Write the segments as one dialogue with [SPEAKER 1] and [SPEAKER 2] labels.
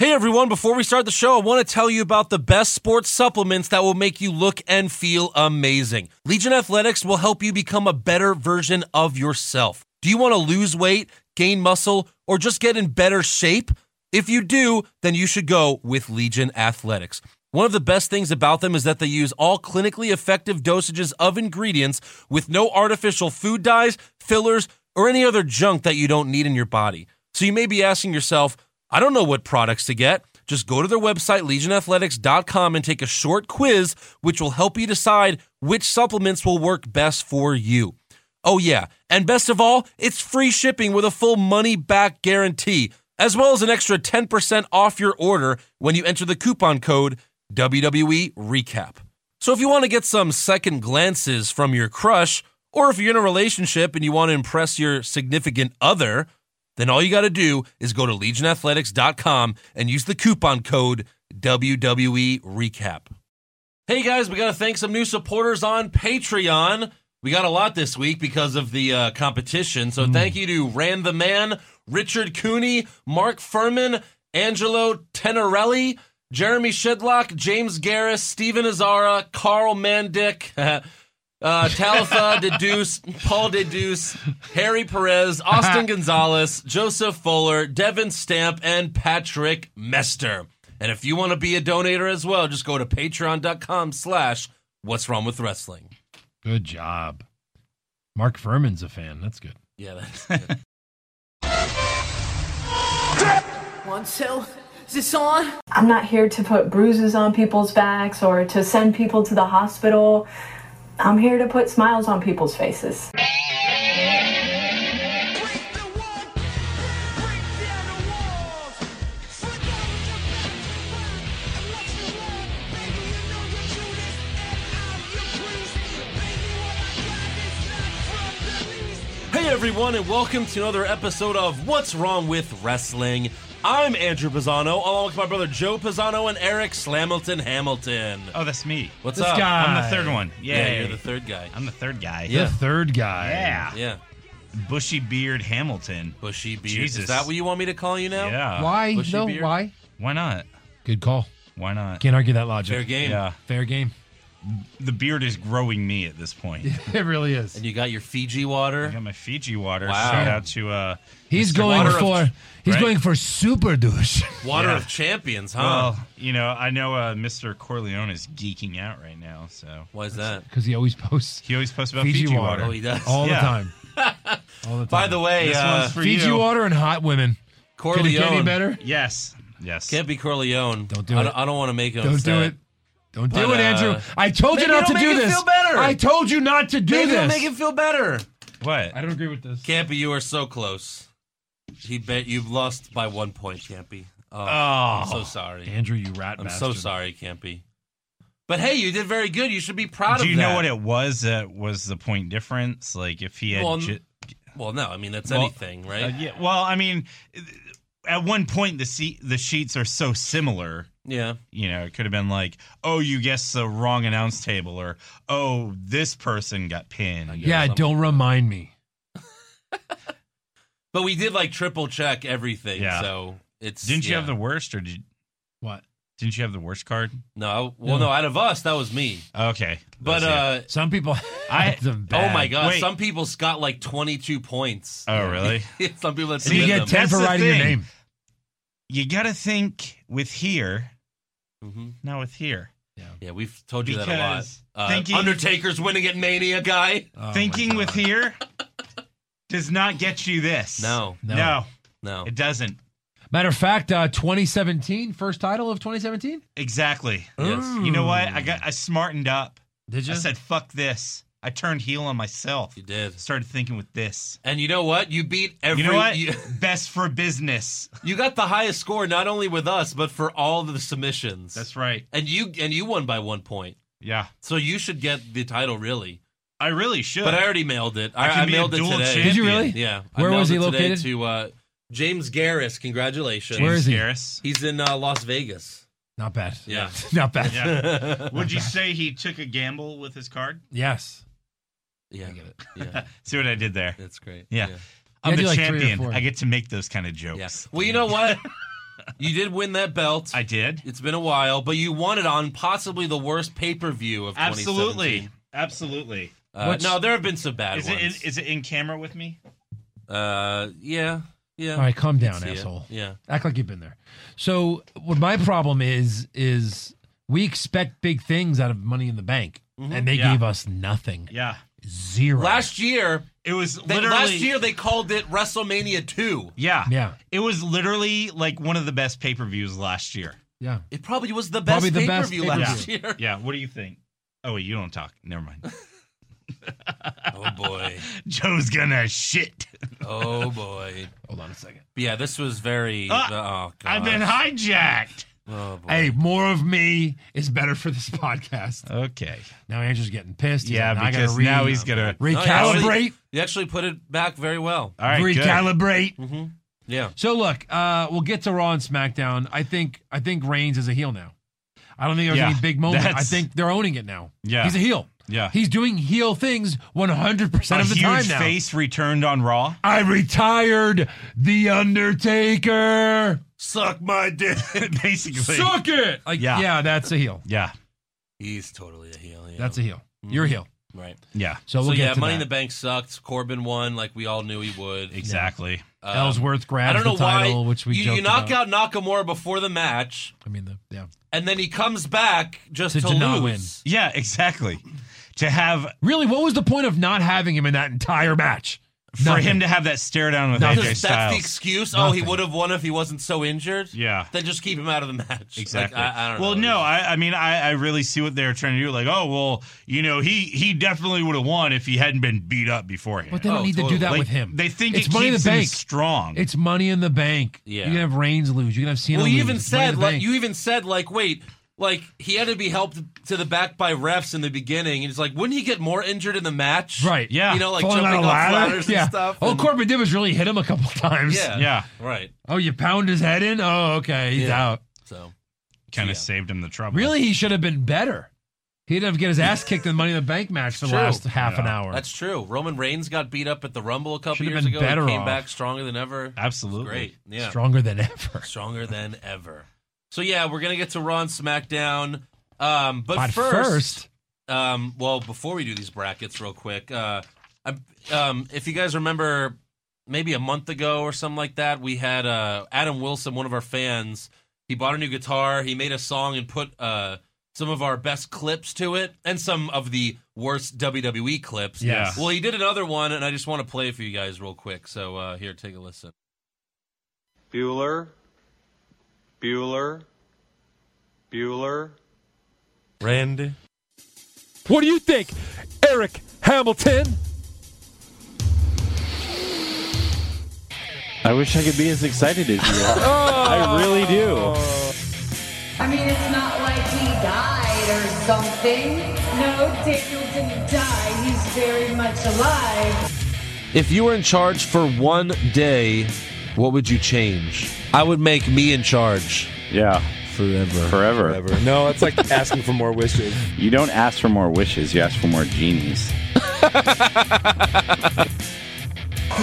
[SPEAKER 1] everyone. Before we start the show, I want to tell you about the best sports supplements that will make you look and feel amazing. Legion Athletics will help you become a better version of yourself. Do you want to lose weight, gain muscle, or just get in better shape? If you do, then you should go with Legion Athletics. One of the best things about them is that they use all clinically effective dosages of ingredients with no artificial food dyes, fillers, or any other junk that you don't need in your body. So you may be asking yourself, I don't know what products to get. Just go to their website, legionathletics.com, and take a short quiz, which will help you decide which supplements will work best for you. Oh, yeah. And best of all, it's free shipping with a full money back guarantee, as well as an extra 10% off your order when you enter the coupon code WWE Recap. So if you want to get some second glances from your crush, or if you're in a relationship and you want to impress your significant other, then all you got to do is go to legionathletics.com and use the coupon code WWE Recap. Hey guys, we got to thank some new supporters on Patreon. We got a lot this week because of the uh, competition. So thank you to Rand the Man, Richard Cooney, Mark Furman, Angelo Tenorelli, Jeremy Shidlock, James Garris, Steven Azara, Carl Mandick, uh, Talitha Deduce, Paul Deduce, Harry Perez, Austin Gonzalez, Joseph Fuller, Devin Stamp, and Patrick Mester. And if you want to be a donator as well, just go to patreon.com slash what's wrong with wrestling.
[SPEAKER 2] Good job. Mark Furman's a fan. That's good.
[SPEAKER 1] Yeah, that's good.
[SPEAKER 3] One cell. Is this on?
[SPEAKER 4] I'm not here to put bruises on people's backs or to send people to the hospital. I'm here to put smiles on people's faces.
[SPEAKER 1] hey everyone, and welcome to another episode of What's Wrong with Wrestling. I'm Andrew Pisano, along with my brother Joe Pisano and Eric Slamilton Hamilton.
[SPEAKER 5] Oh, that's me.
[SPEAKER 1] What's
[SPEAKER 2] This
[SPEAKER 1] up?
[SPEAKER 2] guy.
[SPEAKER 5] I'm the third one.
[SPEAKER 1] Yeah,
[SPEAKER 5] Yay.
[SPEAKER 1] you're the third guy.
[SPEAKER 5] I'm the third guy.
[SPEAKER 1] Yeah.
[SPEAKER 2] The third guy.
[SPEAKER 5] Yeah.
[SPEAKER 1] Yeah,
[SPEAKER 5] Bushy beard Hamilton.
[SPEAKER 1] bushy beard. Is
[SPEAKER 5] Jesus.
[SPEAKER 1] that what you want me to call you now?
[SPEAKER 5] Yeah.
[SPEAKER 2] Why?
[SPEAKER 1] Bushy
[SPEAKER 2] no,
[SPEAKER 1] beard.
[SPEAKER 2] why?
[SPEAKER 5] Why not?
[SPEAKER 2] Uh, Good call.
[SPEAKER 5] Why not?
[SPEAKER 2] Can't argue that logic.
[SPEAKER 1] Fair game.
[SPEAKER 5] Yeah.
[SPEAKER 2] Fair game.
[SPEAKER 5] The beard is growing me at this point.
[SPEAKER 2] It really is.
[SPEAKER 1] And you got your Fiji
[SPEAKER 5] I
[SPEAKER 1] water.
[SPEAKER 5] got my Fiji water.
[SPEAKER 1] Wow.
[SPEAKER 5] Shout out to uh
[SPEAKER 2] He's
[SPEAKER 5] Mr.
[SPEAKER 2] going
[SPEAKER 5] Water of-
[SPEAKER 2] for he's
[SPEAKER 5] right?
[SPEAKER 2] going for super douche.
[SPEAKER 1] Water
[SPEAKER 5] Yeah.
[SPEAKER 1] of champions, huh?
[SPEAKER 5] Well, you know, I know uh, Mr. Corleone is geeking out right now, so
[SPEAKER 1] Why is that?
[SPEAKER 2] Because he always posts
[SPEAKER 5] he always posts about
[SPEAKER 2] Fiji
[SPEAKER 5] Fiji,
[SPEAKER 2] water.
[SPEAKER 5] water.
[SPEAKER 1] Oh, he does.
[SPEAKER 2] all the
[SPEAKER 5] Yeah.
[SPEAKER 2] time. All the time.
[SPEAKER 1] By the way,
[SPEAKER 5] This
[SPEAKER 1] uh,
[SPEAKER 5] one's for
[SPEAKER 2] Fiji
[SPEAKER 5] you.
[SPEAKER 2] water and hot women. Could
[SPEAKER 1] Corleone.
[SPEAKER 2] it get any better?
[SPEAKER 5] Yes. Yes.
[SPEAKER 1] Can't be Corleone.
[SPEAKER 2] Don't do
[SPEAKER 1] I
[SPEAKER 2] it.
[SPEAKER 1] Don't, I don't want to make him.
[SPEAKER 2] Don't do
[SPEAKER 1] upset.
[SPEAKER 2] it. Don't do
[SPEAKER 1] But,
[SPEAKER 2] it,
[SPEAKER 1] uh,
[SPEAKER 2] Andrew. I told you
[SPEAKER 1] maybe
[SPEAKER 2] not to
[SPEAKER 1] it'll
[SPEAKER 2] do
[SPEAKER 1] make him
[SPEAKER 2] this.
[SPEAKER 1] feel better.
[SPEAKER 2] I told you not to do
[SPEAKER 1] Maybe it'll
[SPEAKER 2] this.
[SPEAKER 1] make him feel better.
[SPEAKER 5] what?
[SPEAKER 2] don't agree with this.
[SPEAKER 1] Campy, you are so close. He bet you've lost by one point, Campy. Oh, I'm so sorry.
[SPEAKER 2] Andrew, you rat
[SPEAKER 1] I'm
[SPEAKER 2] bastard.
[SPEAKER 1] so sorry, Campy. But hey, you did very good. You should be proud
[SPEAKER 5] Do
[SPEAKER 1] of
[SPEAKER 5] you
[SPEAKER 1] that.
[SPEAKER 5] know what it was that was the point difference? Like if he had
[SPEAKER 1] Well,
[SPEAKER 5] ju-
[SPEAKER 1] Well, no, I mean that's
[SPEAKER 5] Well,
[SPEAKER 1] anything, right?
[SPEAKER 5] Uh, yeah. Well, I mean, at one point the se- the sheets are so similar.
[SPEAKER 1] yeah.
[SPEAKER 5] You know, it could have been like, "Oh, you guessed the wrong announce table," or "Oh, this person got pinned."
[SPEAKER 2] Yeah, don't remind me.
[SPEAKER 1] But we did like triple check everything,
[SPEAKER 5] Yeah.
[SPEAKER 1] so it's.
[SPEAKER 5] Didn't you
[SPEAKER 1] yeah.
[SPEAKER 5] have the worst, or did,
[SPEAKER 2] What?
[SPEAKER 5] didn't you have the worst card?
[SPEAKER 1] No, I- well, no.
[SPEAKER 2] No.
[SPEAKER 1] Out of us, that was me.
[SPEAKER 5] Okay,
[SPEAKER 1] But
[SPEAKER 5] That's it.
[SPEAKER 1] uh,
[SPEAKER 2] Some people.
[SPEAKER 5] I-
[SPEAKER 2] Some
[SPEAKER 1] oh
[SPEAKER 2] bad-
[SPEAKER 1] my god,
[SPEAKER 5] Wait.
[SPEAKER 1] some people got like twenty-two points.
[SPEAKER 5] oh really?
[SPEAKER 1] some people that
[SPEAKER 2] And you
[SPEAKER 1] did
[SPEAKER 2] get
[SPEAKER 1] them.
[SPEAKER 2] ten
[SPEAKER 5] That's
[SPEAKER 2] for
[SPEAKER 5] the
[SPEAKER 2] writing your
[SPEAKER 5] thing.
[SPEAKER 2] name.
[SPEAKER 5] you got to think with here,
[SPEAKER 1] Mhm.
[SPEAKER 5] not with here.
[SPEAKER 1] Yeah, we've told you that a lot.
[SPEAKER 5] Because
[SPEAKER 1] Uh,
[SPEAKER 5] thinking-
[SPEAKER 1] Undertaker's winning at Mania, guy.
[SPEAKER 2] Oh my
[SPEAKER 5] Thinking with
[SPEAKER 2] God.
[SPEAKER 5] here does not get you this.
[SPEAKER 1] No,
[SPEAKER 2] No.
[SPEAKER 5] no,
[SPEAKER 1] no.
[SPEAKER 5] it doesn't.
[SPEAKER 2] Matter of fact, uh, 2017, first title of 2017.
[SPEAKER 5] Exactly.
[SPEAKER 1] Yes.
[SPEAKER 5] You know what?
[SPEAKER 2] Mm.
[SPEAKER 5] I got I smartened up.
[SPEAKER 2] Did
[SPEAKER 5] I said, fuck this. I turned heel on myself.
[SPEAKER 1] You did.
[SPEAKER 5] Started thinking with this.
[SPEAKER 1] And you know what? You beat every.
[SPEAKER 5] you know what?
[SPEAKER 1] You,
[SPEAKER 5] Best for business.
[SPEAKER 1] you got the highest score not only with us but for all of the submissions.
[SPEAKER 5] right.
[SPEAKER 1] and you and you won by one point,
[SPEAKER 5] Yeah.
[SPEAKER 1] so you should get the title really.
[SPEAKER 5] I really should.
[SPEAKER 1] But I already mailed it. I,
[SPEAKER 5] I can
[SPEAKER 1] I
[SPEAKER 5] be a
[SPEAKER 1] mailed it
[SPEAKER 5] dual
[SPEAKER 1] today.
[SPEAKER 5] champion. Did
[SPEAKER 2] you really?
[SPEAKER 1] Yeah.
[SPEAKER 2] Where
[SPEAKER 1] I mailed
[SPEAKER 2] was he
[SPEAKER 1] it today
[SPEAKER 2] located?
[SPEAKER 1] To uh, James Garris. Congratulations.
[SPEAKER 2] Where is he?
[SPEAKER 5] Harris.
[SPEAKER 1] He's in uh, Las Vegas.
[SPEAKER 2] Not bad.
[SPEAKER 1] Yeah.
[SPEAKER 2] Not bad.
[SPEAKER 5] Yeah. Would you say he took a gamble with his card?
[SPEAKER 2] Yes.
[SPEAKER 1] Yeah.
[SPEAKER 2] I get it.
[SPEAKER 1] Yeah.
[SPEAKER 5] See what I did there?
[SPEAKER 1] That's great. Yeah.
[SPEAKER 5] Yeah.
[SPEAKER 2] Yeah,
[SPEAKER 5] I'm
[SPEAKER 2] do
[SPEAKER 5] the
[SPEAKER 2] like three or
[SPEAKER 5] champion.
[SPEAKER 2] four.
[SPEAKER 5] I get to make those kind of
[SPEAKER 1] Yeah.
[SPEAKER 5] jokes.
[SPEAKER 1] Well, you know what? You did win that belt.
[SPEAKER 5] I did.
[SPEAKER 1] It's been a while, but you won it on possibly the worst pay per view of
[SPEAKER 5] Absolutely. Absolutely.
[SPEAKER 1] 2017. Uh,
[SPEAKER 2] What's-
[SPEAKER 1] no, there have been some bad
[SPEAKER 5] Is it,
[SPEAKER 1] ones.
[SPEAKER 5] in, is it in camera with me?
[SPEAKER 1] uh, yeah, yeah.
[SPEAKER 2] All right, calm down,
[SPEAKER 1] See ya.
[SPEAKER 2] asshole.
[SPEAKER 1] Yeah.
[SPEAKER 2] Act like you've been there. So, what my problem is is we expect big things out of Money in the Bank, and they
[SPEAKER 5] Yeah.
[SPEAKER 2] gave us nothing,
[SPEAKER 5] Yeah.
[SPEAKER 2] zero.
[SPEAKER 1] Last year,
[SPEAKER 5] It was
[SPEAKER 1] they,
[SPEAKER 5] literally.
[SPEAKER 1] last year they called it WrestleMania Two.
[SPEAKER 5] Yeah.
[SPEAKER 2] Yeah.
[SPEAKER 5] It was literally like one of the best pay per views last year.
[SPEAKER 2] yeah,
[SPEAKER 1] It probably was the best
[SPEAKER 2] Probably the
[SPEAKER 1] pay per
[SPEAKER 2] best
[SPEAKER 1] view
[SPEAKER 2] pay-per-view.
[SPEAKER 1] last year.
[SPEAKER 5] Yeah. What do you think? Oh, wait, you don't talk. Never mind.
[SPEAKER 1] Oh boy.
[SPEAKER 5] Joe's gonna shit.
[SPEAKER 1] Oh boy.
[SPEAKER 2] hold on a second.
[SPEAKER 1] Yeah, this was very.
[SPEAKER 5] Ah,
[SPEAKER 1] oh god.
[SPEAKER 5] I've been hijacked.
[SPEAKER 1] Oh boy.
[SPEAKER 2] Hey, more of me is better for this podcast.
[SPEAKER 5] Okay.
[SPEAKER 2] Now Andrew's getting pissed. He's
[SPEAKER 5] Yeah,
[SPEAKER 2] like, "I gotta
[SPEAKER 5] because
[SPEAKER 2] re-
[SPEAKER 5] now he's gonna-
[SPEAKER 1] No, you actually-
[SPEAKER 2] recalibrate.
[SPEAKER 1] You actually put it back very well.
[SPEAKER 5] All right. good.
[SPEAKER 2] recalibrate.
[SPEAKER 1] Yeah.
[SPEAKER 2] So look, uh, we'll get to Raw and SmackDown. I think I think Reigns is a heel now. I don't think there's
[SPEAKER 5] Yeah,
[SPEAKER 2] any big moment. I
[SPEAKER 5] that's-
[SPEAKER 2] think they're owning it now.
[SPEAKER 5] Yeah.
[SPEAKER 2] he's a heel.
[SPEAKER 5] Yeah.
[SPEAKER 2] he's doing heel things 100
[SPEAKER 5] A
[SPEAKER 2] percent of the time
[SPEAKER 5] huge
[SPEAKER 2] now.
[SPEAKER 5] face returned on Raw.
[SPEAKER 2] I retired the Undertaker.
[SPEAKER 1] Suck my dick.
[SPEAKER 5] Basically.
[SPEAKER 2] Suck it. Like yeah.
[SPEAKER 5] Yeah.
[SPEAKER 2] that's a heel.
[SPEAKER 5] yeah.
[SPEAKER 1] He's totally a heel. Yeah.
[SPEAKER 2] That's a heel.
[SPEAKER 5] Mm-hmm.
[SPEAKER 2] You're a heel.
[SPEAKER 1] right.
[SPEAKER 5] Yeah.
[SPEAKER 2] So we'll
[SPEAKER 1] so
[SPEAKER 2] get
[SPEAKER 1] yeah,
[SPEAKER 2] to
[SPEAKER 1] Money in the
[SPEAKER 2] that.
[SPEAKER 1] Bank sucked. Corbin won, like we all knew he would.
[SPEAKER 5] Exactly.
[SPEAKER 1] Um,
[SPEAKER 2] Ellsworth grabs
[SPEAKER 1] I don't know
[SPEAKER 2] the title,
[SPEAKER 1] why.
[SPEAKER 2] which we
[SPEAKER 1] you,
[SPEAKER 2] joked
[SPEAKER 1] you knock
[SPEAKER 2] about.
[SPEAKER 1] out Nakamura before the match,
[SPEAKER 2] I mean, the, yeah,
[SPEAKER 1] and then he comes back just
[SPEAKER 2] To-
[SPEAKER 1] to,
[SPEAKER 2] to not
[SPEAKER 1] lose.
[SPEAKER 5] Yeah. Exactly. To have
[SPEAKER 2] really, what was the point of not having him in that entire match?
[SPEAKER 5] for
[SPEAKER 2] Nothing.
[SPEAKER 5] him to have that stare down with
[SPEAKER 2] Nothing.
[SPEAKER 5] AJ
[SPEAKER 1] Just- that's the
[SPEAKER 5] Styles.
[SPEAKER 1] excuse. Oh, he
[SPEAKER 2] Nothing.
[SPEAKER 1] would have won if he wasn't so injured.
[SPEAKER 5] Yeah.
[SPEAKER 1] Then just keep him out of the match. Like,
[SPEAKER 5] Exactly.
[SPEAKER 1] I, I don't
[SPEAKER 5] well,
[SPEAKER 1] know.
[SPEAKER 5] no, I, I mean, I, I really see what they're trying to do. Like, oh, well, you know, he he definitely would have won if he hadn't been beat up beforehand.
[SPEAKER 2] But they don't
[SPEAKER 1] Oh,
[SPEAKER 2] need to
[SPEAKER 1] totally.
[SPEAKER 2] do that
[SPEAKER 5] Like,
[SPEAKER 2] with him.
[SPEAKER 5] They think
[SPEAKER 2] it's
[SPEAKER 5] it
[SPEAKER 2] money in the
[SPEAKER 5] keeps him
[SPEAKER 2] bank.
[SPEAKER 5] strong.
[SPEAKER 2] It's money in the bank.
[SPEAKER 1] Yeah.
[SPEAKER 2] you can have Reigns lose. You can have Cena
[SPEAKER 1] Well,
[SPEAKER 2] lose.
[SPEAKER 1] you even
[SPEAKER 2] It's money in
[SPEAKER 1] said
[SPEAKER 2] the
[SPEAKER 1] like
[SPEAKER 2] bank.
[SPEAKER 1] you even said like wait, like he had to be helped to the back by refs in the beginning, and it's like wouldn't he get more injured in the match?
[SPEAKER 2] Right.
[SPEAKER 5] Yeah.
[SPEAKER 1] You know, like
[SPEAKER 2] Falling
[SPEAKER 1] jumping
[SPEAKER 2] on
[SPEAKER 1] off
[SPEAKER 2] a ladder.
[SPEAKER 1] ladders
[SPEAKER 2] yeah.
[SPEAKER 1] and stuff.
[SPEAKER 2] Oh,
[SPEAKER 1] and-
[SPEAKER 2] Corbin Divas really hit him a couple times.
[SPEAKER 1] Yeah.
[SPEAKER 5] yeah,
[SPEAKER 1] Right.
[SPEAKER 2] Oh, you pound his head in. Oh, okay, he's
[SPEAKER 1] Yeah.
[SPEAKER 2] out.
[SPEAKER 1] So
[SPEAKER 5] kind
[SPEAKER 1] Yeah.
[SPEAKER 5] of saved him the trouble.
[SPEAKER 2] Really, he should have been better. He didn't have to get his ass kicked in the Money in the Bank match for the
[SPEAKER 1] True.
[SPEAKER 2] last half an
[SPEAKER 5] Yeah.
[SPEAKER 2] hour.
[SPEAKER 1] that's true. Roman Reigns got beat up at the Rumble a couple
[SPEAKER 2] Should've
[SPEAKER 1] years
[SPEAKER 2] been
[SPEAKER 1] ago. and
[SPEAKER 2] better
[SPEAKER 1] came
[SPEAKER 2] off.
[SPEAKER 1] back stronger than ever.
[SPEAKER 5] Absolutely.
[SPEAKER 1] Great. Yeah.
[SPEAKER 2] stronger than ever.
[SPEAKER 1] Stronger than ever. So yeah, we're gonna get to Raw and SmackDown. Um, but,
[SPEAKER 2] But
[SPEAKER 1] first
[SPEAKER 2] first,
[SPEAKER 1] um, well, before we do these brackets, real quick, uh, I, um, if you guys remember, maybe a month ago or something like that, we had uh, Adam Wilson, one of our fans. He bought a new guitar. He made a song and put uh, some of our best clips to it, and some of the worst WWE clips.
[SPEAKER 2] Yes.
[SPEAKER 1] Well, he did another one, and I just want to play it for you guys real quick. So uh, here, take a listen.
[SPEAKER 6] Bueller. Bueller. Bueller.
[SPEAKER 1] Randy.
[SPEAKER 2] what do you think, Eric Hamilton?
[SPEAKER 7] I wish I could be as excited as you are. I really do.
[SPEAKER 8] I mean, it's not like he died or something. No, Daniel didn't die. He's very much alive.
[SPEAKER 1] If you were in charge for one day, what would you change? I would make me in charge
[SPEAKER 7] Yeah,
[SPEAKER 1] forever.
[SPEAKER 7] forever.
[SPEAKER 9] No, it's like asking for more wishes.
[SPEAKER 7] You don't ask for more wishes, you ask for more genies.
[SPEAKER 10] This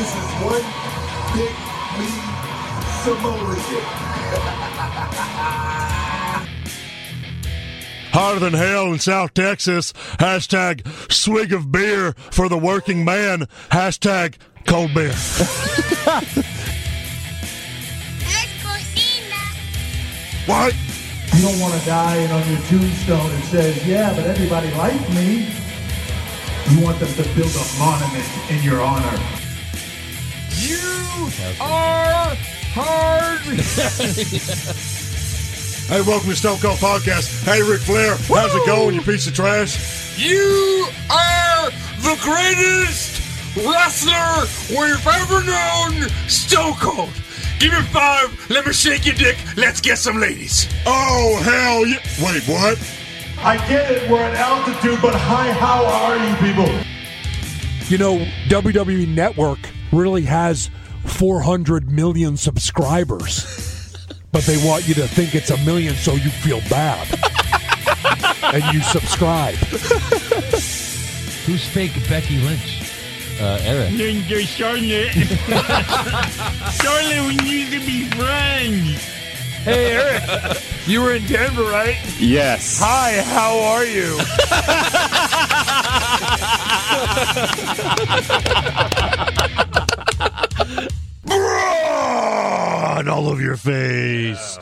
[SPEAKER 10] is one big mean simoleon. Hotter than hell in South Texas. Hashtag swig of beer for the working man. Hashtag cold beer. What? You don't want to die and on your tombstone it says, yeah, but everybody liked me. You want them to build a monument in your honor. Hey, welcome to Stone Cold Podcast. Hey, Ric Flair, how's it going, you piece of trash?
[SPEAKER 9] You are the greatest wrestler we've ever known, Stone Cold. Give me five. Let me shake your dick. Let's get some ladies.
[SPEAKER 10] Oh, hell yeah. Wait, what? I get it, we're at altitude, but hi, how are you people?
[SPEAKER 11] You know, WWE Network really has 400 million subscribers, but they want you to think it's a million so you feel bad. and you subscribe.
[SPEAKER 2] Who's fake Becky Lynch?
[SPEAKER 1] Uh, Eric.
[SPEAKER 5] Charlotte. Charlotte, we need to be friends.
[SPEAKER 12] Hey, Eric, you were in Denver, right?
[SPEAKER 7] Yes.
[SPEAKER 12] Hi, how are you?
[SPEAKER 1] on
[SPEAKER 11] all over your face.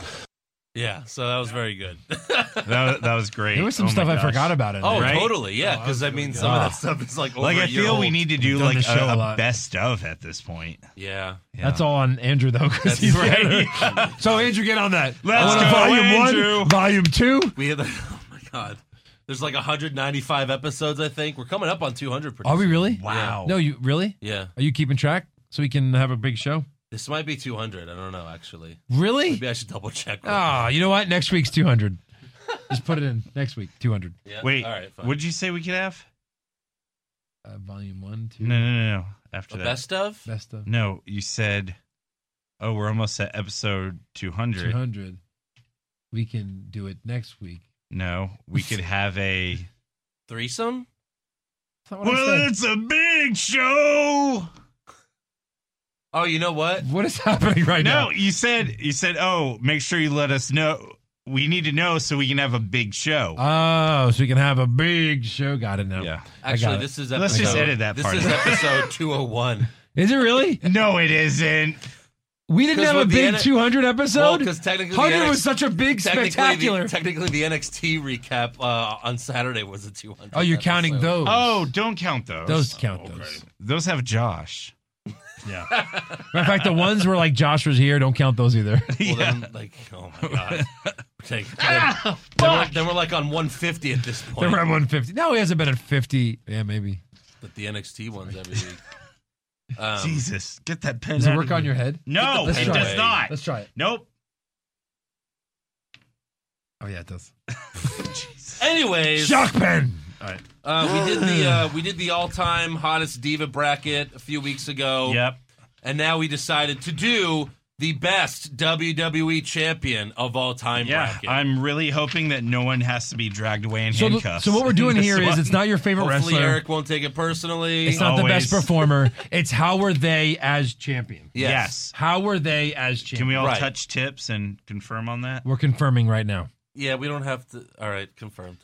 [SPEAKER 1] Yeah, so that was very good.
[SPEAKER 5] That, that was great.
[SPEAKER 2] There was some
[SPEAKER 5] Oh my
[SPEAKER 2] stuff I
[SPEAKER 5] gosh.
[SPEAKER 2] forgot about in
[SPEAKER 1] Oh,
[SPEAKER 2] there.
[SPEAKER 1] totally. Yeah, because I mean, some of that stuff is like over
[SPEAKER 5] like
[SPEAKER 1] a
[SPEAKER 5] I
[SPEAKER 1] year
[SPEAKER 5] feel we
[SPEAKER 1] old.
[SPEAKER 5] need to
[SPEAKER 2] We've
[SPEAKER 5] do
[SPEAKER 2] done
[SPEAKER 5] like
[SPEAKER 2] this show
[SPEAKER 5] a,
[SPEAKER 2] a
[SPEAKER 5] a
[SPEAKER 2] lot.
[SPEAKER 5] best of at this point.
[SPEAKER 1] Yeah,
[SPEAKER 2] That's all on Andrew though, because he's right. so Andrew, get on that.
[SPEAKER 1] Let's
[SPEAKER 2] I want
[SPEAKER 1] go,
[SPEAKER 2] volume
[SPEAKER 1] Andrew.
[SPEAKER 2] one, volume two.
[SPEAKER 1] We had the, oh my god. There's like 195 episodes, I think. We're coming up on 200. Pretty
[SPEAKER 2] Are we
[SPEAKER 1] soon.
[SPEAKER 2] really?
[SPEAKER 1] Wow.
[SPEAKER 2] No, you really?
[SPEAKER 1] Yeah.
[SPEAKER 2] Are you keeping track so we can have a big show?
[SPEAKER 1] This might be 200. I don't know actually.
[SPEAKER 2] Really?
[SPEAKER 1] Maybe I should double check.
[SPEAKER 2] Ah, you know what? Next week's two hundred. Just put it in next week. Two hundred.
[SPEAKER 1] Yeah.
[SPEAKER 5] Wait,
[SPEAKER 1] All right. Fine.
[SPEAKER 5] what did you say we could have?
[SPEAKER 2] Uh, volume one, two.
[SPEAKER 5] No, no, no, no. After
[SPEAKER 1] A
[SPEAKER 5] that,
[SPEAKER 1] best of?
[SPEAKER 2] Best of
[SPEAKER 5] No, you said, "Oh, we're almost at episode 200.
[SPEAKER 2] two hundred. We can do it next week.
[SPEAKER 5] No, we could have a.
[SPEAKER 1] threesome?
[SPEAKER 2] That's not what I said.
[SPEAKER 5] it's a big show.
[SPEAKER 1] Oh, you know what?
[SPEAKER 2] What is happening right
[SPEAKER 5] no,
[SPEAKER 2] now?
[SPEAKER 5] you said you said, "Oh, make sure you let us know. We need to know so we can have a big show."
[SPEAKER 2] Oh, so we can have a big show. Got it now.
[SPEAKER 5] Yeah.
[SPEAKER 2] I got
[SPEAKER 1] Actually,
[SPEAKER 2] it.
[SPEAKER 1] this is episode.
[SPEAKER 5] Let's just edit that
[SPEAKER 1] This
[SPEAKER 5] part
[SPEAKER 1] is
[SPEAKER 5] out.
[SPEAKER 1] episode 201.
[SPEAKER 2] Is it really?
[SPEAKER 5] no, it isn't.
[SPEAKER 2] We didn't
[SPEAKER 1] 'Cause
[SPEAKER 2] have a
[SPEAKER 1] with the
[SPEAKER 2] big
[SPEAKER 1] edit-
[SPEAKER 2] 200
[SPEAKER 1] Well,
[SPEAKER 2] episode.
[SPEAKER 1] because technically, the
[SPEAKER 2] 100
[SPEAKER 1] NXT
[SPEAKER 2] was such a big
[SPEAKER 1] technically
[SPEAKER 2] spectacular.
[SPEAKER 1] The, technically, the NXT recap uh, on Saturday was a 200.
[SPEAKER 2] oh, you're counting
[SPEAKER 1] episode.
[SPEAKER 2] those.
[SPEAKER 5] Oh, don't count those.
[SPEAKER 2] those count those.
[SPEAKER 5] Those have Josh.
[SPEAKER 2] Yeah. Matter of fact, the ones where like Josh was here, don't count those either.
[SPEAKER 1] Well, then, like, oh my god. Take, then, we're, then we're like on 150 at this
[SPEAKER 2] They
[SPEAKER 1] point.
[SPEAKER 2] Ah, were at 150. No, he hasn't been at 50. Yeah, maybe.
[SPEAKER 1] But the NXT ones every week. Um,
[SPEAKER 5] Jesus, get that pen.
[SPEAKER 2] Does it
[SPEAKER 5] out
[SPEAKER 2] work
[SPEAKER 5] of
[SPEAKER 2] on
[SPEAKER 5] here.
[SPEAKER 2] your head?
[SPEAKER 5] No,
[SPEAKER 2] Let's
[SPEAKER 5] it
[SPEAKER 2] try
[SPEAKER 5] does
[SPEAKER 2] it.
[SPEAKER 5] not.
[SPEAKER 2] Let's try it.
[SPEAKER 5] Nope.
[SPEAKER 2] Oh yeah, it does.
[SPEAKER 1] Anyways,
[SPEAKER 2] Shock pen. All right.
[SPEAKER 1] uh, we did the uh, we did the all time hottest diva bracket a few weeks ago.
[SPEAKER 5] Yep.
[SPEAKER 1] And now we decided to do the best WWE champion of all time
[SPEAKER 5] Yeah,
[SPEAKER 1] bracket.
[SPEAKER 5] I'm really hoping that no one has to be dragged away in
[SPEAKER 2] So, the-
[SPEAKER 5] handcuffs.
[SPEAKER 2] so what we're doing
[SPEAKER 5] in
[SPEAKER 2] here
[SPEAKER 5] this
[SPEAKER 2] is
[SPEAKER 5] one.
[SPEAKER 2] it's not your favorite
[SPEAKER 1] Hopefully,
[SPEAKER 2] wrestler.
[SPEAKER 1] Eric won't take it personally.
[SPEAKER 2] it's not the
[SPEAKER 5] Always.
[SPEAKER 2] best performer. it's how were they as champion?
[SPEAKER 1] yes.
[SPEAKER 5] yes.
[SPEAKER 2] How were they as champion?
[SPEAKER 5] Can we all
[SPEAKER 1] Right.
[SPEAKER 5] touch tips and confirm on that?
[SPEAKER 2] We're confirming right now.
[SPEAKER 1] Yeah, we don't have to. All right, confirmed.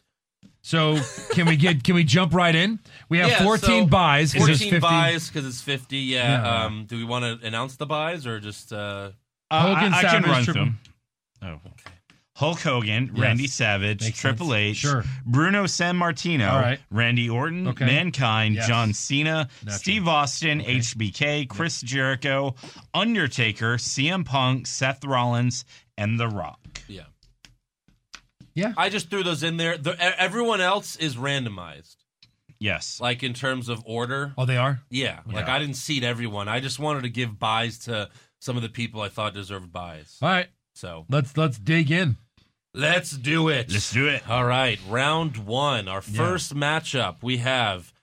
[SPEAKER 2] So can we get? Can we jump right in? We have
[SPEAKER 1] Yeah,
[SPEAKER 2] 14
[SPEAKER 1] so
[SPEAKER 2] buys. 'cause there's
[SPEAKER 1] 14 buys because it's 50. Yeah.
[SPEAKER 2] Yeah.
[SPEAKER 1] Um, do we want to announce the buys or just. Uh,
[SPEAKER 2] Hogan,
[SPEAKER 5] I, I can
[SPEAKER 2] Savage,
[SPEAKER 5] run
[SPEAKER 2] Triple-
[SPEAKER 5] through 'em. Oh. Hulk Hogan,
[SPEAKER 2] Yes.
[SPEAKER 5] Randy Savage,
[SPEAKER 2] Makes
[SPEAKER 5] Triple
[SPEAKER 2] sense.
[SPEAKER 5] H,
[SPEAKER 2] Sure.
[SPEAKER 5] Bruno Sammartino,
[SPEAKER 2] All right.
[SPEAKER 5] Randy Orton,
[SPEAKER 2] Okay.
[SPEAKER 5] Mankind,
[SPEAKER 2] Yes.
[SPEAKER 5] John Cena,
[SPEAKER 2] Naturally.
[SPEAKER 5] Steve Austin, HBK, Chris Jericho, Undertaker, CM Punk, Seth Rollins, and The Rock.
[SPEAKER 1] yeah.
[SPEAKER 2] Yeah.
[SPEAKER 1] I just threw those in there. The, e- everyone else is randomized,
[SPEAKER 5] Yes.
[SPEAKER 1] like in terms of order.
[SPEAKER 2] Oh, they are.
[SPEAKER 1] Yeah. Like I didn't seed everyone. I just wanted to give buys to some of the people I thought deserved buys.
[SPEAKER 2] All right.
[SPEAKER 1] So
[SPEAKER 2] Let's let's dig in.
[SPEAKER 1] let's do it.
[SPEAKER 5] Let's do it.
[SPEAKER 1] All right, round one. Our first matchup we have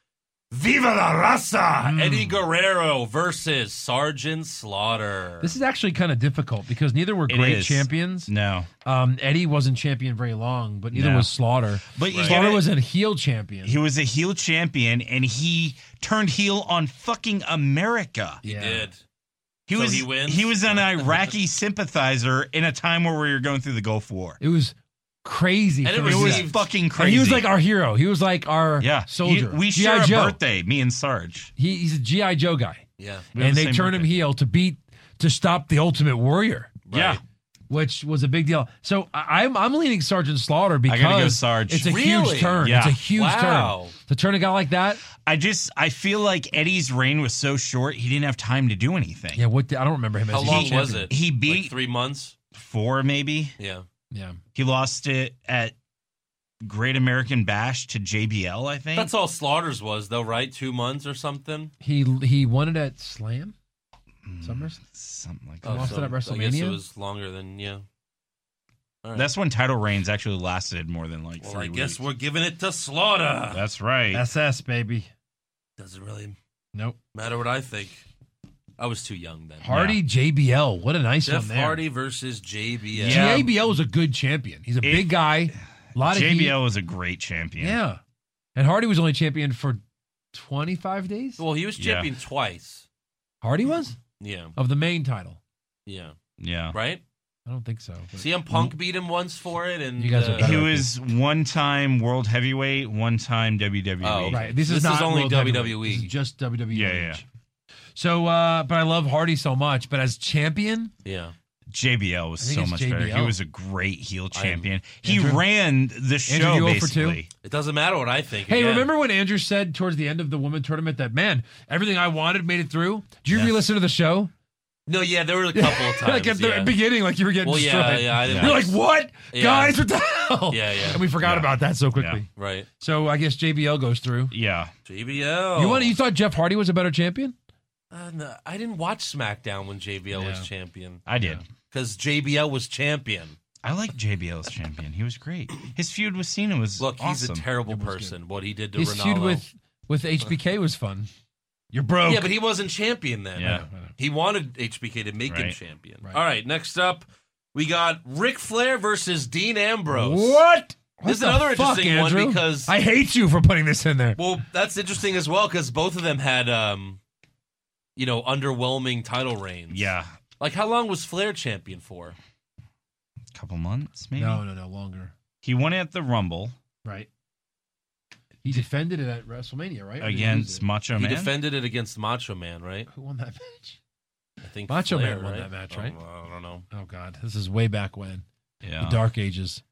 [SPEAKER 1] Viva la Raza! Eddie Guerrero versus Sergeant Slaughter.
[SPEAKER 2] This is actually kind of difficult because neither were
[SPEAKER 5] It
[SPEAKER 2] great
[SPEAKER 5] is.
[SPEAKER 2] champions.
[SPEAKER 5] No.
[SPEAKER 2] Um, Eddie wasn't champion very long, but neither
[SPEAKER 5] No.
[SPEAKER 2] was Slaughter.
[SPEAKER 5] But you
[SPEAKER 2] Slaughter
[SPEAKER 5] gotta-
[SPEAKER 2] was a heel champion.
[SPEAKER 5] He was a heel champion and he turned heel on fucking America.
[SPEAKER 1] he
[SPEAKER 2] Yeah.
[SPEAKER 1] did.
[SPEAKER 5] He
[SPEAKER 1] So
[SPEAKER 5] was
[SPEAKER 1] he wins?
[SPEAKER 5] was an Iraqi sympathizer in a time where we were going through the Gulf War.
[SPEAKER 2] It was crazy.
[SPEAKER 1] And it
[SPEAKER 2] for
[SPEAKER 1] was
[SPEAKER 5] It
[SPEAKER 2] him.
[SPEAKER 5] was
[SPEAKER 1] Received-
[SPEAKER 5] fucking crazy.
[SPEAKER 2] And he was like our hero. He was like our
[SPEAKER 5] yeah
[SPEAKER 2] soldier.
[SPEAKER 5] He- we
[SPEAKER 2] G.I.
[SPEAKER 5] share a
[SPEAKER 2] Joe.
[SPEAKER 5] birthday, me and Sarge.
[SPEAKER 2] He, he's a GI Joe guy,
[SPEAKER 1] Yeah.
[SPEAKER 5] We have
[SPEAKER 2] and
[SPEAKER 5] the
[SPEAKER 2] they
[SPEAKER 5] same
[SPEAKER 2] turned him
[SPEAKER 5] birthday.
[SPEAKER 2] heel to beat to stop the Ultimate Warrior.
[SPEAKER 5] Yeah.
[SPEAKER 2] Which was a big deal. So I- I'm I'm leaning Sergeant Slaughter because
[SPEAKER 5] gotta go Sarge.
[SPEAKER 2] it's a
[SPEAKER 1] Really?
[SPEAKER 2] huge turn.
[SPEAKER 5] Yeah.
[SPEAKER 2] It's a huge
[SPEAKER 1] Wow.
[SPEAKER 2] turn to turn a guy like that.
[SPEAKER 5] I just I feel like Eddie's reign was so short he didn't have time to do anything.
[SPEAKER 2] Yeah, what the, I don't remember him.
[SPEAKER 1] How
[SPEAKER 2] as a
[SPEAKER 1] long
[SPEAKER 2] champion.
[SPEAKER 1] was it?
[SPEAKER 5] He beat
[SPEAKER 1] Like three months.
[SPEAKER 5] four maybe.
[SPEAKER 1] Yeah.
[SPEAKER 2] Yeah,
[SPEAKER 5] He lost it at Great American Bash to JBL. I think
[SPEAKER 1] That's all Slaughter's was though, right? Two months or something.
[SPEAKER 2] he he won it at Slam,
[SPEAKER 5] Mm.
[SPEAKER 2] Summer.
[SPEAKER 5] something like
[SPEAKER 2] Oh,
[SPEAKER 5] that.
[SPEAKER 2] Lost it at
[SPEAKER 1] I guess it
[SPEAKER 2] WrestleMania?
[SPEAKER 1] was longer than yeah. All right.
[SPEAKER 5] That's when title reigns actually lasted more than like
[SPEAKER 1] well,
[SPEAKER 5] three
[SPEAKER 1] I guess
[SPEAKER 5] weeks.
[SPEAKER 1] we're giving it to Slaughter.
[SPEAKER 5] That's right.
[SPEAKER 2] SS baby.
[SPEAKER 1] Doesn't really
[SPEAKER 2] Nope.
[SPEAKER 1] matter what I think. I was too young then.
[SPEAKER 2] Hardy JBL. What a nice
[SPEAKER 1] Jeff
[SPEAKER 2] one there.
[SPEAKER 1] Hardy versus JBL.
[SPEAKER 5] Yeah.
[SPEAKER 2] JBL was a good champion. He's a big guy. A lot of
[SPEAKER 5] JBL
[SPEAKER 2] heat.
[SPEAKER 5] was a great champion.
[SPEAKER 2] Yeah. And Hardy was only champion for 25 days.
[SPEAKER 1] Well, he was
[SPEAKER 5] Yeah.
[SPEAKER 1] champion twice.
[SPEAKER 2] Hardy was
[SPEAKER 1] Yeah.
[SPEAKER 2] of the main title.
[SPEAKER 1] Yeah.
[SPEAKER 5] yeah.
[SPEAKER 1] Right?
[SPEAKER 2] I don't think so. but-
[SPEAKER 1] CM Punk beat him once for it, and
[SPEAKER 2] Mm. You guys are
[SPEAKER 1] uh,
[SPEAKER 5] He was one time world heavyweight, one time E WWE.
[SPEAKER 1] Oh,
[SPEAKER 2] Right. This is not
[SPEAKER 1] only
[SPEAKER 2] World
[SPEAKER 1] WWE.
[SPEAKER 2] Heavyweight. This is just WWE.
[SPEAKER 5] Yeah, yeah.
[SPEAKER 2] So, uh, but I love Hardy so much. But as champion,
[SPEAKER 1] Yeah.
[SPEAKER 5] JBL was
[SPEAKER 2] I think
[SPEAKER 5] so
[SPEAKER 2] it's
[SPEAKER 5] much better. He
[SPEAKER 2] JBL.
[SPEAKER 5] was a great heel
[SPEAKER 2] I-
[SPEAKER 5] champion. he
[SPEAKER 2] Andrew-
[SPEAKER 5] ran the show
[SPEAKER 2] you over for two?
[SPEAKER 5] basically.
[SPEAKER 1] It doesn't matter what I think.
[SPEAKER 2] hey,
[SPEAKER 1] again.
[SPEAKER 2] remember when Andrew said towards the end of the women tournament that man, everything I wanted made it through? Did you re-listen to the show?
[SPEAKER 1] No, yeah, there were a couple of times.
[SPEAKER 2] like at the
[SPEAKER 1] yeah.
[SPEAKER 2] beginning, like you were getting
[SPEAKER 1] Well, yeah,
[SPEAKER 2] destroyed.
[SPEAKER 1] yeah, I didn't-
[SPEAKER 2] You're like, what,
[SPEAKER 1] Yeah.
[SPEAKER 2] guys? What the hell?
[SPEAKER 1] Yeah, yeah.
[SPEAKER 2] And we forgot about that so quickly.
[SPEAKER 1] Right.
[SPEAKER 2] So I guess JBL goes through.
[SPEAKER 5] Yeah.
[SPEAKER 1] JBL.
[SPEAKER 2] You want? You thought Jeff Hardy was a better champion?
[SPEAKER 1] Uh, no, I didn't watch SmackDown when JBL was
[SPEAKER 5] Yeah.
[SPEAKER 1] champion.
[SPEAKER 5] I did.
[SPEAKER 1] because JBL was champion.
[SPEAKER 5] I like JBL as champion. He was great. His feud with Cena was
[SPEAKER 1] Look, he's a
[SPEAKER 5] awesome.
[SPEAKER 1] terrible person. What he did to
[SPEAKER 2] His
[SPEAKER 1] Ronaldo.
[SPEAKER 2] feud with with HBK was fun. You're broke.
[SPEAKER 1] Yeah, but he wasn't champion then.
[SPEAKER 2] Yeah.
[SPEAKER 1] He wanted HBK to make him
[SPEAKER 2] Right.
[SPEAKER 1] champion.
[SPEAKER 2] Right.
[SPEAKER 1] All right, next up, we got Ric Flair versus Dean Ambrose.
[SPEAKER 2] What? What
[SPEAKER 1] This is
[SPEAKER 2] the
[SPEAKER 1] another
[SPEAKER 2] fuck,
[SPEAKER 1] interesting
[SPEAKER 2] Andrew?
[SPEAKER 1] one because
[SPEAKER 2] I hate you for putting this in there.
[SPEAKER 1] Well, that's interesting as well because both of them had, um, you know, underwhelming title reigns.
[SPEAKER 5] Yeah.
[SPEAKER 1] Like, how long was Flair champion for?
[SPEAKER 5] couple months maybe.
[SPEAKER 2] No, no, no, longer.
[SPEAKER 5] He won at the Rumble
[SPEAKER 2] Right. He defended it at WrestleMania, right? Or did he lose
[SPEAKER 5] against
[SPEAKER 2] it?
[SPEAKER 5] Macho
[SPEAKER 1] he
[SPEAKER 5] Man.
[SPEAKER 1] defended it against Macho Man, right?
[SPEAKER 2] Who won that match?
[SPEAKER 1] I think
[SPEAKER 2] Macho
[SPEAKER 1] Flair,
[SPEAKER 2] Man won
[SPEAKER 1] right?
[SPEAKER 2] that match,
[SPEAKER 1] Oh,
[SPEAKER 2] right?
[SPEAKER 1] I don't know.
[SPEAKER 2] Oh God, this is way back when.
[SPEAKER 5] Yeah.
[SPEAKER 2] The Dark Ages.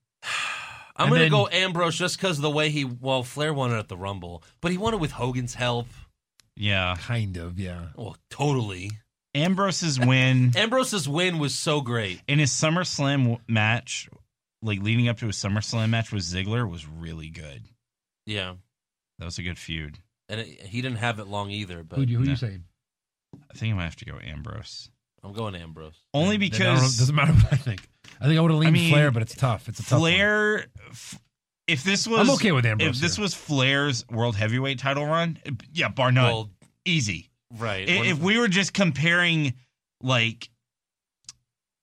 [SPEAKER 1] I'm
[SPEAKER 2] And
[SPEAKER 1] gonna
[SPEAKER 2] then-
[SPEAKER 1] go Ambrose just because of the way he. Well, Flair won it at the Rumble, but he won it with Hogan's help.
[SPEAKER 5] yeah.
[SPEAKER 2] Kind of, yeah.
[SPEAKER 1] Well, totally.
[SPEAKER 5] Ambrose's win
[SPEAKER 1] Ambrose's win was so great.
[SPEAKER 5] in his SummerSlam w- match, like leading up to his SummerSlam match with Ziggler, was really good.
[SPEAKER 1] Yeah,
[SPEAKER 5] That was a good feud.
[SPEAKER 1] and it, he didn't have it long either. But
[SPEAKER 2] Who, do- who
[SPEAKER 5] No.
[SPEAKER 2] you saying?
[SPEAKER 5] I think I might have to go Ambrose.
[SPEAKER 1] I'm going Ambrose.
[SPEAKER 5] Only
[SPEAKER 2] Then I don't-
[SPEAKER 5] because
[SPEAKER 2] doesn't matter what I think. I think I would have leaned
[SPEAKER 5] mean,
[SPEAKER 2] Flair, but it's tough. It's a tough one.
[SPEAKER 5] Flair. f- If this was,
[SPEAKER 2] I'm okay with Ambrose
[SPEAKER 5] If this
[SPEAKER 2] here.
[SPEAKER 5] was Flair's world heavyweight title run, yeah, bar none,
[SPEAKER 1] Well,
[SPEAKER 5] easy.
[SPEAKER 1] right.
[SPEAKER 5] I-
[SPEAKER 1] What
[SPEAKER 5] If
[SPEAKER 1] is-
[SPEAKER 5] we were just comparing like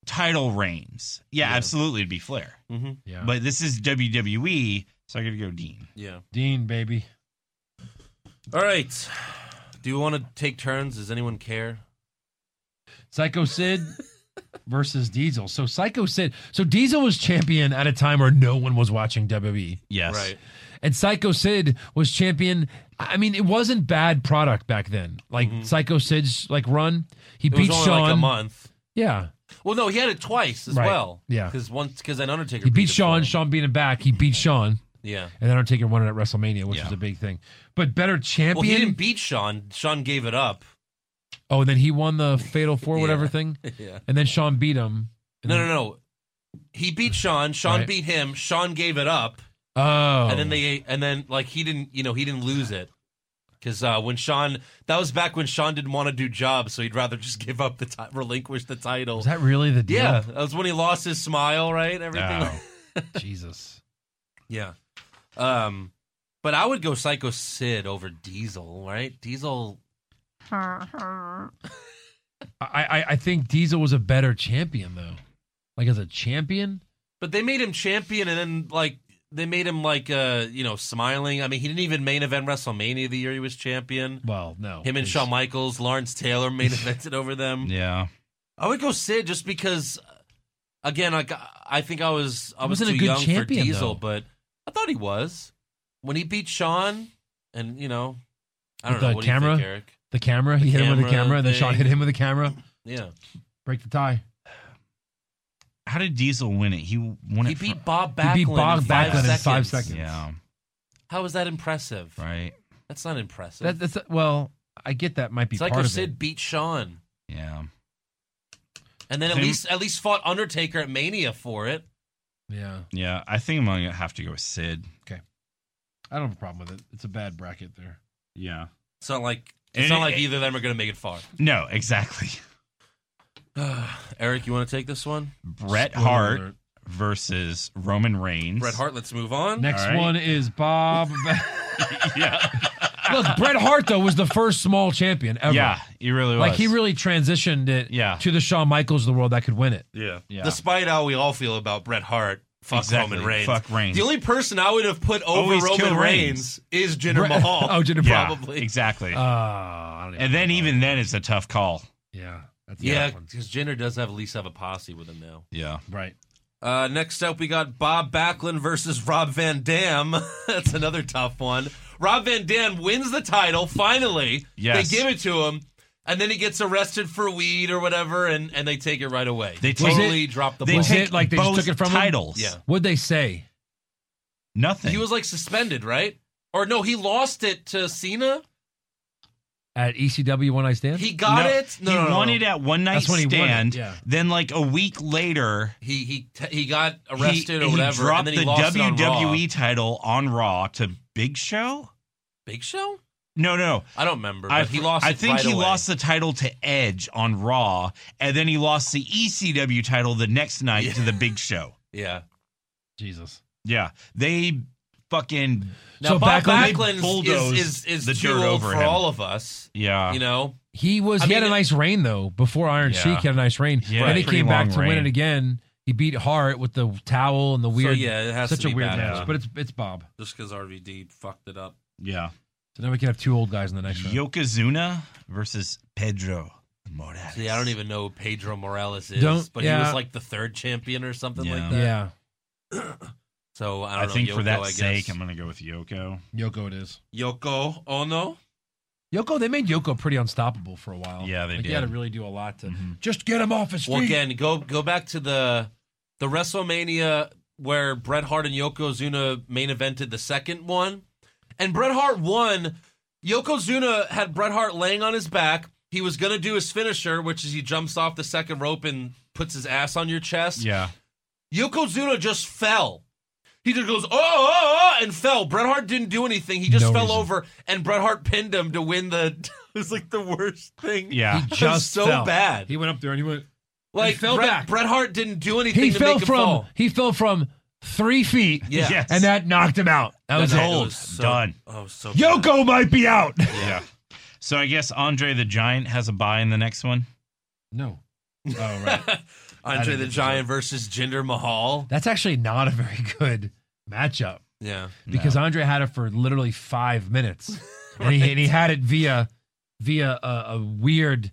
[SPEAKER 5] title reigns, yeah,
[SPEAKER 1] Yeah.
[SPEAKER 5] absolutely, it'd be Flair.
[SPEAKER 1] Mhm.
[SPEAKER 2] Yeah.
[SPEAKER 5] But this is WWE, so I gotta go Dean.
[SPEAKER 1] Yeah.
[SPEAKER 2] Dean, baby.
[SPEAKER 1] All right. Do you want to take turns? Does anyone care?
[SPEAKER 2] Psycho Sid versus Diesel. So Psycho Sid. So Diesel was champion at a time where no one was watching WWE.
[SPEAKER 5] Yes,
[SPEAKER 1] Right.
[SPEAKER 2] And Psycho Sid was champion. I mean, it wasn't bad product back then. Like Psycho Sid's like run, he
[SPEAKER 1] It
[SPEAKER 2] beat
[SPEAKER 1] was only
[SPEAKER 2] Sean.
[SPEAKER 1] like a month.
[SPEAKER 2] Yeah,
[SPEAKER 1] Well, no, he had it twice as
[SPEAKER 2] Right.
[SPEAKER 1] well.
[SPEAKER 2] Yeah.
[SPEAKER 1] Because once, because then Undertaker
[SPEAKER 2] he beat
[SPEAKER 1] it
[SPEAKER 2] Sean.
[SPEAKER 1] for him.
[SPEAKER 2] Sean beat him back. He beat Sean,
[SPEAKER 1] Yeah.
[SPEAKER 2] and then Undertaker won it at WrestleMania, which
[SPEAKER 5] Yeah.
[SPEAKER 2] was a big thing. But better champion.
[SPEAKER 1] Well, he didn't beat Sean. Sean gave it up.
[SPEAKER 2] oh, and then he won the Fatal Four, whatever
[SPEAKER 1] Yeah.
[SPEAKER 2] thing.
[SPEAKER 1] yeah.
[SPEAKER 2] And then Sean beat him.
[SPEAKER 1] No, no, no. He beat Sean. Sean
[SPEAKER 2] Right.
[SPEAKER 1] beat him. Sean gave it up,
[SPEAKER 2] Oh,
[SPEAKER 1] and then they, and then like he didn't, you know, he didn't lose it. Because uh, when Sean, that was back when Sean didn't want to do jobs, so he'd rather just give up the ti relinquish the title.
[SPEAKER 2] was that really the deal?
[SPEAKER 1] yeah, that was when he lost his smile, right? Everything.
[SPEAKER 5] Oh.
[SPEAKER 2] Jesus.
[SPEAKER 1] Yeah. Um, but I would go Psycho Sid over Diesel, right? Diesel.
[SPEAKER 2] I, I I think Diesel was a better champion though. Like as a champion,
[SPEAKER 1] But they made him champion, and then like they made him like uh you know smiling. I mean, he didn't even main event WrestleMania the year he was champion.
[SPEAKER 2] well, no.
[SPEAKER 1] Him and
[SPEAKER 2] because-
[SPEAKER 1] Shawn Michaels, Lawrence Taylor main evented over them.
[SPEAKER 5] yeah,
[SPEAKER 1] I would go Sid just because. uh, Again, like I think I was I
[SPEAKER 2] He
[SPEAKER 1] was
[SPEAKER 2] wasn't a
[SPEAKER 1] too
[SPEAKER 2] good
[SPEAKER 1] young
[SPEAKER 2] champion,
[SPEAKER 1] for Diesel,
[SPEAKER 2] though.
[SPEAKER 1] but I thought he was when he beat Sean, and you know, I don't
[SPEAKER 2] With
[SPEAKER 1] know
[SPEAKER 2] the
[SPEAKER 1] what
[SPEAKER 2] camera?
[SPEAKER 1] do you think, Eric?
[SPEAKER 2] The camera,
[SPEAKER 1] The
[SPEAKER 2] he hit him with the
[SPEAKER 1] camera
[SPEAKER 2] camera, and then Sean
[SPEAKER 1] thing.
[SPEAKER 2] hit him with the camera.
[SPEAKER 1] Yeah,
[SPEAKER 2] Break the tie.
[SPEAKER 5] How did Diesel win it? He won
[SPEAKER 1] he
[SPEAKER 5] it.
[SPEAKER 1] beat
[SPEAKER 5] fr-
[SPEAKER 1] Bob Backlund.
[SPEAKER 2] He beat Bob
[SPEAKER 1] in five
[SPEAKER 2] Backlund in five
[SPEAKER 1] seconds.
[SPEAKER 2] seconds.
[SPEAKER 5] yeah,
[SPEAKER 1] How is that impressive?
[SPEAKER 5] right.
[SPEAKER 1] That's not impressive.
[SPEAKER 2] That, that's well, I get that might be
[SPEAKER 1] Psycho
[SPEAKER 2] part of
[SPEAKER 1] Sid
[SPEAKER 2] it.
[SPEAKER 1] beat Sean,
[SPEAKER 5] Yeah,
[SPEAKER 1] and then at
[SPEAKER 5] Same-
[SPEAKER 1] least at least fought Undertaker at Mania for it.
[SPEAKER 2] Yeah,
[SPEAKER 5] yeah. I think I'm gonna have to go with Sid.
[SPEAKER 2] I don't have a problem with it. It's a bad bracket there.
[SPEAKER 5] Yeah.
[SPEAKER 1] It's not like it's
[SPEAKER 5] And
[SPEAKER 1] not
[SPEAKER 5] it-
[SPEAKER 1] like either of them are going to make it far.
[SPEAKER 5] No, exactly.
[SPEAKER 1] Eric, you want to take this one?
[SPEAKER 5] Bret
[SPEAKER 2] Spoiler
[SPEAKER 5] Hart
[SPEAKER 2] alert.
[SPEAKER 5] versus Roman Reigns.
[SPEAKER 1] Bret Hart. Let's move on.
[SPEAKER 2] Next
[SPEAKER 5] All right.
[SPEAKER 2] one is Bob. Ba-
[SPEAKER 5] Yeah.
[SPEAKER 2] Look, Bret Hart though was the first small champion ever.
[SPEAKER 5] yeah, he really was.
[SPEAKER 2] like he really transitioned it
[SPEAKER 5] Yeah.
[SPEAKER 2] to the Shawn Michaels of the world that could win it.
[SPEAKER 1] Yeah.
[SPEAKER 5] Yeah.
[SPEAKER 1] Despite how we all feel about Bret Hart, fuck
[SPEAKER 5] Exactly.
[SPEAKER 1] Roman Reigns.
[SPEAKER 5] Fuck Reigns.
[SPEAKER 1] The only person I would have put over
[SPEAKER 5] Always
[SPEAKER 1] Roman
[SPEAKER 5] kill
[SPEAKER 1] Reigns,
[SPEAKER 5] Reigns.
[SPEAKER 1] is Jinder
[SPEAKER 2] Bret-
[SPEAKER 1] Mahal.
[SPEAKER 2] Oh, Jinder
[SPEAKER 5] yeah,
[SPEAKER 1] probably. Uh,
[SPEAKER 5] exactly.
[SPEAKER 2] Oh, I don't even
[SPEAKER 5] and then
[SPEAKER 2] know.
[SPEAKER 5] even then, it's a tough call.
[SPEAKER 2] yeah, That's the
[SPEAKER 1] yeah,
[SPEAKER 2] other one.
[SPEAKER 1] because Jinder does have at least have a posse with him now.
[SPEAKER 5] Yeah.
[SPEAKER 2] Right.
[SPEAKER 1] Uh, next up, we got Bob Backlund versus Rob Van Dam. That's another tough one. Rob Van Dam wins the title finally.
[SPEAKER 5] Yes.
[SPEAKER 1] they give it to him, and then he gets arrested for weed or whatever, and, and they take it right away.
[SPEAKER 5] They take-
[SPEAKER 1] totally
[SPEAKER 5] Was it-
[SPEAKER 1] drop the
[SPEAKER 5] they
[SPEAKER 1] ball.
[SPEAKER 5] take
[SPEAKER 2] It, like they just
[SPEAKER 5] both
[SPEAKER 2] took it from him?
[SPEAKER 5] titles.
[SPEAKER 1] Yeah.
[SPEAKER 2] What'd they say?
[SPEAKER 5] Nothing.
[SPEAKER 1] He was like suspended, right? Or no, he lost it to Cena.
[SPEAKER 2] At E ECW One I Stand?
[SPEAKER 1] He got it. No,
[SPEAKER 5] he
[SPEAKER 1] no, no,
[SPEAKER 5] won
[SPEAKER 1] no.
[SPEAKER 5] it at one night
[SPEAKER 2] That's when he won it,
[SPEAKER 5] stand.
[SPEAKER 2] yeah.
[SPEAKER 5] Then, like a week later,
[SPEAKER 1] He he t- he got arrested
[SPEAKER 5] he,
[SPEAKER 1] or whatever,
[SPEAKER 5] He dropped
[SPEAKER 1] and then he
[SPEAKER 5] the E
[SPEAKER 1] lost it on Raw.
[SPEAKER 5] WWE title on Raw to Big Show.
[SPEAKER 1] Big Show.
[SPEAKER 5] No, no,
[SPEAKER 1] I don't remember. But
[SPEAKER 5] I,
[SPEAKER 1] he lost.
[SPEAKER 5] I
[SPEAKER 1] it
[SPEAKER 5] think
[SPEAKER 1] right
[SPEAKER 5] he
[SPEAKER 1] away.
[SPEAKER 5] lost the title to Edge on Raw, and then he lost the ECW title the next night to the Big Show.
[SPEAKER 1] Yeah.
[SPEAKER 2] Jesus.
[SPEAKER 5] Yeah, they fucking
[SPEAKER 1] Now Bob Backlund,
[SPEAKER 5] bulldozed
[SPEAKER 1] is is, is
[SPEAKER 5] the
[SPEAKER 1] too
[SPEAKER 5] dirt
[SPEAKER 1] old
[SPEAKER 5] over
[SPEAKER 1] for
[SPEAKER 5] him.
[SPEAKER 1] all of us.
[SPEAKER 5] Yeah,
[SPEAKER 1] You know,
[SPEAKER 2] He was.
[SPEAKER 1] I
[SPEAKER 2] he had
[SPEAKER 1] mean,
[SPEAKER 2] a nice reign though. Before Iron
[SPEAKER 5] Yeah.
[SPEAKER 2] Sheik he had a nice reign.
[SPEAKER 5] Yeah,
[SPEAKER 2] then he
[SPEAKER 5] pretty
[SPEAKER 2] came back
[SPEAKER 5] long
[SPEAKER 2] to win
[SPEAKER 5] reign.
[SPEAKER 2] it again. He beat Hart with the towel and the weird.
[SPEAKER 1] yeah, it has
[SPEAKER 2] such
[SPEAKER 1] to
[SPEAKER 2] a
[SPEAKER 1] be
[SPEAKER 2] weird
[SPEAKER 1] bad,
[SPEAKER 2] match.
[SPEAKER 1] yeah.
[SPEAKER 2] But it's it's Bob.
[SPEAKER 1] just because RVD fucked it up.
[SPEAKER 5] yeah.
[SPEAKER 2] So now we can have two old guys in the next round.
[SPEAKER 5] Yokozuna versus Pedro Morales.
[SPEAKER 1] See, I don't even know who Pedro Morales is,
[SPEAKER 2] Don't-
[SPEAKER 1] but he
[SPEAKER 2] yeah.
[SPEAKER 1] was like the third champion or something like
[SPEAKER 5] Yeah.
[SPEAKER 1] that.
[SPEAKER 2] Yeah,
[SPEAKER 1] So I
[SPEAKER 5] I,
[SPEAKER 1] don't know.
[SPEAKER 5] think
[SPEAKER 1] Yoko,
[SPEAKER 5] for that
[SPEAKER 1] I guess.
[SPEAKER 5] sake, I'm gonna go with Yoko.
[SPEAKER 2] Yoko it is.
[SPEAKER 1] Yoko Ono.
[SPEAKER 2] Yoko, they made Yoko pretty unstoppable for a while.
[SPEAKER 5] Yeah, they
[SPEAKER 2] like,
[SPEAKER 5] did. Mm-hmm.
[SPEAKER 2] You had to really do a lot to just get him off his feet.
[SPEAKER 1] Well, again, go go back to the the WrestleMania where Bret Hart and Yokozuna main evented the second one, and Bret Hart won. Yokozuna had Bret Hart laying on his back. He was gonna do his finisher, which is he jumps off the second rope and puts his ass on your chest.
[SPEAKER 5] Yeah.
[SPEAKER 1] Yokozuna just fell. He just goes, oh, oh, oh, and fell. Bret Hart didn't do anything. He just
[SPEAKER 2] No
[SPEAKER 1] fell
[SPEAKER 2] reason.
[SPEAKER 1] over, and Bret Hart pinned him to win the. It was like the worst thing.
[SPEAKER 5] Yeah.
[SPEAKER 1] It was so
[SPEAKER 2] fell.
[SPEAKER 1] bad.
[SPEAKER 2] He went up there and he went.
[SPEAKER 1] Like
[SPEAKER 2] fell
[SPEAKER 1] Bret,
[SPEAKER 2] back.
[SPEAKER 1] Bret Hart didn't do anything.
[SPEAKER 2] He
[SPEAKER 1] to
[SPEAKER 2] fell
[SPEAKER 1] make him
[SPEAKER 2] from.
[SPEAKER 1] fall.
[SPEAKER 2] He fell from three feet.
[SPEAKER 1] Yeah.
[SPEAKER 5] Yes.
[SPEAKER 2] and that knocked him out. That was
[SPEAKER 1] That's
[SPEAKER 2] it.
[SPEAKER 1] it. It was so-
[SPEAKER 5] Done.
[SPEAKER 1] Oh, so bad.
[SPEAKER 2] Yoko might be out.
[SPEAKER 5] Yeah. So I guess Andre the Giant has a buy in the next one.
[SPEAKER 2] No. Oh right.
[SPEAKER 1] Andre the Giant versus Jinder Mahal.
[SPEAKER 2] That's actually not a very good matchup
[SPEAKER 1] Yeah.
[SPEAKER 2] because Andre had it for literally five minutes, and, he, and he had it via via a, a weird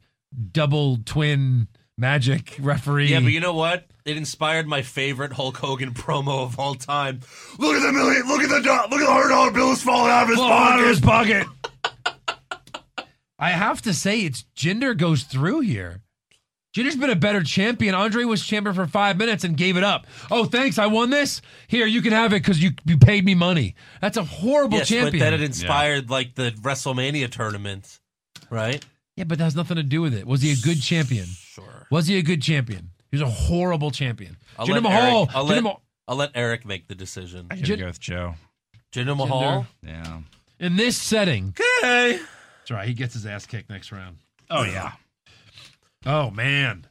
[SPEAKER 2] double twin magic referee.
[SPEAKER 1] Yeah, but you know what? It inspired my favorite Hulk Hogan promo of all time. Look at the million. Look at the do- look at the hundred dollar bills falling out of his
[SPEAKER 2] Blow out of
[SPEAKER 1] pocket.
[SPEAKER 2] his pocket. I have to say, it's gender goes through here. Jinder's been a better champion. Andre was champion for five minutes and gave it up. Oh, thanks, I won this. Here, you can have it because you, you paid me money. That's a horrible
[SPEAKER 1] Yes,
[SPEAKER 2] champion.
[SPEAKER 1] but then it inspired like the WrestleMania tournament, right?
[SPEAKER 2] Yeah, but that has nothing to do with it. Was he a good champion?
[SPEAKER 1] Sure.
[SPEAKER 2] Was he a good champion? He was a horrible champion.
[SPEAKER 1] I'll
[SPEAKER 2] Jinder
[SPEAKER 1] let
[SPEAKER 2] Mahal.
[SPEAKER 1] Eric- I'll
[SPEAKER 2] Jinder
[SPEAKER 1] let-
[SPEAKER 2] Mahal-
[SPEAKER 1] I'll let Eric make the decision.
[SPEAKER 5] I
[SPEAKER 2] gotta
[SPEAKER 5] gotta
[SPEAKER 2] Jin-
[SPEAKER 5] go
[SPEAKER 2] go
[SPEAKER 5] with Joe.
[SPEAKER 1] Jinder Mahal.
[SPEAKER 5] Yeah.
[SPEAKER 2] in this setting.
[SPEAKER 1] Okay.
[SPEAKER 2] That's right. He gets his ass kicked next round.
[SPEAKER 5] Oh yeah.
[SPEAKER 2] Oh man.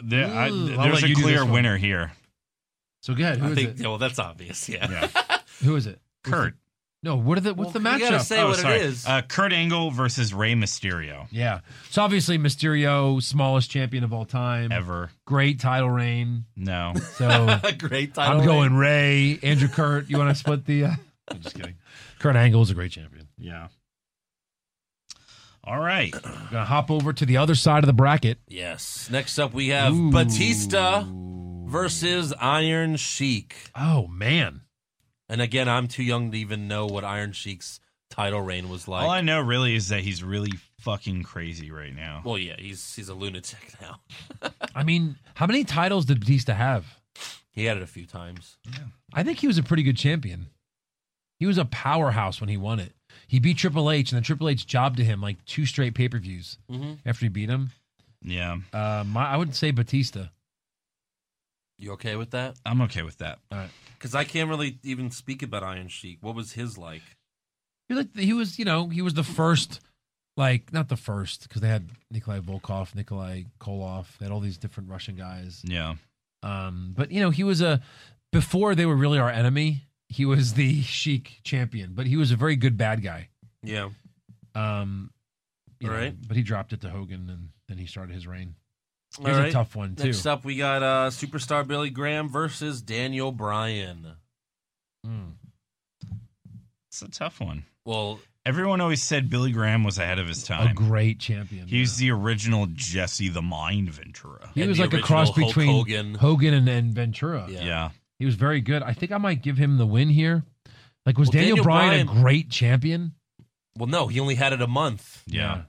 [SPEAKER 5] There, I,
[SPEAKER 2] Ooh, I'll
[SPEAKER 5] there's
[SPEAKER 2] let
[SPEAKER 5] a
[SPEAKER 2] you do
[SPEAKER 5] clear
[SPEAKER 2] this one.
[SPEAKER 5] winner here.
[SPEAKER 2] So go ahead. Who
[SPEAKER 1] I
[SPEAKER 2] is
[SPEAKER 1] think.
[SPEAKER 2] it?
[SPEAKER 1] Well, that's obvious. Yeah.
[SPEAKER 5] Yeah.
[SPEAKER 2] Who is it?
[SPEAKER 5] Kurt.
[SPEAKER 2] No. What are the? What's
[SPEAKER 1] Well,
[SPEAKER 2] the
[SPEAKER 1] you gotta
[SPEAKER 2] matchup?
[SPEAKER 1] say what it is.
[SPEAKER 5] Uh, Kurt Angle versus Rey Mysterio.
[SPEAKER 2] yeah. So obviously Mysterio, smallest champion of all time,
[SPEAKER 5] Ever.
[SPEAKER 2] great title reign.
[SPEAKER 5] No.
[SPEAKER 2] So
[SPEAKER 1] A great title.
[SPEAKER 2] I'm
[SPEAKER 1] reign.
[SPEAKER 2] going Ray, Andrew Kurt. You want to split the? Uh, I'm just kidding. Kurt Angle is a great champion.
[SPEAKER 5] yeah. All right.
[SPEAKER 2] We're gonna hop over to the other side of the bracket.
[SPEAKER 1] Yes. Next up, we have
[SPEAKER 2] Ooh.
[SPEAKER 1] Batista versus Iron Sheik.
[SPEAKER 2] Oh man.
[SPEAKER 1] And again, I'm too young to even know what Iron Sheik's title reign was like.
[SPEAKER 2] Oh,
[SPEAKER 5] All I know really is that he's really fucking crazy right now.
[SPEAKER 1] well, yeah, he's he's a lunatic now.
[SPEAKER 2] I mean, how many titles did Batista have?
[SPEAKER 1] He had it a few times.
[SPEAKER 2] I think he was a pretty good champion. He was a powerhouse when he won it. He beat Triple H, and then Triple H jobbed to him like two straight pay per views
[SPEAKER 1] Mhm.
[SPEAKER 2] after he beat him.
[SPEAKER 5] Yeah.
[SPEAKER 2] Uh, my, I would say Batista.
[SPEAKER 1] You okay with that?
[SPEAKER 5] I'm okay with that.
[SPEAKER 1] Because I can't really even speak about Iron Sheik. What was his like?
[SPEAKER 2] He was, like, he was, you know, he was the first, like not the first because they had Nikolai Volkov, Nikolai Koloff, they had all these different Russian guys.
[SPEAKER 5] Yeah.
[SPEAKER 2] Um, but you know, he was a before they were really our enemy. He was the chic champion, but he was a very good bad guy.
[SPEAKER 1] Yeah.
[SPEAKER 2] Um, you know,
[SPEAKER 1] Alright.
[SPEAKER 2] But he dropped it to Hogan, and then he started his reign. He
[SPEAKER 1] All
[SPEAKER 2] was
[SPEAKER 1] right.
[SPEAKER 2] a tough one too.
[SPEAKER 1] Next up, we got uh, superstar Billy Graham versus Daniel Bryan.
[SPEAKER 2] Mm.
[SPEAKER 5] It's a tough one.
[SPEAKER 1] Well,
[SPEAKER 5] Everyone always said Billy Graham was ahead of his time.
[SPEAKER 2] A great champion.
[SPEAKER 5] He was the original Jesse the Mind Ventura.
[SPEAKER 2] He was like a cross between uh, Hogan, and, and Ventura.
[SPEAKER 5] Yeah. yeah.
[SPEAKER 2] He was very good. I think I might give him the win here. Like, was
[SPEAKER 1] Well,
[SPEAKER 2] Daniel,
[SPEAKER 1] Daniel
[SPEAKER 2] Bryan,
[SPEAKER 1] Bryan-
[SPEAKER 2] a great champion?
[SPEAKER 1] Well, no, he only had it a month.
[SPEAKER 5] Yeah.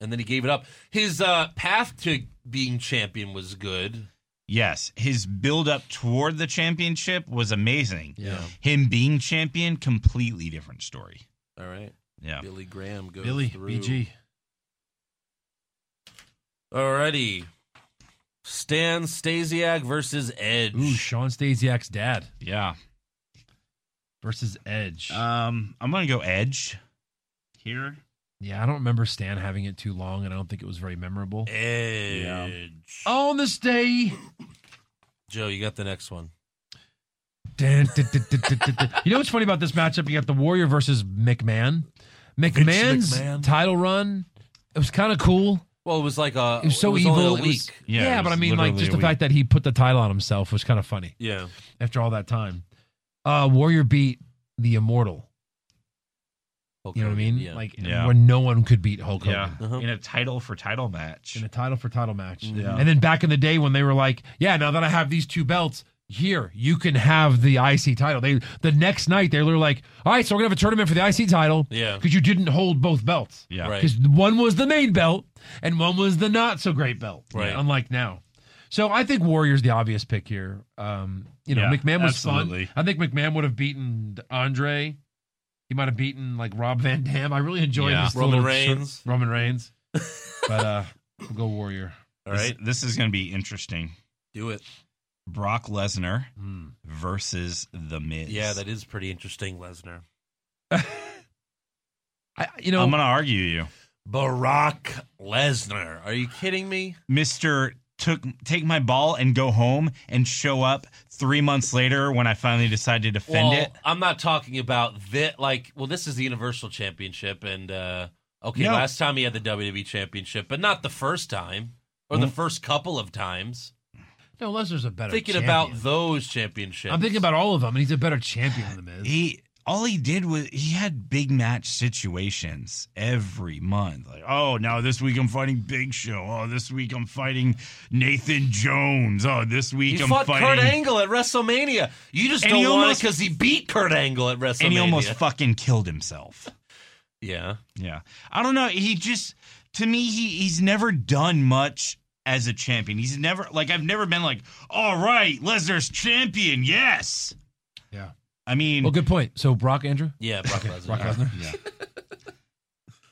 [SPEAKER 1] And then he gave it up. His uh, path to being champion was good.
[SPEAKER 5] Yes, his build up toward the championship was amazing.
[SPEAKER 1] Yeah.
[SPEAKER 5] Him being champion, completely different story.
[SPEAKER 1] All right.
[SPEAKER 5] Yeah.
[SPEAKER 1] Billy Graham goes
[SPEAKER 2] Billy,
[SPEAKER 1] through.
[SPEAKER 2] BG.
[SPEAKER 1] Alrighty. Stan Stasiak versus Edge.
[SPEAKER 2] Ooh, Sean Stasiak's dad
[SPEAKER 5] Yeah.
[SPEAKER 2] versus Edge.
[SPEAKER 1] Uh,
[SPEAKER 5] Um, I'm gonna go Edge here.
[SPEAKER 2] yeah, I don't remember Stan having it too long, and I don't think it was very memorable.
[SPEAKER 1] Edge.
[SPEAKER 2] On this day.
[SPEAKER 1] Joe, you got the next one.
[SPEAKER 2] Dun, dun, dun, dun, dun, dun, dun. you know what's funny about this matchup? You got the Warrior versus McMahon. McMahon's
[SPEAKER 1] McMahon.
[SPEAKER 2] title run. It was kind of cool.
[SPEAKER 1] Well, it was like a.
[SPEAKER 2] It was so
[SPEAKER 1] Uh, it was
[SPEAKER 2] evil.
[SPEAKER 1] only a
[SPEAKER 2] It was-
[SPEAKER 1] week.
[SPEAKER 2] yeah,
[SPEAKER 5] Yeah, it
[SPEAKER 2] but I
[SPEAKER 5] was
[SPEAKER 2] mean, like
[SPEAKER 5] literally
[SPEAKER 2] just
[SPEAKER 5] a
[SPEAKER 2] the fact that he put the title on himself was kind of funny
[SPEAKER 1] yeah.
[SPEAKER 2] after all that time. Uh, Warrior beat the Immortal. You know what I mean?
[SPEAKER 1] Yeah.
[SPEAKER 2] Like
[SPEAKER 5] Yeah.
[SPEAKER 2] when no one could beat Hulk Hogan.
[SPEAKER 5] Yeah.
[SPEAKER 1] Uh-huh.
[SPEAKER 5] In a title for title match.
[SPEAKER 2] In a title for title match.
[SPEAKER 5] Yeah.
[SPEAKER 2] And then back in the day when they were like, yeah, now that I have these two belts, here, you can have the IC title. They the next night they were like, all right, so we're gonna have a tournament for the IC title.
[SPEAKER 1] Yeah.
[SPEAKER 2] Because you didn't hold both belts.
[SPEAKER 5] Yeah.
[SPEAKER 1] Right.
[SPEAKER 2] Because one was the main belt and one was the not so great belt.
[SPEAKER 1] Right.
[SPEAKER 2] Unlike now. So I think Warrior's the obvious pick here. Um, you know,
[SPEAKER 5] Yeah,
[SPEAKER 2] McMahon was
[SPEAKER 5] absolutely.
[SPEAKER 2] fun. I think McMahon would have beaten Andre. He might have beaten like Rob Van Dam. I really enjoyed
[SPEAKER 5] Yeah.
[SPEAKER 2] his
[SPEAKER 1] Roman
[SPEAKER 2] little
[SPEAKER 1] Reigns.
[SPEAKER 2] Roman Reigns. but uh we'll go Warrior.
[SPEAKER 1] All right.
[SPEAKER 5] This, this is gonna be interesting.
[SPEAKER 1] Do it.
[SPEAKER 5] Brock Lesnar
[SPEAKER 2] Hmm.
[SPEAKER 5] versus the Miz.
[SPEAKER 1] Yeah, that is pretty interesting, Lesnar.
[SPEAKER 2] I, you know,
[SPEAKER 5] I'm gonna argue you.
[SPEAKER 1] Barack Lesnar. Are you kidding me?
[SPEAKER 5] Mr. Took take my ball and go home and show up three months later when I finally decide to defend
[SPEAKER 1] well,
[SPEAKER 5] it.
[SPEAKER 1] I'm not talking about that. Like, well, this is the Universal Championship, and uh okay,
[SPEAKER 5] No.
[SPEAKER 1] last time he had the WWE Championship, but not the first time or
[SPEAKER 5] Hmm?
[SPEAKER 1] the first couple of times.
[SPEAKER 2] no, Lesnar's a better
[SPEAKER 1] Thinking
[SPEAKER 2] champion.
[SPEAKER 1] about those championships,
[SPEAKER 2] I'm thinking about all of them, and he's a better champion than the Miz.
[SPEAKER 5] He all he did was he had big match situations every month. Like, oh now this week I'm fighting Big Show. Oh, this week I'm fighting Nathan Jones. Oh, this week
[SPEAKER 1] He
[SPEAKER 5] I'm
[SPEAKER 1] fought
[SPEAKER 5] fighting
[SPEAKER 1] Kurt Angle at WrestleMania. You just
[SPEAKER 5] And
[SPEAKER 1] don't
[SPEAKER 5] he
[SPEAKER 1] want it
[SPEAKER 5] almost-
[SPEAKER 1] because he beat Kurt Angle at WrestleMania.
[SPEAKER 5] and he almost fucking killed himself.
[SPEAKER 1] yeah.
[SPEAKER 5] Yeah. I don't know. He just to me he he's never done much as a champion. He's never like I've never been like, all right, Lesnar's champion, yes.
[SPEAKER 2] Yeah.
[SPEAKER 5] I mean
[SPEAKER 2] Well, good point. So Brock Andrew,
[SPEAKER 1] Yeah, Brock Lesnar.
[SPEAKER 2] Brock Lesnar.
[SPEAKER 5] yeah.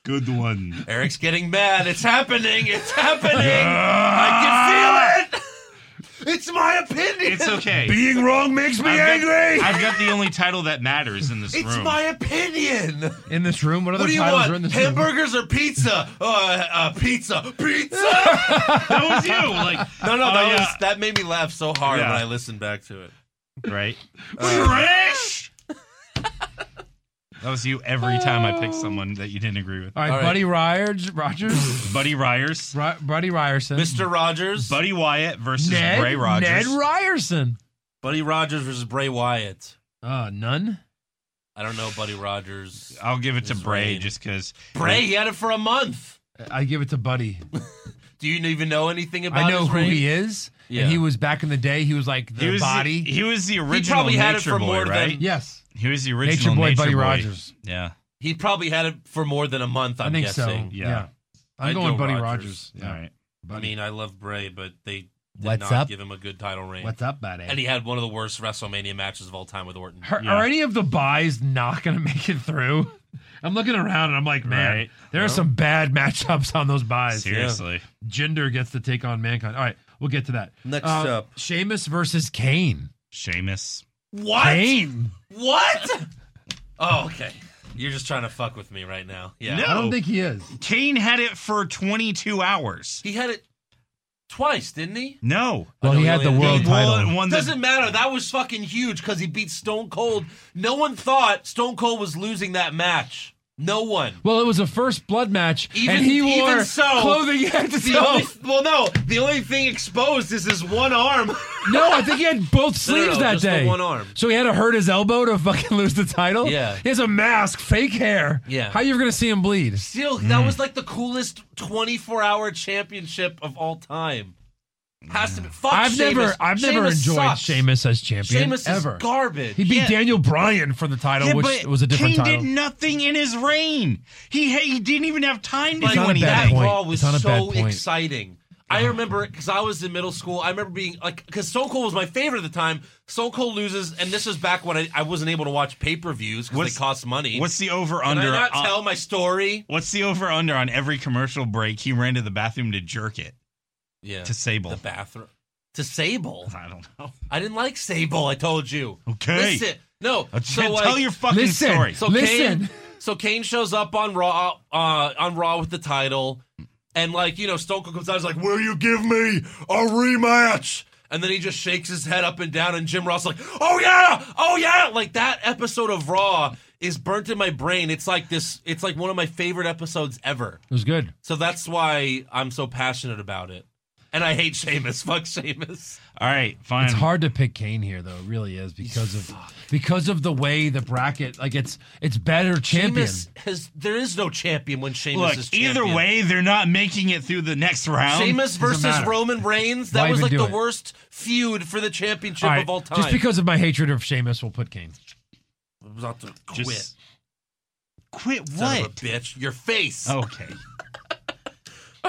[SPEAKER 5] good one.
[SPEAKER 1] Eric's getting mad. It's happening. It's happening. I can feel it. It's my opinion.
[SPEAKER 5] It's okay.
[SPEAKER 11] Being wrong makes me
[SPEAKER 5] I've got-
[SPEAKER 11] angry.
[SPEAKER 5] I've got the only title that matters in this
[SPEAKER 1] It's
[SPEAKER 5] room.
[SPEAKER 1] my opinion.
[SPEAKER 2] In this room, what other
[SPEAKER 1] What do you
[SPEAKER 2] titles are in
[SPEAKER 1] want?
[SPEAKER 2] this room?
[SPEAKER 1] Hamburgers or pizza? Uh, uh, pizza. Pizza.
[SPEAKER 5] that was you. Like
[SPEAKER 1] No, no,
[SPEAKER 5] Oh,
[SPEAKER 1] that
[SPEAKER 5] yeah.
[SPEAKER 1] was that made me laugh so hard
[SPEAKER 5] Yeah.
[SPEAKER 1] when I listened back to it.
[SPEAKER 5] right.
[SPEAKER 1] Uh,
[SPEAKER 5] Trash. that was you every time I
[SPEAKER 1] Oh.
[SPEAKER 5] picked someone that you didn't agree with.
[SPEAKER 2] All right,
[SPEAKER 1] All right.
[SPEAKER 2] Buddy Ryers, Rogers,
[SPEAKER 5] Buddy Ryers,
[SPEAKER 2] Ry- Buddy Ryerson,
[SPEAKER 1] Mr. Rogers,
[SPEAKER 5] Buddy Wyatt versus
[SPEAKER 2] Ned,
[SPEAKER 5] Bray Rogers.
[SPEAKER 2] Ned Ryerson.
[SPEAKER 1] Buddy Rogers versus Bray Wyatt.
[SPEAKER 2] Uh, none.
[SPEAKER 1] I don't know Buddy Rogers.
[SPEAKER 5] I'll give it to
[SPEAKER 1] This
[SPEAKER 5] Bray
[SPEAKER 1] reign.
[SPEAKER 5] just because.
[SPEAKER 1] Bray, he had it for a month.
[SPEAKER 2] I give it to Buddy.
[SPEAKER 1] Do you even know anything about?
[SPEAKER 2] I know
[SPEAKER 1] his
[SPEAKER 2] who
[SPEAKER 1] reign?
[SPEAKER 2] he is,
[SPEAKER 1] Yeah.
[SPEAKER 2] and he was back in the day. He was like the
[SPEAKER 5] He was
[SPEAKER 2] body.
[SPEAKER 5] The, he was the original.
[SPEAKER 1] probably
[SPEAKER 5] Nature
[SPEAKER 1] had it for
[SPEAKER 5] Boy,
[SPEAKER 1] more than-
[SPEAKER 5] right?
[SPEAKER 2] yes,
[SPEAKER 5] He was the
[SPEAKER 2] Nature
[SPEAKER 5] original
[SPEAKER 2] Boy,
[SPEAKER 5] Nature
[SPEAKER 2] Buddy Rogers.
[SPEAKER 5] Yeah.
[SPEAKER 1] He probably had it for more than a month. I'm
[SPEAKER 2] I think so.
[SPEAKER 1] guessing.
[SPEAKER 5] Yeah.
[SPEAKER 2] I'm
[SPEAKER 1] I'd
[SPEAKER 2] going
[SPEAKER 1] go
[SPEAKER 2] Buddy Rogers.
[SPEAKER 1] Rogers.
[SPEAKER 2] Yeah.
[SPEAKER 5] All right.
[SPEAKER 1] I mean, I love Bray, but they did
[SPEAKER 2] What's
[SPEAKER 1] not
[SPEAKER 2] up?
[SPEAKER 1] give him a good title reign.
[SPEAKER 2] What's up, buddy?
[SPEAKER 1] And he had one of the worst WrestleMania matches of all time with Orton.
[SPEAKER 2] Are,
[SPEAKER 5] Yeah.
[SPEAKER 2] are any of the buys not going to make it through? I'm looking around and I'm like, man,
[SPEAKER 5] Right.
[SPEAKER 2] there are some bad matchups on those buys.
[SPEAKER 5] Seriously.
[SPEAKER 2] Gender gets to take on mankind. All right, we'll get to that. Uh,
[SPEAKER 1] Next up.
[SPEAKER 2] Sheamus versus Kane.
[SPEAKER 5] Sheamus.
[SPEAKER 1] What?
[SPEAKER 2] Kane.
[SPEAKER 1] What? oh, okay. You're just trying to fuck with me right now. Yeah.
[SPEAKER 5] No.
[SPEAKER 2] I don't think he is.
[SPEAKER 5] Kane had it for 22 hours.
[SPEAKER 1] He had it twice, didn't he?
[SPEAKER 5] No.
[SPEAKER 2] Well,
[SPEAKER 1] know
[SPEAKER 2] he
[SPEAKER 1] he
[SPEAKER 2] had the
[SPEAKER 1] only had
[SPEAKER 2] world
[SPEAKER 5] He won-
[SPEAKER 2] title.
[SPEAKER 5] won the-
[SPEAKER 1] Doesn't matter. That was fucking huge because he beat Stone Cold. No one thought Stone Cold was losing that match. No one.
[SPEAKER 2] Well, it was a first blood match,
[SPEAKER 13] Even,
[SPEAKER 2] and he wore
[SPEAKER 13] even so,
[SPEAKER 2] clothing he had to
[SPEAKER 13] the
[SPEAKER 2] sew.
[SPEAKER 13] only, Well, no, the only thing exposed is his one arm.
[SPEAKER 2] No, I think he had both
[SPEAKER 13] No, no,
[SPEAKER 2] sleeves
[SPEAKER 13] no,
[SPEAKER 2] that
[SPEAKER 13] just the
[SPEAKER 2] day.
[SPEAKER 13] one arm.
[SPEAKER 2] So he had to hurt his elbow to fucking lose the title.
[SPEAKER 1] Yeah.
[SPEAKER 2] He has a mask, fake hair.
[SPEAKER 1] Yeah.
[SPEAKER 2] How you ever gonna see him bleed?
[SPEAKER 1] Still, that was like the coolest 24 hour championship of all time. Has to be. Fuck
[SPEAKER 2] I've
[SPEAKER 1] Sheamus.
[SPEAKER 2] never, I've never
[SPEAKER 1] Sheamus
[SPEAKER 2] enjoyed
[SPEAKER 1] sucks.
[SPEAKER 2] Sheamus as champion
[SPEAKER 1] Sheamus is
[SPEAKER 2] ever.
[SPEAKER 1] garbage.
[SPEAKER 2] He beat
[SPEAKER 1] Yeah.
[SPEAKER 2] Daniel Bryan for the title,
[SPEAKER 5] Yeah,
[SPEAKER 2] which
[SPEAKER 5] but
[SPEAKER 2] was a different
[SPEAKER 5] Kane
[SPEAKER 2] title.
[SPEAKER 5] did nothing in his reign. He he didn't even have time to
[SPEAKER 1] Like,
[SPEAKER 5] do anything.
[SPEAKER 1] that Raw was so exciting. I remember because I was in middle school. I remember being like, because Stone Cold was my favorite at the time. Stone Cold loses, and this was back when I, I wasn't able to watch pay per views because
[SPEAKER 5] What's-
[SPEAKER 1] they cost money.
[SPEAKER 5] What's the over
[SPEAKER 1] Can I
[SPEAKER 5] under?
[SPEAKER 1] not tell my story?
[SPEAKER 5] What's the over under on every commercial break? He ran to the bathroom to jerk it.
[SPEAKER 1] Yeah.
[SPEAKER 5] To Sable.
[SPEAKER 1] The bathroom. To Sable.
[SPEAKER 5] I don't know.
[SPEAKER 1] I didn't like Sable. I told you.
[SPEAKER 5] Okay.
[SPEAKER 1] Listen. No.
[SPEAKER 5] Okay,
[SPEAKER 1] So
[SPEAKER 5] tell
[SPEAKER 1] like-
[SPEAKER 5] your fucking Listen, story.
[SPEAKER 1] So
[SPEAKER 5] listen.
[SPEAKER 1] Kane. So Kane shows up on Raw. Uh, on Raw with the title, and like you know, Stone Cold comes out. He's like, "Will you give me a rematch?" And then he just shakes his head up and down, and Jim Ross like, "Oh yeah, oh yeah!" Like that episode of Raw is burnt in my brain. It's like this. It's like one of my favorite episodes ever.
[SPEAKER 2] It was good.
[SPEAKER 1] So that's why I'm so passionate about it. And I hate Sheamus. Fuck Sheamus.
[SPEAKER 5] All right, fine.
[SPEAKER 2] It's hard to pick Kane here, though. It really is because of because of the way the bracket like it's it's better champion.
[SPEAKER 1] Sheamus has there is no champion when Sheamus
[SPEAKER 5] Look,
[SPEAKER 1] is champion.
[SPEAKER 5] either way, they're not making it through the next round.
[SPEAKER 1] Sheamus versus Roman Reigns, that
[SPEAKER 2] Why
[SPEAKER 1] was
[SPEAKER 2] even
[SPEAKER 1] like
[SPEAKER 2] do
[SPEAKER 1] the
[SPEAKER 2] it?
[SPEAKER 1] worst feud for the championship
[SPEAKER 2] All right,
[SPEAKER 1] of all time.
[SPEAKER 2] Just because of my hatred of Sheamus, we'll put Kane.
[SPEAKER 1] I'm about to quit.
[SPEAKER 2] Just-
[SPEAKER 5] quit
[SPEAKER 1] Son of a bitch. Your face.
[SPEAKER 5] Okay.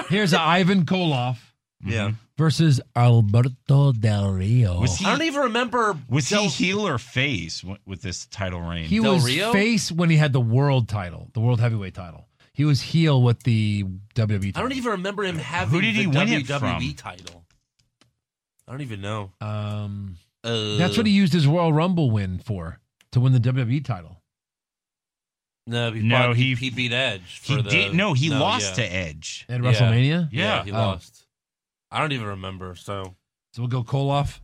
[SPEAKER 2] Here's Ivan Koloff
[SPEAKER 1] Yeah.
[SPEAKER 2] mm-hmm. versus Alberto Del Rio.
[SPEAKER 5] Was he-
[SPEAKER 1] I don't even remember.
[SPEAKER 5] Was he heel or face w- with this title reign?
[SPEAKER 2] He was face when he had the world title, the world heavyweight title. He was heel with the WWE.
[SPEAKER 1] I
[SPEAKER 2] Title.
[SPEAKER 1] don't even remember him having
[SPEAKER 5] did
[SPEAKER 1] the
[SPEAKER 5] he win it
[SPEAKER 1] WWE
[SPEAKER 5] from?
[SPEAKER 1] title. I don't even know.
[SPEAKER 2] Um,
[SPEAKER 1] Uh,
[SPEAKER 2] That's what he used his Royal Rumble win for to win the WWE title.
[SPEAKER 1] No, he,
[SPEAKER 5] No,
[SPEAKER 1] fought- he,
[SPEAKER 5] he-
[SPEAKER 1] he beat Edge. For
[SPEAKER 5] He
[SPEAKER 1] the,
[SPEAKER 5] did no. He lost
[SPEAKER 1] yeah.
[SPEAKER 5] to Edge.
[SPEAKER 2] At
[SPEAKER 1] Yeah.
[SPEAKER 2] WrestleMania?
[SPEAKER 1] Yeah,
[SPEAKER 5] Yeah.
[SPEAKER 1] he
[SPEAKER 2] Oh.
[SPEAKER 1] lost. I don't even remember. So
[SPEAKER 2] So we'll go Koloff.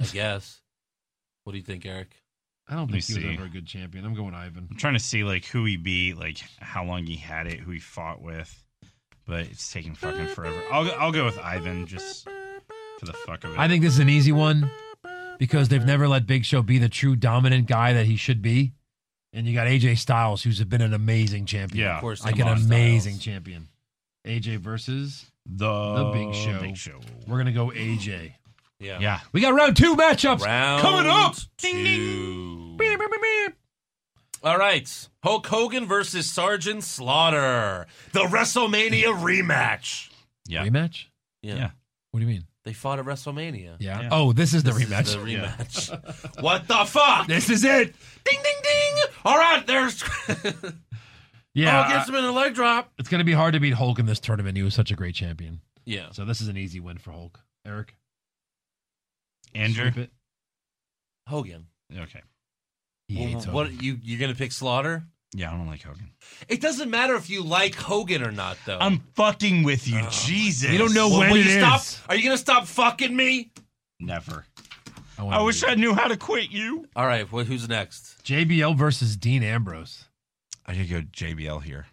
[SPEAKER 1] I guess. What do you think, Eric?
[SPEAKER 2] I don't
[SPEAKER 5] Let me
[SPEAKER 2] think he was
[SPEAKER 5] see.
[SPEAKER 2] ever a good champion. I'm going Ivan.
[SPEAKER 5] I'm trying to see like who he beat, like how long he had it, who he fought with, but it's taking fucking forever. I'll I'll go with Ivan just for the fuck of it.
[SPEAKER 2] I think this is an easy one because they've never let Big Show be the true dominant guy that he should be. And you got AJ Styles, who's been an amazing champion.
[SPEAKER 5] Yeah, Of course,
[SPEAKER 2] like
[SPEAKER 5] come
[SPEAKER 2] an
[SPEAKER 5] on,
[SPEAKER 2] amazing
[SPEAKER 5] Styles.
[SPEAKER 2] champion. AJ versus
[SPEAKER 5] the,
[SPEAKER 2] the Big Show.
[SPEAKER 5] Big Show.
[SPEAKER 2] We're gonna go AJ.
[SPEAKER 1] Yeah.
[SPEAKER 5] Yeah.
[SPEAKER 2] We got round two matchups
[SPEAKER 1] Round
[SPEAKER 2] coming up.
[SPEAKER 1] Ding, All right. Hulk Hogan versus Sergeant Slaughter. The WrestleMania rematch.
[SPEAKER 5] Yeah.
[SPEAKER 2] Rematch?
[SPEAKER 1] Yeah.
[SPEAKER 5] Yeah.
[SPEAKER 2] What do you mean?
[SPEAKER 1] They fought at WrestleMania.
[SPEAKER 2] Yeah. Oh, this is the rematch.
[SPEAKER 1] the rematch. what the fuck?
[SPEAKER 2] This is it.
[SPEAKER 1] Ding, ding, ding. All right. There's.
[SPEAKER 2] Yeah.
[SPEAKER 1] Hulk gets him in a leg drop.
[SPEAKER 2] It's gonna be hard to beat Hulk in this tournament. He was such a great champion.
[SPEAKER 1] Yeah.
[SPEAKER 2] So this is an easy win for Hulk. Eric.
[SPEAKER 5] Andrew.
[SPEAKER 2] sweep it.
[SPEAKER 1] Hogan.
[SPEAKER 5] Okay.
[SPEAKER 2] He
[SPEAKER 1] Well,
[SPEAKER 2] hates
[SPEAKER 1] what
[SPEAKER 2] Hogan.
[SPEAKER 1] you you're gonna pick Slaughter?
[SPEAKER 5] Yeah, I don't like Hogan.
[SPEAKER 1] It doesn't matter if you like Hogan or not, though.
[SPEAKER 5] I'm fucking with you, Jesus.
[SPEAKER 2] You don't know
[SPEAKER 1] Well,
[SPEAKER 2] when
[SPEAKER 1] will
[SPEAKER 2] it
[SPEAKER 1] you
[SPEAKER 2] is.
[SPEAKER 1] stop? Are you gonna stop fucking me?
[SPEAKER 5] Never.
[SPEAKER 2] wanna
[SPEAKER 5] I wish
[SPEAKER 2] leave.
[SPEAKER 5] I knew how to quit you.
[SPEAKER 1] All right. Well, who's next?
[SPEAKER 2] JBL versus Dean Ambrose.
[SPEAKER 5] I could go JBL here.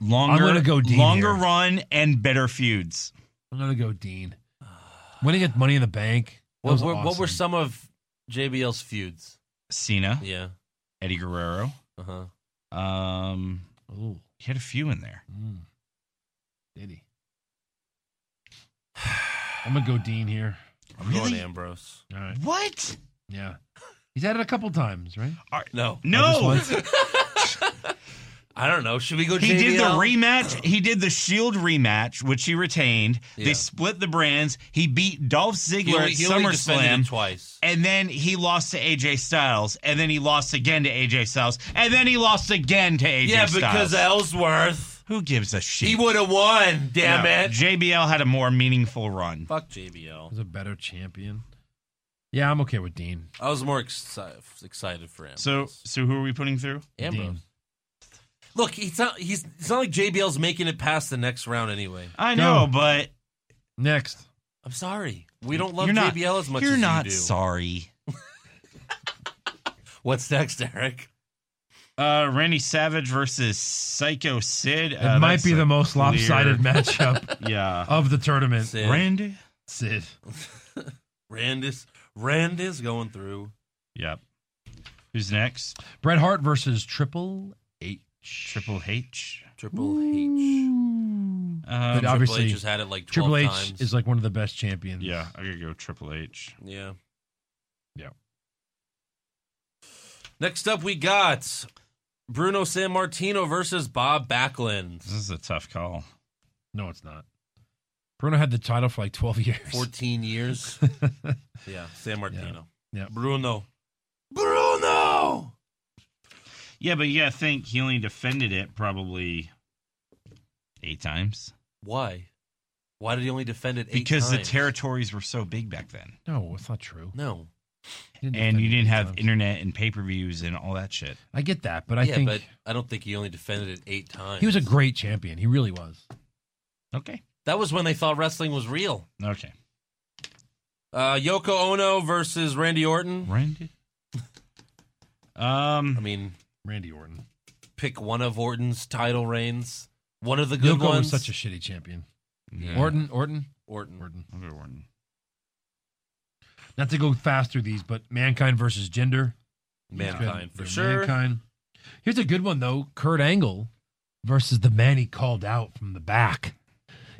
[SPEAKER 5] Longer,
[SPEAKER 2] gonna go Dean
[SPEAKER 5] longer
[SPEAKER 2] here.
[SPEAKER 5] run and better feuds.
[SPEAKER 2] I'm gonna go Dean. When he gets Money in the Bank. that
[SPEAKER 1] What
[SPEAKER 2] was
[SPEAKER 1] were, what were
[SPEAKER 2] awesome.
[SPEAKER 1] some of JBL's feuds?
[SPEAKER 5] Cena,
[SPEAKER 1] Yeah.
[SPEAKER 5] Eddie Guerrero.
[SPEAKER 1] Uh huh.
[SPEAKER 5] Um,
[SPEAKER 2] Ooh,
[SPEAKER 5] he had a few in there.
[SPEAKER 2] mm. did he? I'm gonna go Dean here.
[SPEAKER 1] I'm going Ambrose.
[SPEAKER 2] All right.
[SPEAKER 5] What?
[SPEAKER 2] Yeah. He's had it a couple times, right?
[SPEAKER 1] No.
[SPEAKER 2] Or
[SPEAKER 5] No,
[SPEAKER 2] just once.
[SPEAKER 1] I don't know. Should we go?
[SPEAKER 5] he
[SPEAKER 1] JBL?
[SPEAKER 5] did the rematch. He did the Shield rematch, which he retained.
[SPEAKER 1] Yeah.
[SPEAKER 5] They split the brands. He beat Dolph Ziggler
[SPEAKER 1] He only,
[SPEAKER 5] at
[SPEAKER 1] he only defended it
[SPEAKER 5] SummerSlam,
[SPEAKER 1] twice.
[SPEAKER 5] and then he lost to AJ Styles, and then he lost again to AJ Styles, and then he lost again to AJ
[SPEAKER 1] Yeah,
[SPEAKER 5] Styles.
[SPEAKER 1] because Ellsworth,
[SPEAKER 5] who gives a shit?
[SPEAKER 1] he would have won. Damn
[SPEAKER 5] No,
[SPEAKER 1] it!
[SPEAKER 5] JBL had a more meaningful run.
[SPEAKER 1] Fuck JBL.
[SPEAKER 2] He's a better champion. Yeah, I'm okay with Dean.
[SPEAKER 1] I was more excited excited for Ambrose.
[SPEAKER 5] So, so who are we putting through?
[SPEAKER 1] Ambrose.
[SPEAKER 2] Dean.
[SPEAKER 1] Look, he's not. He's. It's not like JBL's making it past the next round anyway.
[SPEAKER 5] I
[SPEAKER 2] Go.
[SPEAKER 5] know, but
[SPEAKER 2] Next.
[SPEAKER 1] I'm sorry. We don't love
[SPEAKER 5] you're not,
[SPEAKER 1] JBL as much
[SPEAKER 5] You're
[SPEAKER 1] as
[SPEAKER 5] not
[SPEAKER 1] you do.
[SPEAKER 5] sorry.
[SPEAKER 1] What's next, Eric?
[SPEAKER 5] Uh, Randy Savage versus Psycho Sid. Uh,
[SPEAKER 2] It might be the most lopsided matchup
[SPEAKER 5] yeah.
[SPEAKER 2] of the tournament.
[SPEAKER 5] Sid. Randy?
[SPEAKER 2] Sid.
[SPEAKER 1] Randis, Randis going through.
[SPEAKER 5] Yep. Who's next?
[SPEAKER 2] Bret Hart versus Triple H.
[SPEAKER 5] Triple H.
[SPEAKER 1] Triple
[SPEAKER 2] Hmm.
[SPEAKER 5] H.
[SPEAKER 2] But
[SPEAKER 5] Um,
[SPEAKER 2] obviously,
[SPEAKER 1] H has had it like 12
[SPEAKER 2] Triple H
[SPEAKER 1] times.
[SPEAKER 2] is like one of the best champions.
[SPEAKER 5] yeah, I gotta go Triple H.
[SPEAKER 1] Yeah.
[SPEAKER 5] Yeah.
[SPEAKER 1] Next up, we got Bruno San Martino versus Bob Backlund.
[SPEAKER 5] This is a tough call.
[SPEAKER 2] No, it's not. Bruno had the title for like 12 years.
[SPEAKER 1] 14 years. yeah, San Martino.
[SPEAKER 2] Yeah. Yeah.
[SPEAKER 1] Bruno. Bruno!
[SPEAKER 5] Yeah, but you gotta think he only defended it probably eight times
[SPEAKER 1] Why? Why did he only defend it eight
[SPEAKER 5] because the
[SPEAKER 1] times?
[SPEAKER 5] territories were so big back then,
[SPEAKER 2] No, it's not true.
[SPEAKER 1] No.
[SPEAKER 2] He didn't
[SPEAKER 5] and
[SPEAKER 2] defend
[SPEAKER 5] you
[SPEAKER 2] it
[SPEAKER 5] didn't
[SPEAKER 2] eight
[SPEAKER 5] have
[SPEAKER 2] times.
[SPEAKER 5] internet and pay per views and all that shit.
[SPEAKER 2] I get that, but I
[SPEAKER 1] yeah,
[SPEAKER 2] think
[SPEAKER 1] but I don't think he only defended it eight times.
[SPEAKER 2] he was a great champion. He really was.
[SPEAKER 5] Okay.
[SPEAKER 1] That was when they thought wrestling was real.
[SPEAKER 5] Okay.
[SPEAKER 1] Uh, Yoko Ono versus Randy Orton.
[SPEAKER 5] Randy. Um,
[SPEAKER 1] I mean,
[SPEAKER 2] Randy Orton.
[SPEAKER 1] pick one of Orton's title reigns. One of the good
[SPEAKER 2] Yoko
[SPEAKER 1] ones.
[SPEAKER 2] was such a shitty champion.
[SPEAKER 5] Yeah.
[SPEAKER 2] Orton, Orton,
[SPEAKER 1] Orton.
[SPEAKER 2] Orton.
[SPEAKER 5] I'll go Orton.
[SPEAKER 2] Not to go fast through these, but mankind versus gender.
[SPEAKER 1] Mankind, for
[SPEAKER 2] Yeah,
[SPEAKER 1] sure.
[SPEAKER 2] Mankind. Here's a good one though: Kurt Angle versus the man he called out from the back,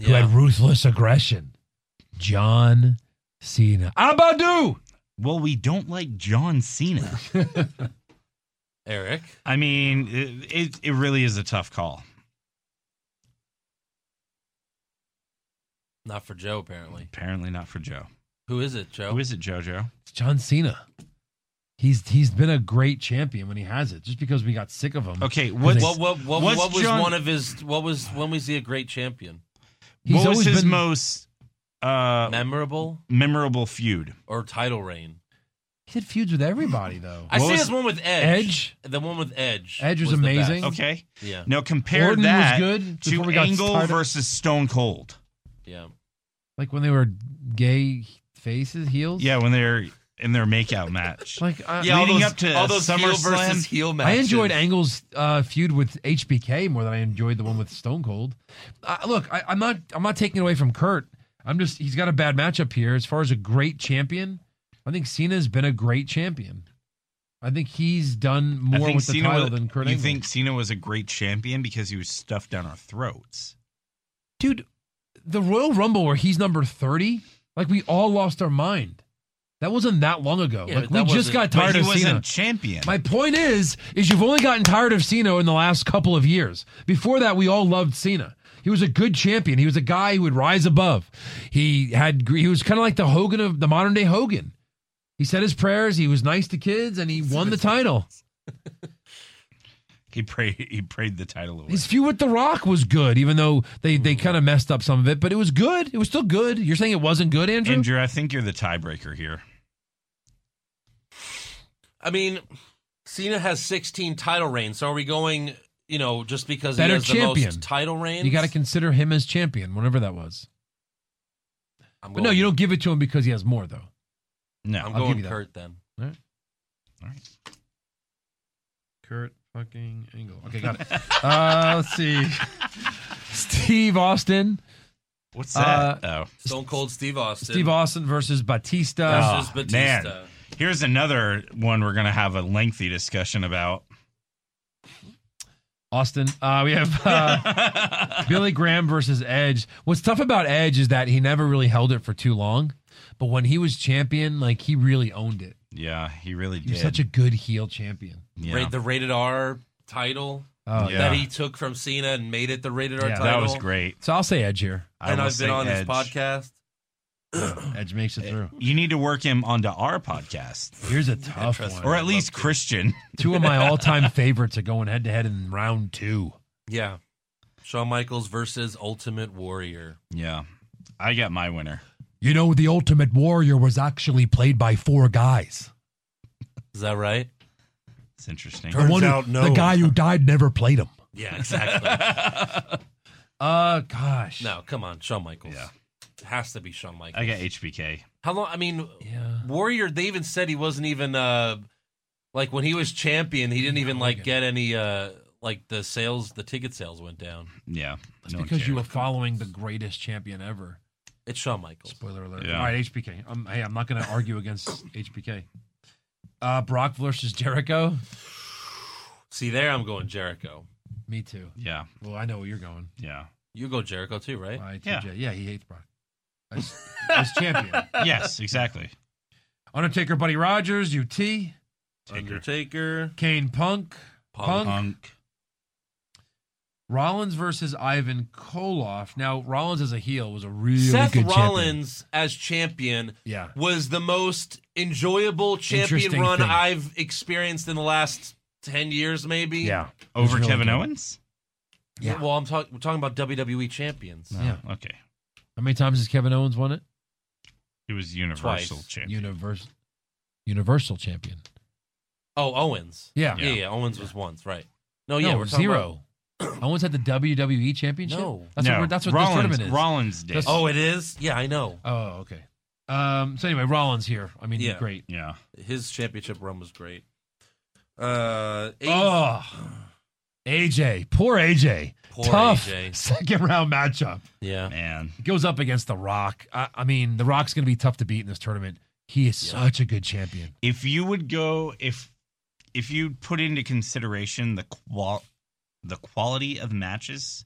[SPEAKER 2] who
[SPEAKER 1] Yeah.
[SPEAKER 2] had ruthless aggression. John Cena. Abadu.
[SPEAKER 5] Well, we don't like John Cena.
[SPEAKER 1] Eric.
[SPEAKER 5] I mean, it, it it really is a tough call.
[SPEAKER 1] Not for Joe, apparently.
[SPEAKER 5] Apparently not for Joe.
[SPEAKER 1] Who is it, Joe?
[SPEAKER 5] Who is it, JoJo?
[SPEAKER 2] It's John Cena. He's he's been a great champion when he has it. Just because we got sick of him.
[SPEAKER 5] Okay, what-
[SPEAKER 2] Because
[SPEAKER 1] What what what,
[SPEAKER 5] What's
[SPEAKER 1] what was
[SPEAKER 5] John-
[SPEAKER 1] one of his? What was when was he a great champion?
[SPEAKER 2] He's
[SPEAKER 5] what was
[SPEAKER 2] always
[SPEAKER 5] his
[SPEAKER 2] been-
[SPEAKER 5] most uh,
[SPEAKER 1] Memorable
[SPEAKER 5] memorable feud?
[SPEAKER 1] or title reign?
[SPEAKER 2] He had feuds with everybody though.
[SPEAKER 1] I
[SPEAKER 5] What
[SPEAKER 1] see
[SPEAKER 5] was-
[SPEAKER 1] this one with Edge.
[SPEAKER 2] Edge?
[SPEAKER 1] The one with Edge.
[SPEAKER 2] Edge was
[SPEAKER 1] the best.
[SPEAKER 2] amazing.
[SPEAKER 5] Okay.
[SPEAKER 1] Yeah.
[SPEAKER 5] Now compare
[SPEAKER 2] Orton was
[SPEAKER 5] that
[SPEAKER 2] good
[SPEAKER 5] to
[SPEAKER 2] before we got
[SPEAKER 5] Angle
[SPEAKER 2] started.
[SPEAKER 5] versus Stone Cold.
[SPEAKER 1] Yeah.
[SPEAKER 2] Like when they were gay faces, heels.
[SPEAKER 5] Yeah, when they're in their makeout match.
[SPEAKER 2] Like I,
[SPEAKER 1] Yeah. all
[SPEAKER 5] Leading
[SPEAKER 1] those-
[SPEAKER 5] up to
[SPEAKER 1] all those heel
[SPEAKER 5] SummerSlam,
[SPEAKER 1] versus heel
[SPEAKER 2] I
[SPEAKER 1] matches.
[SPEAKER 2] enjoyed Angle's uh, feud with HBK more than I enjoyed the one with Stone Cold. Uh, look, I, I'm not I'm not taking away from Kurt. I'm just he's got a bad matchup here as far as a great champion. I think Cena's been a great champion. I think he's done
[SPEAKER 5] I
[SPEAKER 2] more
[SPEAKER 5] think
[SPEAKER 2] with the
[SPEAKER 5] Cena
[SPEAKER 2] title
[SPEAKER 5] was,
[SPEAKER 2] than Kurt
[SPEAKER 5] You
[SPEAKER 2] Angle.
[SPEAKER 5] think Cena was a great champion because he was stuffed down our throats?
[SPEAKER 2] dude, the Royal Rumble where he's number thirty, like we all lost our mind. That wasn't that long ago.
[SPEAKER 1] Yeah,
[SPEAKER 2] like
[SPEAKER 1] but
[SPEAKER 2] we
[SPEAKER 1] that
[SPEAKER 2] just
[SPEAKER 1] wasn't-
[SPEAKER 2] got
[SPEAKER 1] but
[SPEAKER 2] tired
[SPEAKER 5] but he
[SPEAKER 2] of
[SPEAKER 5] wasn't
[SPEAKER 2] Cena.
[SPEAKER 5] champion.
[SPEAKER 2] My point is, is you've only gotten tired of Cena in the last couple of years. Before that, we all loved Cena. He was a good champion. He was a guy who would rise above. He had gr- he was kind of like the Hogan of the modern day Hogan. He said his prayers. He was nice to kids, and he won the title.
[SPEAKER 5] he prayed. He prayed the title away.
[SPEAKER 2] His feud with The Rock was good, even though they they kind of messed up some of it, but it was good. It was still good. You're saying it wasn't good, Andrew?
[SPEAKER 5] Andrew, I think you're the tiebreaker here.
[SPEAKER 1] I mean, Cena has 16 title reigns. So are we going? You know, just because
[SPEAKER 2] Better
[SPEAKER 1] he has the
[SPEAKER 2] champion.
[SPEAKER 1] most title reigns,
[SPEAKER 2] you got to consider him as champion, whatever that was.
[SPEAKER 1] I'm
[SPEAKER 2] But no,
[SPEAKER 1] going-
[SPEAKER 2] you don't give it to him because he has more, though.
[SPEAKER 5] No,
[SPEAKER 1] I'm
[SPEAKER 2] I'll give
[SPEAKER 1] going
[SPEAKER 2] you that.
[SPEAKER 1] Kurt then.
[SPEAKER 5] All right.
[SPEAKER 2] Kurt fucking Angle. Okay, got it. uh, let's see. Steve Austin.
[SPEAKER 5] What's
[SPEAKER 2] Uh,
[SPEAKER 5] that? oh,
[SPEAKER 1] Stone Cold Steve Austin.
[SPEAKER 2] Steve Austin versus Batista.
[SPEAKER 1] versus
[SPEAKER 5] Oh,
[SPEAKER 1] Batista.
[SPEAKER 5] man. Here's another one we're gonna have a lengthy discussion about.
[SPEAKER 2] Austin. Uh, we have uh, Billy Graham versus Edge. What's tough about Edge is that he never really held it for too long. But when he was champion, like he really owned it.
[SPEAKER 5] Yeah, he really
[SPEAKER 2] He was
[SPEAKER 5] did.
[SPEAKER 2] such a good heel champion.
[SPEAKER 5] yeah.
[SPEAKER 1] Ra- the rated R title
[SPEAKER 2] Oh,
[SPEAKER 5] Yeah.
[SPEAKER 1] that he took from Cena and made it the rated R
[SPEAKER 2] Yeah,
[SPEAKER 1] title.
[SPEAKER 5] that was great.
[SPEAKER 2] So I'll say Edge here.
[SPEAKER 5] I
[SPEAKER 1] And
[SPEAKER 5] will
[SPEAKER 1] I've
[SPEAKER 5] say
[SPEAKER 1] been on
[SPEAKER 5] Edge.
[SPEAKER 1] this podcast.
[SPEAKER 2] Edge makes it through.
[SPEAKER 5] You need to work him onto our podcast,
[SPEAKER 2] Here's a tough one.
[SPEAKER 5] or at least Christian.
[SPEAKER 2] Two of my all-time favorites are going head-to-head in round two.
[SPEAKER 1] Yeah. Shawn Michaels versus Ultimate Warrior.
[SPEAKER 5] Yeah, I got my winner.
[SPEAKER 2] You know, the Ultimate Warrior was actually played by four guys.
[SPEAKER 1] Is that right?
[SPEAKER 5] It's interesting.
[SPEAKER 2] The one who- The guy who died never played him.
[SPEAKER 1] Yeah, exactly.
[SPEAKER 2] Uh, gosh.
[SPEAKER 1] no, come on, Shawn Michaels.
[SPEAKER 5] Yeah.
[SPEAKER 1] It has to be Shawn Michaels.
[SPEAKER 5] I got HBK.
[SPEAKER 1] How long? I mean,
[SPEAKER 2] Yeah.
[SPEAKER 1] Warrior. They even said he wasn't even uh, Like when he was champion, he didn't even like get any uh like the sales the ticket sales went down.
[SPEAKER 5] Yeah.
[SPEAKER 2] That's because you were following the greatest champion ever.
[SPEAKER 1] It's Shawn Michaels.
[SPEAKER 2] Spoiler alert.
[SPEAKER 1] Yeah.
[SPEAKER 2] All right, HBK. I'm, Um, hey, I'm not going to argue against HBK. Uh, Brock versus Jericho.
[SPEAKER 1] See there I'm going Jericho.
[SPEAKER 2] Me too.
[SPEAKER 5] Yeah.
[SPEAKER 2] Well, I know where you're going.
[SPEAKER 5] Yeah.
[SPEAKER 1] You go Jericho too, right?
[SPEAKER 2] By TJ. Yeah, he hates Brock. As, as champion.
[SPEAKER 5] Yes, exactly.
[SPEAKER 2] Undertaker, Buddy Rogers, UT.
[SPEAKER 1] Undertaker.
[SPEAKER 2] Kane Punk.
[SPEAKER 1] Punk.
[SPEAKER 2] Rollins versus Ivan Koloff. Now, Rollins as a heel was a really
[SPEAKER 1] Seth
[SPEAKER 2] good champion.
[SPEAKER 1] Rollins as champion
[SPEAKER 2] Yeah.
[SPEAKER 1] was the most enjoyable champion
[SPEAKER 2] Interesting
[SPEAKER 1] run
[SPEAKER 2] thing.
[SPEAKER 1] I've experienced in the last 10 years, maybe.
[SPEAKER 2] Yeah.
[SPEAKER 5] Over
[SPEAKER 2] It's really
[SPEAKER 5] Kevin
[SPEAKER 2] good.
[SPEAKER 5] Owens?
[SPEAKER 1] Yeah. Well, I'm talking. We're talking about WWE champions.
[SPEAKER 2] Yeah.
[SPEAKER 5] Okay.
[SPEAKER 2] How many times has Kevin Owens won it?
[SPEAKER 5] He was Universal
[SPEAKER 1] Twice.
[SPEAKER 5] Champion.
[SPEAKER 2] Universal, universal champion.
[SPEAKER 1] Oh, Owens.
[SPEAKER 2] Yeah.
[SPEAKER 1] Yeah. yeah Owens was once, right? No.
[SPEAKER 2] No,
[SPEAKER 1] Oh, Yeah. we're talking
[SPEAKER 2] zero. Owens had the WWE championship.
[SPEAKER 1] No.
[SPEAKER 2] that's
[SPEAKER 1] No.
[SPEAKER 2] what we're, that's what
[SPEAKER 1] Rollins-
[SPEAKER 2] this tournament is.
[SPEAKER 1] Rollins did.
[SPEAKER 2] That's-
[SPEAKER 1] Oh, it is. Yeah, I know.
[SPEAKER 2] Oh, okay. Um. So anyway, Rollins here. I mean,
[SPEAKER 1] Yeah.
[SPEAKER 2] great.
[SPEAKER 5] Yeah.
[SPEAKER 1] His championship run was great. Uh. eight-
[SPEAKER 2] Oh, AJ, poor AJ.
[SPEAKER 1] Poor
[SPEAKER 2] Tough
[SPEAKER 1] AJ.
[SPEAKER 2] second round matchup.
[SPEAKER 1] Yeah.
[SPEAKER 5] Man.
[SPEAKER 2] He goes up against The Rock. I, I mean, The Rock's going to be tough to beat in this tournament. He is such a good champion.
[SPEAKER 5] If you would go if if you put into consideration the qual the quality of matches,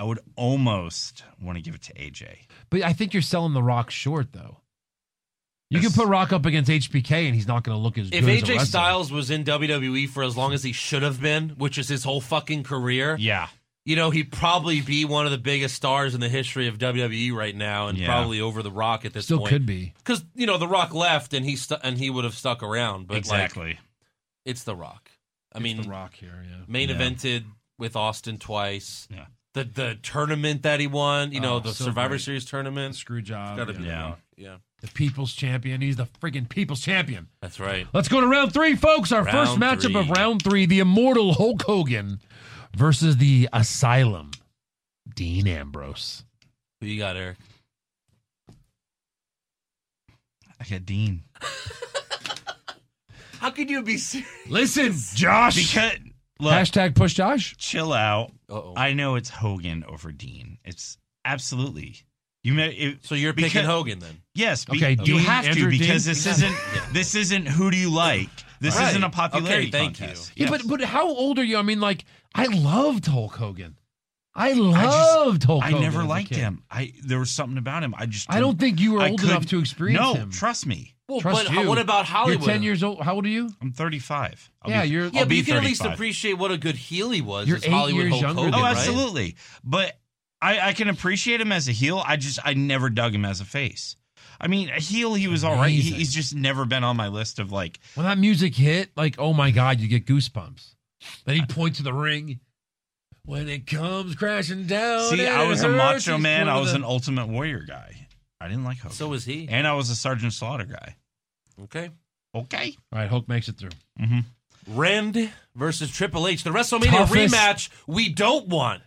[SPEAKER 5] I would almost want to give it to AJ.
[SPEAKER 2] But I think you're selling The Rock short, though. You can put Rock up against HBK, and he's not going to look as
[SPEAKER 1] If
[SPEAKER 2] good. as a
[SPEAKER 1] AJ
[SPEAKER 2] wrestler.
[SPEAKER 1] Styles was in WWE for as long as he should have been, which is his whole fucking career,
[SPEAKER 5] yeah,
[SPEAKER 1] you know, he'd probably be one of the biggest stars in the history of WWE right now, and
[SPEAKER 2] Yeah.
[SPEAKER 1] probably over The Rock at this
[SPEAKER 2] Still
[SPEAKER 1] point.
[SPEAKER 2] could be.
[SPEAKER 1] because you know The Rock left, and he stu- and he would have stuck around. But
[SPEAKER 5] Exactly.
[SPEAKER 1] like, it's The Rock. I
[SPEAKER 2] It's
[SPEAKER 1] mean,
[SPEAKER 2] The Rock here, yeah.
[SPEAKER 1] main
[SPEAKER 2] Yeah.
[SPEAKER 1] evented with Austin twice.
[SPEAKER 5] Yeah.
[SPEAKER 1] The the tournament that he won, you know,
[SPEAKER 2] Oh,
[SPEAKER 1] the
[SPEAKER 2] so
[SPEAKER 1] Survivor
[SPEAKER 2] great.
[SPEAKER 1] Series tournament.
[SPEAKER 2] Screw job.
[SPEAKER 1] Gotta be The
[SPEAKER 2] Yeah.
[SPEAKER 1] Rock, yeah.
[SPEAKER 2] the People's Champion. He's the freaking People's Champion.
[SPEAKER 1] That's right.
[SPEAKER 2] Let's go to round three, folks. Our first
[SPEAKER 1] Round
[SPEAKER 2] matchup of
[SPEAKER 1] three.
[SPEAKER 2] round three: the Immortal Hulk Hogan versus the Asylum, Dean Ambrose.
[SPEAKER 1] Who you got, Eric?
[SPEAKER 5] I got Dean.
[SPEAKER 1] How could you be serious?
[SPEAKER 2] Listen, Josh.
[SPEAKER 5] Because
[SPEAKER 2] Hashtag push Josh.
[SPEAKER 5] Chill out.
[SPEAKER 1] Uh-oh.
[SPEAKER 5] I know it's Hogan over Dean. It's absolutely. You may, it,
[SPEAKER 1] So you're picking Hogan then?
[SPEAKER 5] Yes. be-
[SPEAKER 1] Okay,
[SPEAKER 5] you
[SPEAKER 1] Dean,
[SPEAKER 5] have
[SPEAKER 1] Andrew
[SPEAKER 5] to
[SPEAKER 1] Dean.
[SPEAKER 5] because this
[SPEAKER 1] Exactly.
[SPEAKER 5] isn't this isn't who do you like. This
[SPEAKER 1] Right.
[SPEAKER 5] isn't a popularity
[SPEAKER 1] Okay, thank you.
[SPEAKER 5] contest.
[SPEAKER 2] Yeah, but but how old are you? I mean, like I loved Hulk Hogan. I
[SPEAKER 5] I just-
[SPEAKER 2] loved Hulk.
[SPEAKER 5] I
[SPEAKER 2] Hogan
[SPEAKER 5] never
[SPEAKER 2] as a
[SPEAKER 5] liked
[SPEAKER 2] kid.
[SPEAKER 5] him. I there was something about him. I just
[SPEAKER 2] I don't
[SPEAKER 5] didn't-
[SPEAKER 2] think you were
[SPEAKER 5] I
[SPEAKER 2] old enough
[SPEAKER 5] couldn't-
[SPEAKER 2] to experience
[SPEAKER 5] no,
[SPEAKER 2] him.
[SPEAKER 5] Trust me.
[SPEAKER 1] Well,
[SPEAKER 2] Trust
[SPEAKER 1] but how-
[SPEAKER 2] you.
[SPEAKER 1] what about Hollywood?
[SPEAKER 2] You're ten years old. How old are you?
[SPEAKER 5] I'm 35. I'll
[SPEAKER 2] yeah,
[SPEAKER 5] be-
[SPEAKER 2] you're.
[SPEAKER 1] yeah,
[SPEAKER 5] I'll
[SPEAKER 1] but
[SPEAKER 5] be
[SPEAKER 1] you can at least
[SPEAKER 5] 35.
[SPEAKER 1] appreciate what a good heel he was.
[SPEAKER 2] You're
[SPEAKER 1] as
[SPEAKER 2] eight
[SPEAKER 1] Hollywood
[SPEAKER 2] years
[SPEAKER 1] Hulk
[SPEAKER 2] younger
[SPEAKER 1] Hogan,
[SPEAKER 5] oh,
[SPEAKER 1] right?
[SPEAKER 5] absolutely. But I, I can appreciate him as a heel. I just I never dug him as a face. I mean, a heel he was all right. He,
[SPEAKER 2] Amazing.
[SPEAKER 5] he's just never been on my list of like
[SPEAKER 2] When that music hit, like, oh my God, you get goosebumps. Then he'd point to the ring. When it comes crashing down.
[SPEAKER 5] See,
[SPEAKER 2] and
[SPEAKER 5] I
[SPEAKER 2] it
[SPEAKER 5] was a
[SPEAKER 2] hurts,
[SPEAKER 5] macho
[SPEAKER 2] he's
[SPEAKER 5] man. I
[SPEAKER 2] pointing
[SPEAKER 5] was
[SPEAKER 2] to
[SPEAKER 5] an Ultimate Warrior guy. I didn't like Hogan.
[SPEAKER 1] So was he.
[SPEAKER 5] and I was a Sergeant Slaughter guy.
[SPEAKER 1] Okay.
[SPEAKER 5] Okay.
[SPEAKER 2] the- All right, Hulk makes it through.
[SPEAKER 1] Rand versus Triple H, the WrestleMania
[SPEAKER 2] Toughest-
[SPEAKER 1] rematch we don't want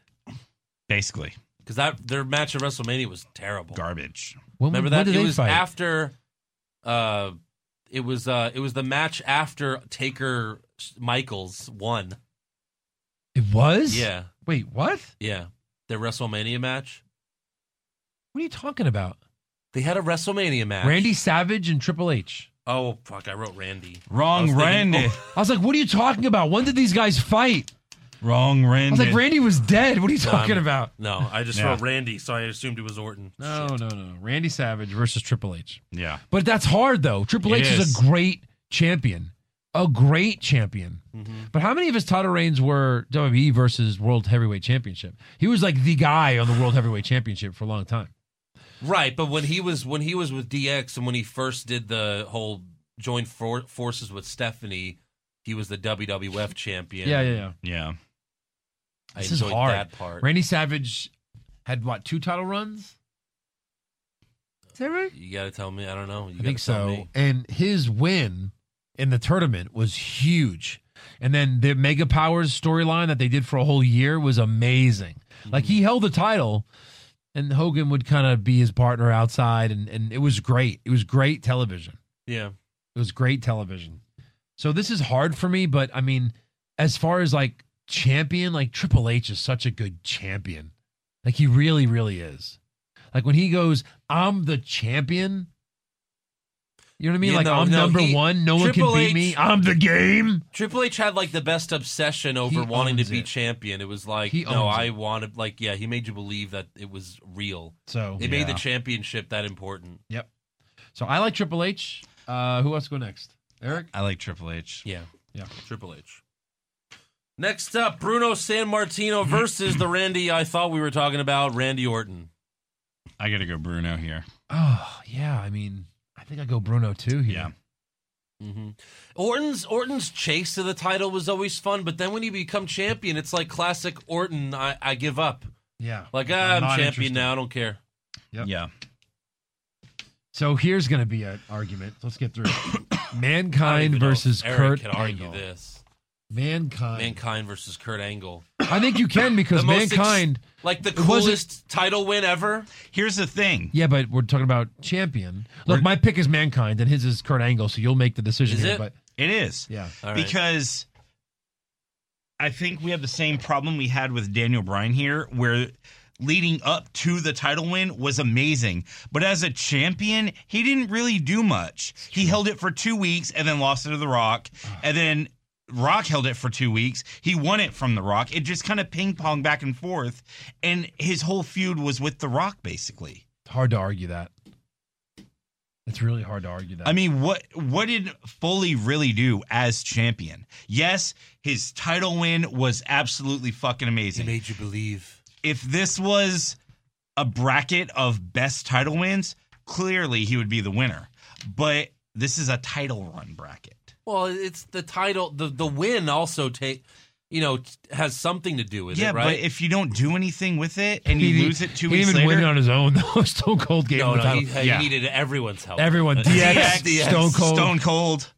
[SPEAKER 5] Basically,
[SPEAKER 1] because that their match at WrestleMania was terrible.
[SPEAKER 5] garbage.
[SPEAKER 2] When,
[SPEAKER 1] Remember
[SPEAKER 2] when
[SPEAKER 1] that
[SPEAKER 2] did
[SPEAKER 1] it
[SPEAKER 2] they
[SPEAKER 1] was
[SPEAKER 2] fight?
[SPEAKER 1] after, uh, it was uh, it was the match after Taker Michaels won.
[SPEAKER 2] It was?
[SPEAKER 1] Yeah,
[SPEAKER 2] Wait, what?
[SPEAKER 1] yeah, their WrestleMania match.
[SPEAKER 2] What are you talking about?
[SPEAKER 1] They had a WrestleMania match.
[SPEAKER 2] Randy Savage and Triple H.
[SPEAKER 1] Oh fuck! I wrote Randy. I
[SPEAKER 5] Wrong
[SPEAKER 1] was thinking-
[SPEAKER 5] Randy.
[SPEAKER 2] I was like, what are you talking about? When did these guys fight?
[SPEAKER 5] Wrong
[SPEAKER 2] I
[SPEAKER 5] Randy.
[SPEAKER 2] was like, Randy was dead. What are you talking
[SPEAKER 1] I'm-
[SPEAKER 2] about?
[SPEAKER 1] No, I just
[SPEAKER 5] Yeah.
[SPEAKER 1] wrote Randy, so I assumed it was Orton.
[SPEAKER 2] No, no, no. Randy Savage versus Triple H.
[SPEAKER 5] Yeah.
[SPEAKER 2] But that's hard though. Triple
[SPEAKER 5] It
[SPEAKER 2] H is.
[SPEAKER 5] is.
[SPEAKER 2] a great champion. A great champion. But how many of his title reigns were WWE versus World Heavyweight Championship? He was like the guy on the World Heavyweight Championship for a long time.
[SPEAKER 1] Right, but when he was when he was with DX and when he first did the whole join for- forces with Stephanie, he was the WWF champion.
[SPEAKER 2] Yeah, yeah, yeah.
[SPEAKER 5] Yeah.
[SPEAKER 1] I
[SPEAKER 2] this is
[SPEAKER 1] enjoyed
[SPEAKER 2] hard.
[SPEAKER 1] that part.
[SPEAKER 2] Randy Savage had what, two title runs? Is that right?
[SPEAKER 1] you got to tell me. I don't know. You
[SPEAKER 2] I
[SPEAKER 1] gotta
[SPEAKER 2] think
[SPEAKER 1] tell
[SPEAKER 2] so.
[SPEAKER 1] me.
[SPEAKER 2] And his win in the tournament was huge. And then the Mega Powers storyline that they did for a whole year was amazing. Like
[SPEAKER 1] Mm-hmm.
[SPEAKER 2] he held the title, and Hogan would kind of be his partner outside, and, and it was great. It was great television.
[SPEAKER 1] Yeah.
[SPEAKER 2] It was great television. So this is hard for me, but I mean, as far as like champion, like Triple H is such a good champion. Like he really, really is. Like when he goes, I'm the champion. You know what I mean?
[SPEAKER 1] Yeah,
[SPEAKER 2] like
[SPEAKER 1] no,
[SPEAKER 2] I'm
[SPEAKER 1] no,
[SPEAKER 2] number
[SPEAKER 1] he-
[SPEAKER 2] one. No one can
[SPEAKER 1] Triple
[SPEAKER 2] beat
[SPEAKER 1] H-
[SPEAKER 2] me. I'm the game.
[SPEAKER 1] Triple H had like the best obsession over wanting to be champion. It was like,
[SPEAKER 2] He
[SPEAKER 1] no,
[SPEAKER 2] owns
[SPEAKER 1] I wanted like yeah, he made you believe that it was real.
[SPEAKER 2] So,
[SPEAKER 1] it made the
[SPEAKER 2] yeah.
[SPEAKER 1] championship that important.
[SPEAKER 2] Yep. So I like Triple H. Uh, who wants to go next? Eric.
[SPEAKER 5] I like Triple H.
[SPEAKER 1] Yeah.
[SPEAKER 2] Yeah.
[SPEAKER 1] Triple H. Next up, Bruno San Martino versus the Randy I thought we were talking about, Randy Orton.
[SPEAKER 5] I got to go Bruno here.
[SPEAKER 2] Oh yeah, I mean, I think I go Bruno too here. Yeah.
[SPEAKER 1] hmm Orton's Orton's chase to the title was always fun, but then when you become champion, it's like classic Orton. I, I give up.
[SPEAKER 2] Yeah.
[SPEAKER 1] Like
[SPEAKER 2] I'm
[SPEAKER 1] ah, I'm,
[SPEAKER 2] not
[SPEAKER 1] champion
[SPEAKER 2] interested.
[SPEAKER 1] now. I don't care.
[SPEAKER 5] Yeah.
[SPEAKER 2] So here's going to be an argument. Let's get through. it. Mankind versus
[SPEAKER 1] Eric
[SPEAKER 2] Kurt
[SPEAKER 1] can argue
[SPEAKER 2] Angle.
[SPEAKER 1] this.
[SPEAKER 2] Mankind.
[SPEAKER 1] Mankind versus Kurt Angle.
[SPEAKER 2] I think you can because
[SPEAKER 1] The most ex-
[SPEAKER 2] mankind.
[SPEAKER 1] like the
[SPEAKER 2] It wasn't-
[SPEAKER 1] coolest title win ever.
[SPEAKER 5] Here's the thing.
[SPEAKER 2] yeah, but we're talking about champion. Look, my pick is mankind, and his is Kurt Angle. So you'll make the decision
[SPEAKER 5] Is
[SPEAKER 2] here.
[SPEAKER 5] it?
[SPEAKER 2] But
[SPEAKER 5] It is.
[SPEAKER 2] Yeah.
[SPEAKER 1] All right.
[SPEAKER 5] Because I think we have the same problem we had with Daniel Bryan here, where leading up to the title win was amazing. But as a champion, he didn't really do much. He held it for two weeks and then lost it to The Rock. And then Rock held it for two weeks. He won it from The Rock. It just kind of ping pong back and forth. And his whole feud was with The Rock, basically.
[SPEAKER 2] hard to argue that. It's really hard to argue that.
[SPEAKER 5] I mean, what what did Foley really do as champion? Yes, his title win was absolutely fucking amazing. He
[SPEAKER 1] made you believe.
[SPEAKER 5] If this was a bracket of best title wins, clearly he would be the winner. But this is a title run bracket.
[SPEAKER 1] Well, it's the title. The the win also take, you know, t- has something to do with
[SPEAKER 5] yeah,
[SPEAKER 1] it, right?
[SPEAKER 5] but if you don't do anything with it and you
[SPEAKER 2] He-
[SPEAKER 5] lose it two
[SPEAKER 2] he
[SPEAKER 5] weeks
[SPEAKER 2] didn't even win
[SPEAKER 5] later,
[SPEAKER 2] it on his own. though. Stone Cold gave
[SPEAKER 1] no,
[SPEAKER 2] him the
[SPEAKER 1] no,
[SPEAKER 2] title.
[SPEAKER 1] he, he needed everyone's help.
[SPEAKER 2] Everyone,
[SPEAKER 1] Uh,
[SPEAKER 2] DX, Stone Cold.
[SPEAKER 5] Stone Cold.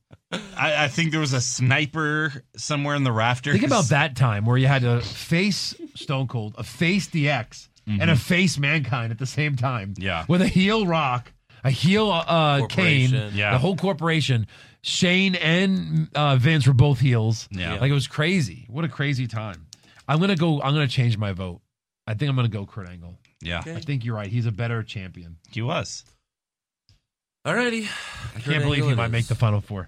[SPEAKER 5] I, I think there was a sniper somewhere in the rafters.
[SPEAKER 2] Think about that time where you had to face Stone Cold, a face DX, and a
[SPEAKER 5] Mhm.
[SPEAKER 2] face Mankind at the same time.
[SPEAKER 5] Yeah.
[SPEAKER 2] With a heel Rock, a heel uh, Kane,
[SPEAKER 5] Corporation. Yeah.
[SPEAKER 2] the whole corporation. Shane and uh, Vince were both heels.
[SPEAKER 5] Yeah.
[SPEAKER 2] Like it was crazy. What a crazy time. I'm gonna go. I'm gonna change my vote. I think I'm gonna go Kurt Angle.
[SPEAKER 5] Yeah.
[SPEAKER 2] I think you're right. He's a better champion.
[SPEAKER 5] He was.
[SPEAKER 1] Alrighty.
[SPEAKER 2] I can't believe he might make the final four.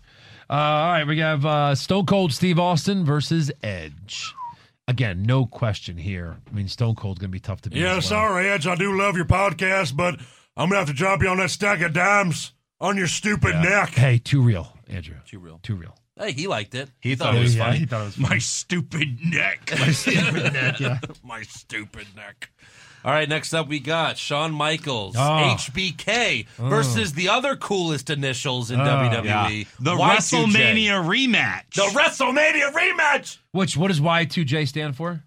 [SPEAKER 2] Uh, all right, we have uh, Stone Cold Steve Austin versus Edge. Again, no question here. I mean, Stone Cold's going to be tough to beat.
[SPEAKER 12] Yeah,
[SPEAKER 2] as well.
[SPEAKER 12] sorry, Edge. I do love your podcast, but I'm going to have to drop you on that stack of dimes on your stupid neck.
[SPEAKER 2] Hey, too real, Andrew.
[SPEAKER 1] Too real.
[SPEAKER 2] Too real.
[SPEAKER 1] Hey, he liked it.
[SPEAKER 5] He
[SPEAKER 2] thought it was Yeah, funny. he thought it was funny.
[SPEAKER 5] My stupid neck.
[SPEAKER 2] My stupid neck, yeah.
[SPEAKER 1] My stupid neck. All right, next up we got Shawn Michaels,
[SPEAKER 5] Oh.
[SPEAKER 2] Ah.
[SPEAKER 1] HBK, versus the other coolest initials in
[SPEAKER 2] Ah.
[SPEAKER 1] E, WWE,
[SPEAKER 5] The
[SPEAKER 1] Y2J.
[SPEAKER 5] WrestleMania rematch.
[SPEAKER 1] The WrestleMania rematch.
[SPEAKER 2] Which what does Y two J stand for?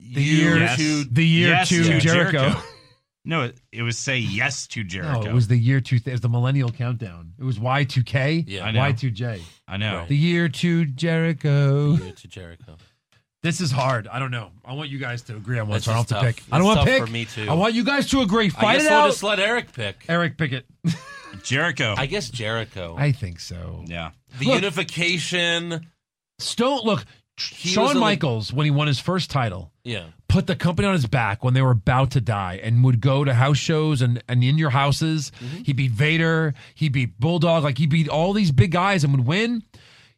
[SPEAKER 2] The
[SPEAKER 5] Yes.
[SPEAKER 2] the year
[SPEAKER 5] Yes
[SPEAKER 2] two Jericho.
[SPEAKER 5] no, it, it was say yes to Jericho.
[SPEAKER 2] No, it was the year two. It was the millennial countdown. It was Y two K.
[SPEAKER 1] Yeah.
[SPEAKER 5] I know.
[SPEAKER 2] Y two J.
[SPEAKER 5] I know.
[SPEAKER 2] The year two Jericho.
[SPEAKER 1] Year to Jericho.
[SPEAKER 2] This is hard. I don't know. I want you guys to agree on one,
[SPEAKER 1] This
[SPEAKER 2] so I don't
[SPEAKER 1] is
[SPEAKER 2] have to
[SPEAKER 1] tough.
[SPEAKER 2] pick. I don't
[SPEAKER 1] It's
[SPEAKER 2] want to
[SPEAKER 1] tough
[SPEAKER 2] pick.
[SPEAKER 1] for me too.
[SPEAKER 2] I want you guys to agree.
[SPEAKER 1] I
[SPEAKER 2] Fight
[SPEAKER 1] guess
[SPEAKER 2] it
[SPEAKER 1] we'll
[SPEAKER 2] out.
[SPEAKER 1] just let Eric pick.
[SPEAKER 2] Eric Pickett.
[SPEAKER 5] Jericho.
[SPEAKER 1] I guess Jericho.
[SPEAKER 2] I think so.
[SPEAKER 5] yeah.
[SPEAKER 1] the
[SPEAKER 2] Look.
[SPEAKER 1] unification.
[SPEAKER 2] Stone. Look,
[SPEAKER 1] He was
[SPEAKER 2] Shawn
[SPEAKER 1] a-
[SPEAKER 2] Michaels when he won his first title.
[SPEAKER 1] Yeah.
[SPEAKER 2] put the company on his back when they were about to die and would go to house shows and, and in your houses.
[SPEAKER 1] Mm-hmm.
[SPEAKER 2] He beat Vader, he beat Bulldog, like he beat all these big guys and would win.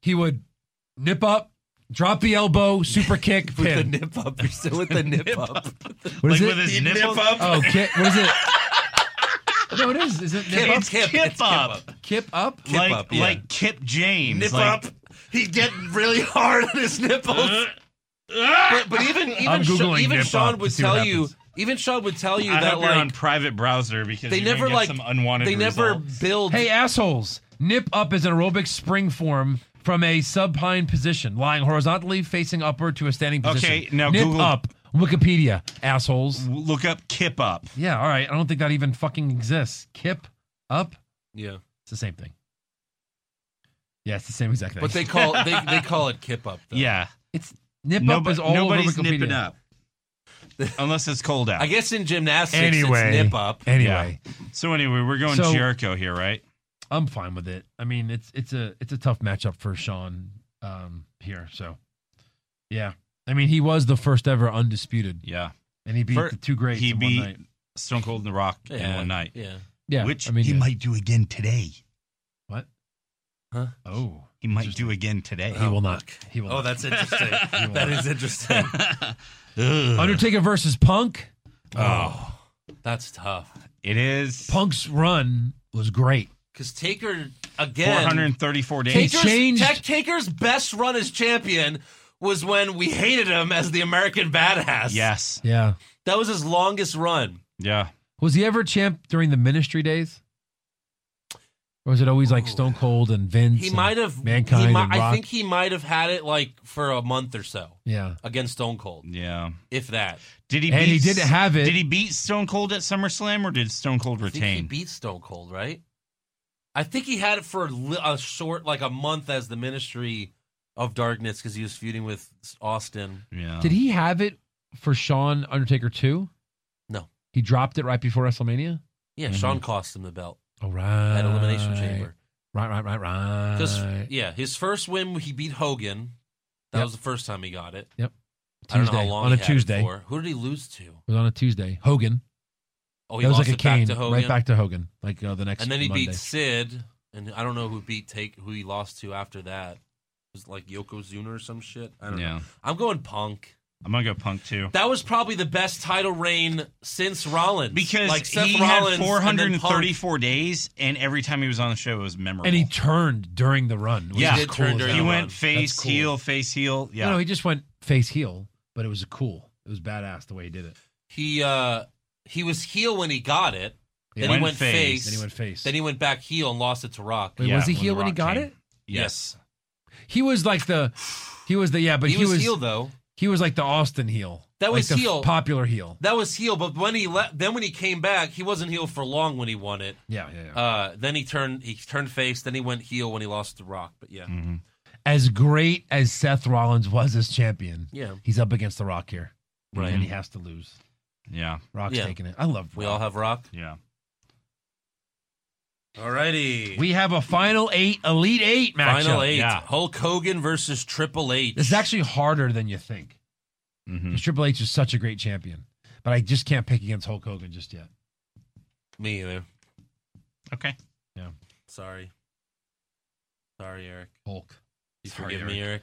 [SPEAKER 2] He would nip up, drop the elbow, super kick,
[SPEAKER 1] With
[SPEAKER 2] pin.
[SPEAKER 1] the nip up. You're still with the nip up.
[SPEAKER 2] What is
[SPEAKER 5] like
[SPEAKER 2] it?
[SPEAKER 5] with his
[SPEAKER 1] Nip
[SPEAKER 5] nip
[SPEAKER 1] up.
[SPEAKER 5] up.
[SPEAKER 2] oh, ki- what is it? No, it is. Is it nip
[SPEAKER 1] Kip,
[SPEAKER 2] up?
[SPEAKER 1] it's kip,
[SPEAKER 5] Kip
[SPEAKER 1] it's
[SPEAKER 5] up.
[SPEAKER 2] Kip up?
[SPEAKER 1] Kip
[SPEAKER 5] like
[SPEAKER 1] up, yeah.
[SPEAKER 5] like Kip James.
[SPEAKER 1] Nip
[SPEAKER 5] like,
[SPEAKER 1] up. He's getting really hard on his nipples. But, but even even
[SPEAKER 2] I'm
[SPEAKER 1] Sha-
[SPEAKER 2] Googling
[SPEAKER 1] even
[SPEAKER 2] nip
[SPEAKER 1] Sean
[SPEAKER 2] up
[SPEAKER 1] would
[SPEAKER 2] to see what
[SPEAKER 1] tell you.
[SPEAKER 2] happens.
[SPEAKER 1] Even Sean would tell you
[SPEAKER 5] I
[SPEAKER 1] that
[SPEAKER 5] hope you're on
[SPEAKER 1] like
[SPEAKER 5] private browser because
[SPEAKER 1] they
[SPEAKER 5] you're gonna
[SPEAKER 1] never
[SPEAKER 5] get
[SPEAKER 1] like
[SPEAKER 5] some unwanted.
[SPEAKER 1] they never
[SPEAKER 5] results.
[SPEAKER 1] build.
[SPEAKER 2] Hey, assholes. Nip up is an aerobic spring form from a supine position, lying horizontally, facing upward to a standing position.
[SPEAKER 5] Okay, now
[SPEAKER 2] Nip
[SPEAKER 5] Google-
[SPEAKER 2] up. Wikipedia, assholes.
[SPEAKER 5] look up Kip up.
[SPEAKER 2] Yeah, all right. I don't think that even fucking exists. Kip up,
[SPEAKER 1] yeah,
[SPEAKER 2] it's the same thing. Yeah, it's the same exact thing.
[SPEAKER 1] but they call they they call it kip up. Though.
[SPEAKER 5] Yeah.
[SPEAKER 2] it's nip up
[SPEAKER 5] Nobo-
[SPEAKER 2] is all
[SPEAKER 5] nobody's
[SPEAKER 2] over Wikipedia.
[SPEAKER 5] nipping up. Unless it's cold out.
[SPEAKER 1] I guess in gymnastics
[SPEAKER 2] Anyway,
[SPEAKER 1] it's nip up.
[SPEAKER 2] anyway,
[SPEAKER 5] So anyway, we're going
[SPEAKER 2] So-
[SPEAKER 5] Jericho here, right?
[SPEAKER 2] I'm fine with it. I mean, it's it's a it's a tough matchup for Sean um, here. So, yeah. I mean, he was the first ever undisputed.
[SPEAKER 5] Yeah,
[SPEAKER 2] and he beat
[SPEAKER 5] For-
[SPEAKER 2] the two greats.
[SPEAKER 5] He
[SPEAKER 2] in
[SPEAKER 5] beat
[SPEAKER 2] one night.
[SPEAKER 5] Stone Cold and The Rock in
[SPEAKER 2] Yeah,
[SPEAKER 5] one night.
[SPEAKER 1] Yeah.
[SPEAKER 2] Yeah,
[SPEAKER 5] Which
[SPEAKER 2] I mean,
[SPEAKER 5] he
[SPEAKER 2] yeah.
[SPEAKER 5] might do again today.
[SPEAKER 2] What?
[SPEAKER 1] Huh?
[SPEAKER 2] Oh.
[SPEAKER 5] He might do again today.
[SPEAKER 2] He will not. He will.
[SPEAKER 1] Oh,
[SPEAKER 2] not.
[SPEAKER 1] that's interesting.
[SPEAKER 2] He will
[SPEAKER 1] that
[SPEAKER 2] not.
[SPEAKER 1] is interesting.
[SPEAKER 2] Undertaker versus Punk.
[SPEAKER 5] Oh,
[SPEAKER 1] that's tough.
[SPEAKER 5] It is.
[SPEAKER 2] Punk's run was great.
[SPEAKER 1] Because Taker again,
[SPEAKER 5] 434 days.
[SPEAKER 1] Taker's,
[SPEAKER 5] He changed-
[SPEAKER 1] Tech- Taker's best run as champion was when we hated him as the American Badass.
[SPEAKER 5] Yes,
[SPEAKER 2] Yeah.
[SPEAKER 1] that was his longest run.
[SPEAKER 5] Yeah.
[SPEAKER 2] Was he ever champ during the ministry days? Or was it always like Stone Cold and Vince?
[SPEAKER 1] He
[SPEAKER 2] and
[SPEAKER 1] might have
[SPEAKER 2] Mankind
[SPEAKER 1] he mi-
[SPEAKER 2] and Rock?
[SPEAKER 1] I think he might have had it like for a month or so.
[SPEAKER 2] Yeah.
[SPEAKER 1] against Stone Cold.
[SPEAKER 5] Yeah,
[SPEAKER 1] if that.
[SPEAKER 5] Did he?
[SPEAKER 2] And
[SPEAKER 5] beat,
[SPEAKER 2] he didn't have it.
[SPEAKER 5] Did he beat Stone Cold at SummerSlam or did Stone Cold
[SPEAKER 1] I think he
[SPEAKER 5] retain?
[SPEAKER 1] beat Stone Cold, right? I think he had it for a, li- a short, like a month, as the Ministry of Darkness because he was feuding with Austin.
[SPEAKER 5] Yeah.
[SPEAKER 2] Did he have it for Sean Undertaker too?
[SPEAKER 1] No.
[SPEAKER 2] He dropped it right before WrestleMania?
[SPEAKER 1] Yeah, Sean cost him the belt.
[SPEAKER 2] Mm-hmm. All right.
[SPEAKER 1] At Elimination Chamber.
[SPEAKER 2] Right, right, right, right.
[SPEAKER 1] Because yeah, his first win he beat Hogan. That
[SPEAKER 2] Yep.
[SPEAKER 1] was the first time he got it.
[SPEAKER 2] Yep.
[SPEAKER 1] I don't know how
[SPEAKER 2] Tuesday,
[SPEAKER 1] long
[SPEAKER 2] on
[SPEAKER 1] he
[SPEAKER 2] a
[SPEAKER 1] had it
[SPEAKER 2] Tuesday.
[SPEAKER 1] for. Who did he lose to?
[SPEAKER 2] It was on a Tuesday. Hogan.
[SPEAKER 1] Oh, he
[SPEAKER 2] that was
[SPEAKER 1] lost
[SPEAKER 2] like a
[SPEAKER 1] it back
[SPEAKER 2] cane.
[SPEAKER 1] to Hogan?
[SPEAKER 2] Right back to Hogan. Like uh, the next
[SPEAKER 1] And then he
[SPEAKER 2] Monday.
[SPEAKER 1] beat Sid, and I don't know who beat take who he lost to after that. It was like Yokozuna or some shit. I don't
[SPEAKER 5] Yeah.
[SPEAKER 1] know. I'm going Punk.
[SPEAKER 5] I'm gonna go Punk too.
[SPEAKER 1] That was probably the best title reign since Rollins.
[SPEAKER 5] Because
[SPEAKER 1] like Seth
[SPEAKER 5] he
[SPEAKER 1] Rollins
[SPEAKER 5] had
[SPEAKER 1] and then Punk.
[SPEAKER 5] 434 days, and every time he was on the show, it was memorable.
[SPEAKER 2] And he turned during the run. which
[SPEAKER 5] yeah,
[SPEAKER 2] is cool as
[SPEAKER 5] he
[SPEAKER 2] hell.
[SPEAKER 5] went
[SPEAKER 2] That's
[SPEAKER 5] face
[SPEAKER 2] cool.
[SPEAKER 5] heel, face heel. Yeah,
[SPEAKER 2] No, no, he just went face heel, but it was cool. It was badass the way he did it.
[SPEAKER 1] He uh he was heel when he got it. Then
[SPEAKER 2] Yeah.
[SPEAKER 1] he
[SPEAKER 2] Went
[SPEAKER 1] went face.
[SPEAKER 2] face. Then he went face.
[SPEAKER 1] Then he went back heel and lost it to Rock.
[SPEAKER 2] Wait, was he heel when he got it?
[SPEAKER 1] Yes.
[SPEAKER 2] He was like the, he was the yeah, but
[SPEAKER 1] He
[SPEAKER 2] he,
[SPEAKER 1] was heel, though.
[SPEAKER 2] He was like the Austin heel.
[SPEAKER 1] That
[SPEAKER 2] Like
[SPEAKER 1] was
[SPEAKER 2] the f-
[SPEAKER 1] heel.
[SPEAKER 2] popular heel.
[SPEAKER 1] That was heel, but when he left, then when he came back, he wasn't heel for long when he won it.
[SPEAKER 2] Yeah, yeah, yeah.
[SPEAKER 1] Uh, then he turned he turned face. Then he went heel when he lost to Rock. But
[SPEAKER 5] Mm.
[SPEAKER 1] yeah,
[SPEAKER 5] Mm-hmm.
[SPEAKER 2] As great as Seth Rollins was as champion,
[SPEAKER 1] Yeah.
[SPEAKER 2] he's up against the Rock here,
[SPEAKER 1] Right.
[SPEAKER 2] And he has to lose.
[SPEAKER 5] Yeah,
[SPEAKER 2] Rock's
[SPEAKER 1] Yeah.
[SPEAKER 2] taking it. I love.
[SPEAKER 1] we all have Rock.
[SPEAKER 5] Yeah.
[SPEAKER 1] Alrighty.
[SPEAKER 2] We have a final eight, elite eight matchup.
[SPEAKER 1] Final eight. Hulk Hogan versus Triple H.
[SPEAKER 2] This is actually harder than you think. 'Cause Triple H is such a great champion, but I just can't pick against Hulk Hogan just yet.
[SPEAKER 1] Me either.
[SPEAKER 5] Okay.
[SPEAKER 2] Yeah.
[SPEAKER 1] Sorry. Sorry, Eric.
[SPEAKER 2] Hulk.
[SPEAKER 1] You
[SPEAKER 2] Sorry,
[SPEAKER 1] forgive me, Eric.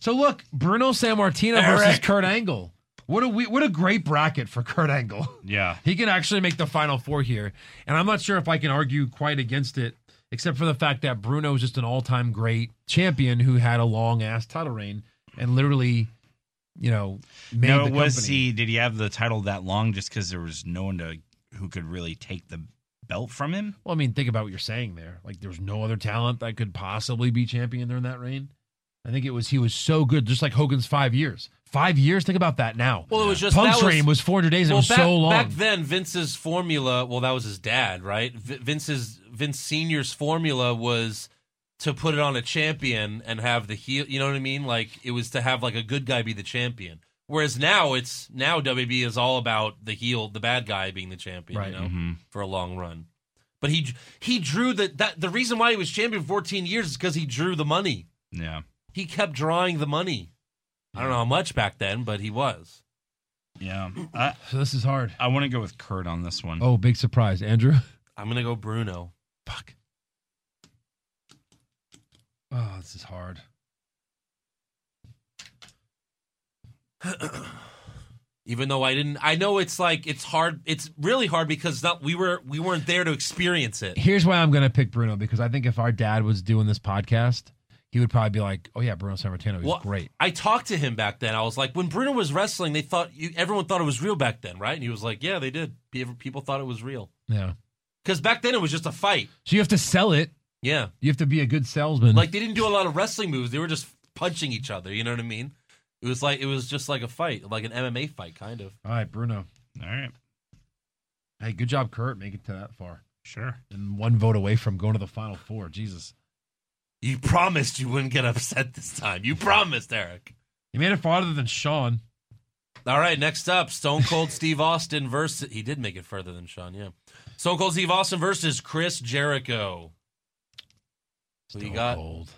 [SPEAKER 2] So look, Bruno Sammartino versus
[SPEAKER 1] Eric.
[SPEAKER 2] Kurt Angle. What a we, what a great bracket for Kurt Angle.
[SPEAKER 5] Yeah.
[SPEAKER 2] He can actually make the final four here, and I'm not sure if I can argue quite against it, except for the fact that Bruno is just an all-time great champion who had a long ass title reign and literally, you know, made
[SPEAKER 5] no,
[SPEAKER 2] the
[SPEAKER 5] it was
[SPEAKER 2] company.
[SPEAKER 5] he. Did he have the title that long just because there was no one to who could really take the belt from him?
[SPEAKER 2] Well, I mean, think about what you're saying there. Like, there's no other talent that could possibly be champion during that reign. I think it was he was so good, just like Hogan's five years. Five years. Think about that now.
[SPEAKER 1] Well, it was just-
[SPEAKER 2] Punk's
[SPEAKER 1] that was-
[SPEAKER 2] reign was 400 days. and it was
[SPEAKER 1] back,
[SPEAKER 2] so long.
[SPEAKER 1] Back then, Vince's formula. Well, that was his dad, right? V- Vince's Vince Senior's formula was to put it on a champion and have the heel. You know what I mean? Like it was to have like a good guy be the champion. Whereas now it's now WB is all about the heel, the bad guy being the champion.
[SPEAKER 2] Right. mm-hmm.
[SPEAKER 1] You know,
[SPEAKER 5] Mhm.
[SPEAKER 1] for a long run. But he he drew the that the reason why he was champion for 14 years is because he drew the money.
[SPEAKER 5] Yeah.
[SPEAKER 1] He kept drawing the money. I don't know how much back then, but he was.
[SPEAKER 5] Yeah. I,
[SPEAKER 2] so this is hard.
[SPEAKER 5] I want to go with Kurt on this one.
[SPEAKER 2] Oh, big surprise, Andrew.
[SPEAKER 1] I'm gonna go Bruno.
[SPEAKER 2] Oh, this is hard.
[SPEAKER 1] even though I didn't I know it's like it's hard it's really hard because not we were we weren't there to experience it.
[SPEAKER 2] Here's why I'm going to pick Bruno because I think if our dad was doing this podcast, he would probably be like, "Oh yeah, Bruno Sammartino is
[SPEAKER 1] Well,
[SPEAKER 2] great."
[SPEAKER 1] I talked to him back then. I was like when Bruno was wrestling they thought you, everyone thought it was real back then, right? And he was like, "Yeah, they did. People people thought it was real."
[SPEAKER 2] Yeah.
[SPEAKER 1] Cuz back then it was just a fight.
[SPEAKER 2] So you have to sell it.
[SPEAKER 1] Yeah.
[SPEAKER 2] You have to be a good salesman.
[SPEAKER 1] Like they didn't do a lot of wrestling moves. They were just punching each other, you know what I mean? It was like it was just like a fight, like an MMA fight kind of.
[SPEAKER 2] all right, Bruno.
[SPEAKER 5] All right.
[SPEAKER 2] Hey, good job, Kurt. Make it to that far.
[SPEAKER 5] Sure.
[SPEAKER 2] And one vote away from going to the final four. Jesus.
[SPEAKER 1] You promised you wouldn't get upset this time. You promised, Eric.
[SPEAKER 2] He made it farther than Sean.
[SPEAKER 1] All right, next up, Stone Cold Steve Austin versus he did make it further than Sean, yeah. Stone Cold Steve Austin versus Chris Jericho. Who you got?
[SPEAKER 2] Cold.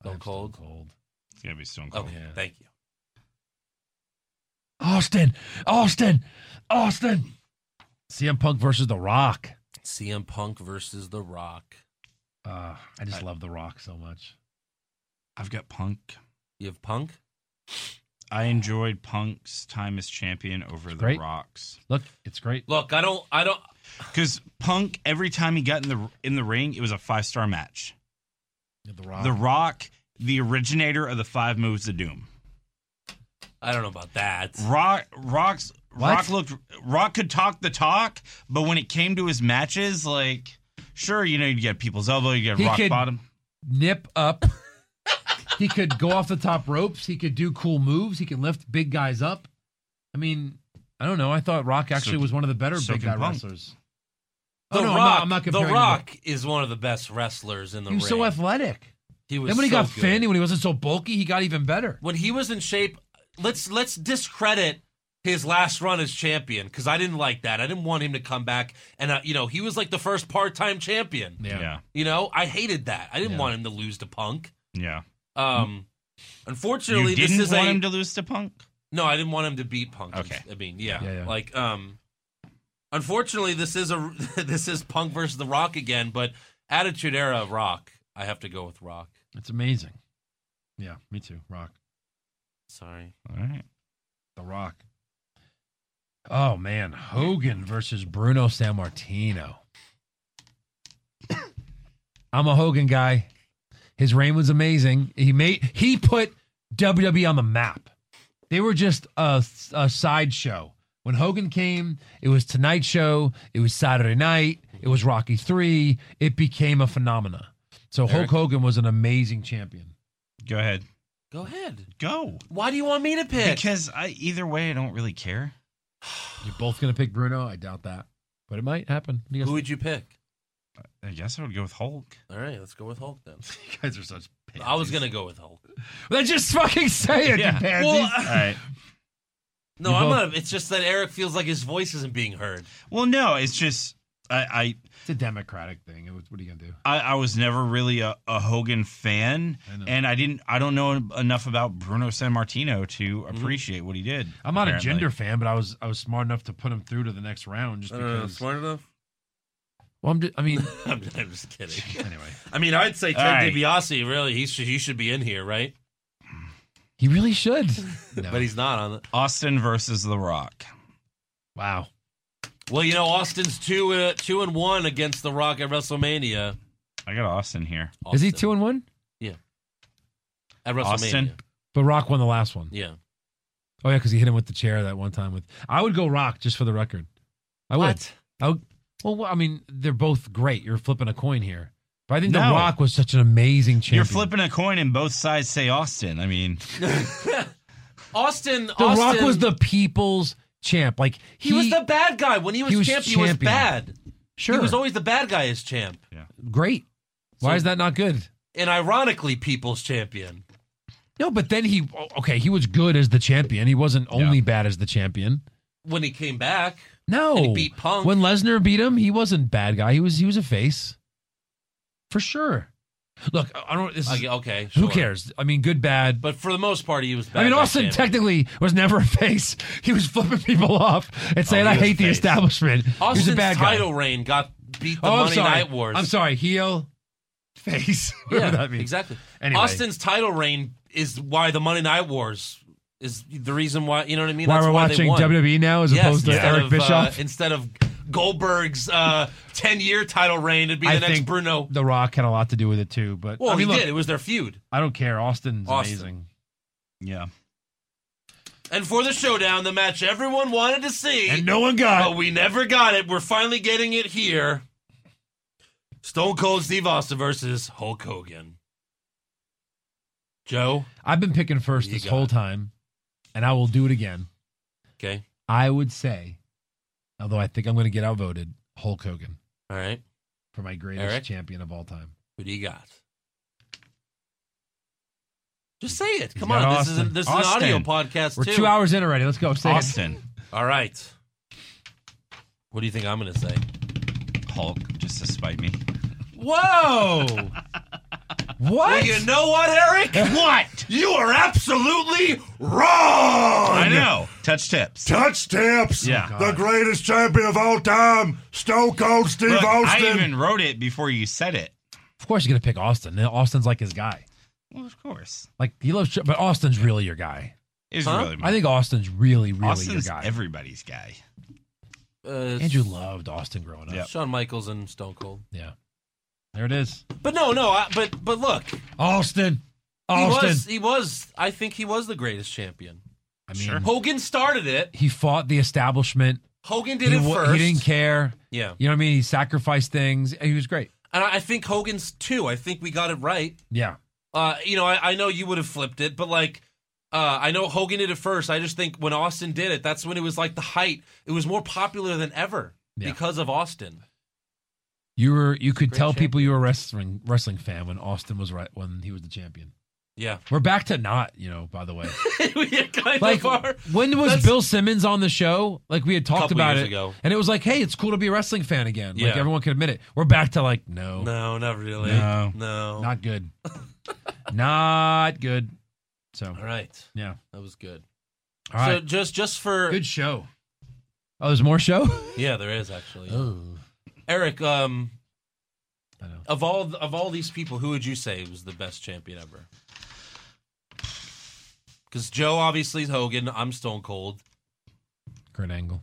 [SPEAKER 1] Stone Cold.
[SPEAKER 2] Cold.
[SPEAKER 5] It's gonna be Stone
[SPEAKER 2] Oh,
[SPEAKER 1] Okay, thank you.
[SPEAKER 2] Austin, Austin, Austin. CM Punk versus The Rock.
[SPEAKER 1] CM Punk versus The Rock.
[SPEAKER 2] Uh, I just love The Rock so much.
[SPEAKER 5] I've got Punk.
[SPEAKER 1] You have Punk?
[SPEAKER 5] I enjoyed Punk's time as champion over the
[SPEAKER 2] great.
[SPEAKER 5] Rocks.
[SPEAKER 2] Look, it's great.
[SPEAKER 1] Look, I don't, I don't.
[SPEAKER 5] Because Punk, every time he got in the in the ring, it was a five star match.
[SPEAKER 2] The Rock.
[SPEAKER 5] The Rock, the originator of the five moves to doom.
[SPEAKER 1] I don't know about that.
[SPEAKER 5] Rock, rocks,
[SPEAKER 1] What?
[SPEAKER 5] Rock looked. Rock could talk the talk, but when it came to his matches, like, sure, you know, you get people's elbow, you get
[SPEAKER 2] He
[SPEAKER 5] rock
[SPEAKER 2] could-
[SPEAKER 5] bottom.
[SPEAKER 2] Nip up. he could go off the top ropes. He could do cool moves. He can lift big guys up. I mean, I don't know. I thought Rock actually
[SPEAKER 5] So-
[SPEAKER 2] was one of the better
[SPEAKER 5] so
[SPEAKER 2] big
[SPEAKER 5] can
[SPEAKER 2] guy
[SPEAKER 5] Punk.
[SPEAKER 2] wrestlers.
[SPEAKER 1] The
[SPEAKER 2] oh, no, I'm
[SPEAKER 1] Rock,
[SPEAKER 2] not, I'm not
[SPEAKER 1] The
[SPEAKER 2] comparing.
[SPEAKER 1] Rock is one of the best wrestlers in the
[SPEAKER 2] He was
[SPEAKER 1] ring.
[SPEAKER 2] so athletic.
[SPEAKER 1] he was
[SPEAKER 2] Then when he
[SPEAKER 1] so
[SPEAKER 2] got
[SPEAKER 1] good.
[SPEAKER 2] Finn, when he wasn't so bulky, he got even better.
[SPEAKER 1] when he was in shape, let's let's discredit his last run as champion because I didn't like that. I didn't want him to come back, and uh, you know he was like the first part time champion.
[SPEAKER 5] Yeah. yeah,
[SPEAKER 1] You know, I hated that. I didn't
[SPEAKER 5] Yeah.
[SPEAKER 1] want him to lose to Punk.
[SPEAKER 5] yeah.
[SPEAKER 1] Um, unfortunately,
[SPEAKER 5] You didn't
[SPEAKER 1] this is
[SPEAKER 5] want
[SPEAKER 1] a
[SPEAKER 5] him to lose to Punk.
[SPEAKER 1] no. I didn't want him to beat Punk.
[SPEAKER 5] Okay.
[SPEAKER 1] I mean, yeah,
[SPEAKER 5] Yeah, yeah.
[SPEAKER 1] like um, unfortunately, this is a this is Punk versus The Rock again, but Attitude Era Rock. I have to go with Rock.
[SPEAKER 2] It's amazing. Yeah, me too. Rock.
[SPEAKER 1] Sorry.
[SPEAKER 5] All right.
[SPEAKER 2] The Rock. Oh man, Hogan versus Bruno Sammartino. I'm a Hogan guy. His reign was amazing. He made he put WWE on the map. They were just a, a sideshow. When Hogan came, it was Tonight Show, it was Saturday Night, it was Rocky 3, it became a phenomena. So Hulk
[SPEAKER 5] Eric?
[SPEAKER 2] Hogan was an amazing champion.
[SPEAKER 5] Go ahead.
[SPEAKER 1] Go ahead.
[SPEAKER 5] Go.
[SPEAKER 1] Why do you want me to pick?
[SPEAKER 5] Because I either way, I don't really care.
[SPEAKER 2] You're both going to pick Bruno? I doubt that. But it might happen. You guys-
[SPEAKER 1] Who would you pick?
[SPEAKER 5] I guess I would go with Hulk.
[SPEAKER 1] All right, let's go with Hulk then.
[SPEAKER 2] you guys are such pansies.
[SPEAKER 1] I was gonna go with Hulk.
[SPEAKER 2] Let's just fucking say it,
[SPEAKER 5] Yeah.
[SPEAKER 2] you pansies.
[SPEAKER 1] Well, uh,
[SPEAKER 5] All right.
[SPEAKER 1] No,
[SPEAKER 5] You
[SPEAKER 1] I'm
[SPEAKER 5] both-
[SPEAKER 1] not. It's just that Eric feels like his voice isn't being heard.
[SPEAKER 5] Well, no, it's just I I
[SPEAKER 2] it's a democratic thing. It was- What are you going to do?
[SPEAKER 5] I, I was never really a, a Hogan fan,
[SPEAKER 2] I know.
[SPEAKER 5] and I didn't. I don't know enough about Bruno San Martino to
[SPEAKER 1] Mm-hmm.
[SPEAKER 5] appreciate what he did.
[SPEAKER 2] I'm not
[SPEAKER 5] apparently.
[SPEAKER 2] a gender fan, but I was I was smart enough to put him through to the next round just because.
[SPEAKER 1] enough.
[SPEAKER 2] well, I'm just, I mean,
[SPEAKER 1] I'm, I'm just kidding.
[SPEAKER 2] anyway,
[SPEAKER 1] I mean, I'd say Ted
[SPEAKER 5] All right.
[SPEAKER 1] DiBiase. Really, he should he should be in here, right?
[SPEAKER 2] he really should. No.
[SPEAKER 1] But he's not on. The,
[SPEAKER 5] Austin versus The Rock.
[SPEAKER 2] wow,
[SPEAKER 1] well, you know, Austin's two uh, two and one against The Rock at WrestleMania.
[SPEAKER 5] I got Austin here.
[SPEAKER 2] is he
[SPEAKER 1] Austin.
[SPEAKER 2] two and one?
[SPEAKER 1] at WrestleMania?
[SPEAKER 5] Austin?
[SPEAKER 2] But Rock won the last one.
[SPEAKER 1] Yeah.
[SPEAKER 2] Oh yeah, because he hit him with the chair that one time. With I would go Rock just for the record. I would. I would well, well, I mean, they're both great. You're flipping a coin here, but I think the
[SPEAKER 5] No.
[SPEAKER 2] Rock was such an amazing champion.
[SPEAKER 5] You're flipping a coin, and both sides say Austin. I mean,
[SPEAKER 1] Austin.
[SPEAKER 2] The Rock
[SPEAKER 1] Austin-
[SPEAKER 2] was the people's champ. Like
[SPEAKER 1] He, was the bad guy when he was,
[SPEAKER 2] he was
[SPEAKER 1] champ. He was
[SPEAKER 2] champion.
[SPEAKER 1] bad.
[SPEAKER 2] sure
[SPEAKER 1] He was always the bad guy as champ,
[SPEAKER 2] great. Why
[SPEAKER 1] So-
[SPEAKER 2] is that not good?
[SPEAKER 1] and ironically, people's champion.
[SPEAKER 2] No, but then he okay, he was good as the champion. He wasn't only bad as the champion.
[SPEAKER 1] When he came back,
[SPEAKER 2] No,
[SPEAKER 1] And he beat Punk.
[SPEAKER 2] when Lesnar beat him. He wasn't bad guy. He was he was a face for sure. Look, I I don't. This is,
[SPEAKER 1] I- okay,
[SPEAKER 2] who
[SPEAKER 1] sure.
[SPEAKER 2] cares? I mean, good bad.
[SPEAKER 1] But for the most part, he was. Bad
[SPEAKER 2] I mean,
[SPEAKER 1] guy
[SPEAKER 2] Austin
[SPEAKER 1] champion.
[SPEAKER 2] technically was never a face. He was flipping people off and saying,
[SPEAKER 1] Oh, he
[SPEAKER 2] "I
[SPEAKER 1] was a
[SPEAKER 2] hate the
[SPEAKER 1] face.
[SPEAKER 2] establishment."
[SPEAKER 1] Austin's
[SPEAKER 2] he was a bad guy.
[SPEAKER 1] title reign got beat the
[SPEAKER 2] oh, I'm
[SPEAKER 1] Monday
[SPEAKER 2] sorry.
[SPEAKER 1] Night Wars.
[SPEAKER 2] I'm sorry, heel, face.
[SPEAKER 1] Yeah,
[SPEAKER 2] Whatever that means.
[SPEAKER 1] exactly.
[SPEAKER 2] Anyway.
[SPEAKER 1] Austin's title reign is why the Monday Night Wars is the reason why. You know what I mean?
[SPEAKER 2] Why
[SPEAKER 1] That's
[SPEAKER 2] we're
[SPEAKER 1] why they
[SPEAKER 2] watching
[SPEAKER 1] won.
[SPEAKER 2] WWE now as
[SPEAKER 1] Yes,
[SPEAKER 2] opposed to
[SPEAKER 1] instead
[SPEAKER 2] Eric
[SPEAKER 1] of,
[SPEAKER 2] Bischoff.
[SPEAKER 1] uh, instead of Goldberg's uh, ten-year title reign, it'd be the
[SPEAKER 2] I
[SPEAKER 1] next
[SPEAKER 2] think
[SPEAKER 1] Bruno.
[SPEAKER 2] The Rock had a lot to do with it too, but
[SPEAKER 1] Well,
[SPEAKER 2] I mean,
[SPEAKER 1] he
[SPEAKER 2] look,
[SPEAKER 1] did. It was their feud.
[SPEAKER 2] I don't care. Austin's
[SPEAKER 1] Austin.
[SPEAKER 2] amazing.
[SPEAKER 5] yeah.
[SPEAKER 1] And for the showdown, the match everyone wanted to see,
[SPEAKER 2] And no one got
[SPEAKER 1] but we never got it. We're finally getting it here. Stone Cold Steve Austin versus Hulk Hogan. Joe,
[SPEAKER 2] I've been picking first
[SPEAKER 1] You
[SPEAKER 2] this
[SPEAKER 1] got
[SPEAKER 2] whole
[SPEAKER 1] it.
[SPEAKER 2] time, and I will do it again.
[SPEAKER 1] okay,
[SPEAKER 2] I would say, although I think I'm going to get outvoted, Hulk Hogan
[SPEAKER 1] all right.
[SPEAKER 2] for my greatest
[SPEAKER 1] Eric?
[SPEAKER 2] champion of all time.
[SPEAKER 1] Who do you got? Just say it.
[SPEAKER 2] He's
[SPEAKER 1] Come
[SPEAKER 2] got
[SPEAKER 1] on. This is, a,
[SPEAKER 2] Austin.
[SPEAKER 1] this is an audio
[SPEAKER 5] Austin.
[SPEAKER 1] podcast,
[SPEAKER 2] We're
[SPEAKER 1] too.
[SPEAKER 2] two hours in already. Let's go. Say it.
[SPEAKER 5] Austin.
[SPEAKER 1] All right. What do you think I'm going to say?
[SPEAKER 5] Hulk, just to spite me.
[SPEAKER 2] Whoa! What?
[SPEAKER 9] Well, you know what, Eric?
[SPEAKER 5] what?
[SPEAKER 9] You are absolutely wrong.
[SPEAKER 5] I know. Touch tips.
[SPEAKER 12] Touch tips.
[SPEAKER 5] Yeah.
[SPEAKER 2] Oh,
[SPEAKER 12] the greatest champion of all time, Stone Cold Steve
[SPEAKER 5] Look,
[SPEAKER 12] Austin.
[SPEAKER 5] I even wrote it before you said it.
[SPEAKER 2] Of course, you're gonna pick Austin. Austin's like his guy.
[SPEAKER 5] Well, of course.
[SPEAKER 2] Like he loves, Ch- but Austin's really your guy.
[SPEAKER 5] Is Huh? really my-
[SPEAKER 2] I think Austin's really, really
[SPEAKER 5] Austin's
[SPEAKER 2] your guy.
[SPEAKER 5] everybody's guy.
[SPEAKER 1] Uh,
[SPEAKER 2] Andrew loved Austin growing up.
[SPEAKER 1] Shawn Michaels and Stone Cold.
[SPEAKER 2] Yeah. There it is.
[SPEAKER 1] But no, no, I, but but look, he
[SPEAKER 2] Austin. Austin.
[SPEAKER 1] was he was I think he was the greatest champion.
[SPEAKER 2] I mean, Sure.
[SPEAKER 1] Hogan started it.
[SPEAKER 2] He fought the establishment.
[SPEAKER 1] Hogan did
[SPEAKER 2] he,
[SPEAKER 1] it
[SPEAKER 2] wa-
[SPEAKER 1] first.
[SPEAKER 2] He didn't care.
[SPEAKER 1] Yeah.
[SPEAKER 2] You know what I mean? He sacrificed things. He was great.
[SPEAKER 1] And I I think Hogan's too. I think we got it right.
[SPEAKER 2] Yeah.
[SPEAKER 1] Uh, you know, I, I know you would have flipped it, but like, uh, I know Hogan did it first. I just think when Austin did it, that's when it was like the height. It was more popular than ever because of Austin.
[SPEAKER 2] You were you could
[SPEAKER 1] Great
[SPEAKER 2] tell people you were a wrestling wrestling fan when Austin was right when he was the champion.
[SPEAKER 1] Yeah.
[SPEAKER 2] We're back to not, you know, by the way.
[SPEAKER 1] kind
[SPEAKER 2] like
[SPEAKER 1] of are.
[SPEAKER 2] when was Bill Simmons on the show? Like we had talked
[SPEAKER 1] Couple
[SPEAKER 2] about
[SPEAKER 1] years
[SPEAKER 2] it.
[SPEAKER 1] ago.
[SPEAKER 2] And it was like, hey, it's cool to be a wrestling fan again. Like
[SPEAKER 1] Yeah.
[SPEAKER 2] everyone can admit it. We're back to like, no.
[SPEAKER 1] No, not really.
[SPEAKER 2] No.
[SPEAKER 1] No.
[SPEAKER 2] Not good. not good. So
[SPEAKER 1] All right.
[SPEAKER 2] Yeah.
[SPEAKER 1] That was good.
[SPEAKER 2] All
[SPEAKER 1] So
[SPEAKER 2] right.
[SPEAKER 1] just just for
[SPEAKER 2] good show. Oh, there's more show?
[SPEAKER 1] Yeah, there is actually.
[SPEAKER 2] Oh.
[SPEAKER 1] Eric, um, of all of all these people, who would you say was the best champion ever? Because Joe obviously is Hogan. I'm Stone Cold.
[SPEAKER 2] Kurt Angle.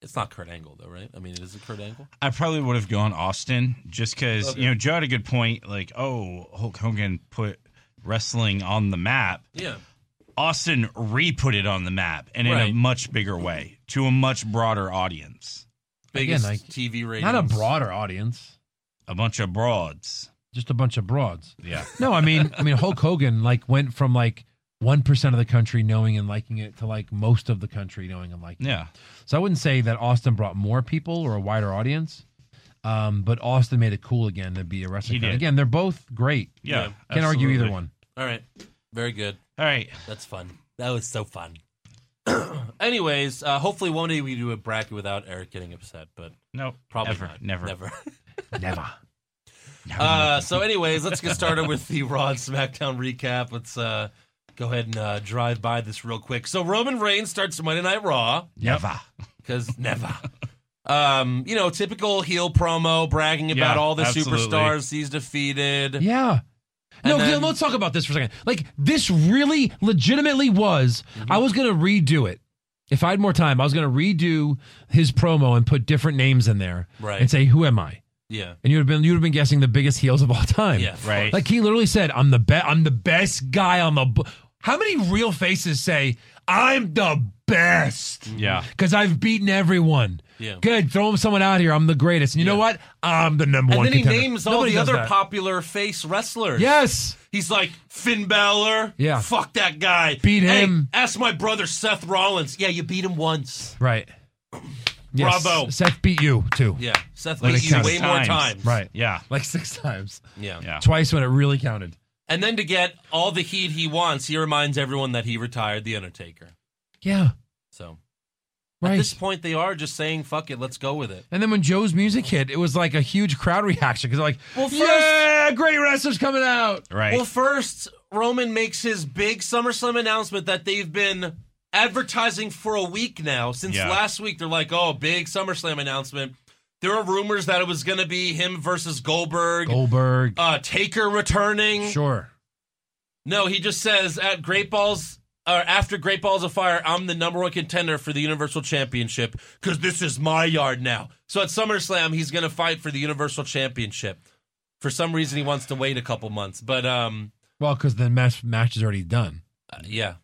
[SPEAKER 1] It's not Kurt Angle though, right? I mean, is it Kurt Angle?
[SPEAKER 5] I probably would have gone Austin just because,
[SPEAKER 1] Okay.
[SPEAKER 5] you know, Joe had a good point. Like, oh, Hulk Hogan put wrestling on the map.
[SPEAKER 1] Yeah.
[SPEAKER 5] Austin re put it on the map and in a
[SPEAKER 1] Right.
[SPEAKER 5] much bigger way to a much broader audience.
[SPEAKER 1] Biggest
[SPEAKER 2] like,
[SPEAKER 1] TV ratings.
[SPEAKER 2] Not a broader audience.
[SPEAKER 5] A bunch of broads.
[SPEAKER 2] Just a bunch of broads.
[SPEAKER 5] Yeah.
[SPEAKER 2] No, I mean, I mean, Hulk Hogan like went from like one percent of the country knowing and liking it to like most of the country knowing and liking. it.
[SPEAKER 5] Yeah.
[SPEAKER 2] So I wouldn't say that Austin brought more people or a wider audience, um, but Austin made it cool again to be a wrestling
[SPEAKER 5] He
[SPEAKER 2] fan.
[SPEAKER 5] did.
[SPEAKER 2] Again, they're both great.
[SPEAKER 5] Yeah,
[SPEAKER 2] can't argue
[SPEAKER 5] absolutely.
[SPEAKER 2] either one.
[SPEAKER 1] All right. Very good.
[SPEAKER 5] All right.
[SPEAKER 1] That's fun. That was so fun. Anyways, uh, hopefully one day we do a bracket without Eric getting upset, but
[SPEAKER 5] No,
[SPEAKER 1] probably
[SPEAKER 5] never,
[SPEAKER 1] not.
[SPEAKER 5] never.
[SPEAKER 1] never.
[SPEAKER 2] Never.
[SPEAKER 1] Uh, so, anyways, let's get started with the Raw and SmackDown recap. Let's uh, go ahead and uh, drive by this real quick. So, Roman Reigns starts Monday Night Raw.
[SPEAKER 5] Never.
[SPEAKER 1] Because never. Um, you know, typical heel promo, bragging
[SPEAKER 2] Yeah,
[SPEAKER 1] about all the
[SPEAKER 2] absolutely.
[SPEAKER 1] superstars he's defeated.
[SPEAKER 2] Yeah. No,
[SPEAKER 1] And
[SPEAKER 2] Gil,
[SPEAKER 1] then-
[SPEAKER 2] let's talk about this for a second. Like, this really legitimately was. I was going to redo it. If I had more time, I was going to redo his promo and put different names in there
[SPEAKER 1] Right.
[SPEAKER 2] and say, Who am I?
[SPEAKER 1] Yeah.
[SPEAKER 2] And you'd have been you'd have been guessing the biggest heels of all time.
[SPEAKER 1] Yeah, of Right. course.
[SPEAKER 2] Like he literally said, "I'm the best. I'm the best guy on the." B-. How many real faces say, "I'm the best"?
[SPEAKER 5] Yeah.
[SPEAKER 2] Because I've beaten everyone.
[SPEAKER 1] Yeah.
[SPEAKER 2] Good. Throw him someone out here. I'm the greatest. And you know what? I'm the number
[SPEAKER 1] And
[SPEAKER 2] one.
[SPEAKER 1] then he
[SPEAKER 2] contender.
[SPEAKER 1] names all
[SPEAKER 2] Nobody
[SPEAKER 1] the
[SPEAKER 2] does
[SPEAKER 1] other
[SPEAKER 2] that.
[SPEAKER 1] popular face wrestlers.
[SPEAKER 2] Yes.
[SPEAKER 1] He's like Finn Balor.
[SPEAKER 2] Yeah.
[SPEAKER 1] Fuck that guy.
[SPEAKER 2] Beat
[SPEAKER 1] Hey,
[SPEAKER 2] him.
[SPEAKER 1] ask my brother Seth Rollins. Yeah, you beat him once.
[SPEAKER 2] Right.
[SPEAKER 1] Bravo.
[SPEAKER 2] Seth beat you too.
[SPEAKER 1] Yeah. Seth
[SPEAKER 2] When
[SPEAKER 1] beat
[SPEAKER 2] it
[SPEAKER 1] you
[SPEAKER 2] counts.
[SPEAKER 1] way more times.
[SPEAKER 2] Right.
[SPEAKER 5] Yeah.
[SPEAKER 2] Like six times.
[SPEAKER 1] Yeah. Yeah.
[SPEAKER 2] Twice when it really counted.
[SPEAKER 1] And then to get all the heat he wants, he reminds everyone that he retired The Undertaker.
[SPEAKER 2] Yeah.
[SPEAKER 1] So
[SPEAKER 2] Right.
[SPEAKER 1] at this point, they are just saying, fuck it, let's go with it.
[SPEAKER 2] and then when Joe's music hit, it was like a huge crowd reaction because like,
[SPEAKER 1] Well, first-
[SPEAKER 2] yeah, great wrestlers coming out.
[SPEAKER 1] Well, first, Roman makes his big SummerSlam announcement that they've been advertising for a week now. Since
[SPEAKER 5] Yeah.
[SPEAKER 1] last week, they're like, oh, big SummerSlam announcement. There were rumors that it was going to be him versus Goldberg.
[SPEAKER 2] Goldberg.
[SPEAKER 1] Uh, Taker returning.
[SPEAKER 2] Sure.
[SPEAKER 1] No, he just says at Great Balls or after Great Balls of Fire, I'm the number one contender for the Universal Championship because this is my yard now. So at SummerSlam, he's going to fight for the Universal Championship. For some reason, he wants to wait a couple months, but um,
[SPEAKER 2] Well, because the match match is already done.
[SPEAKER 1] uh, yeah,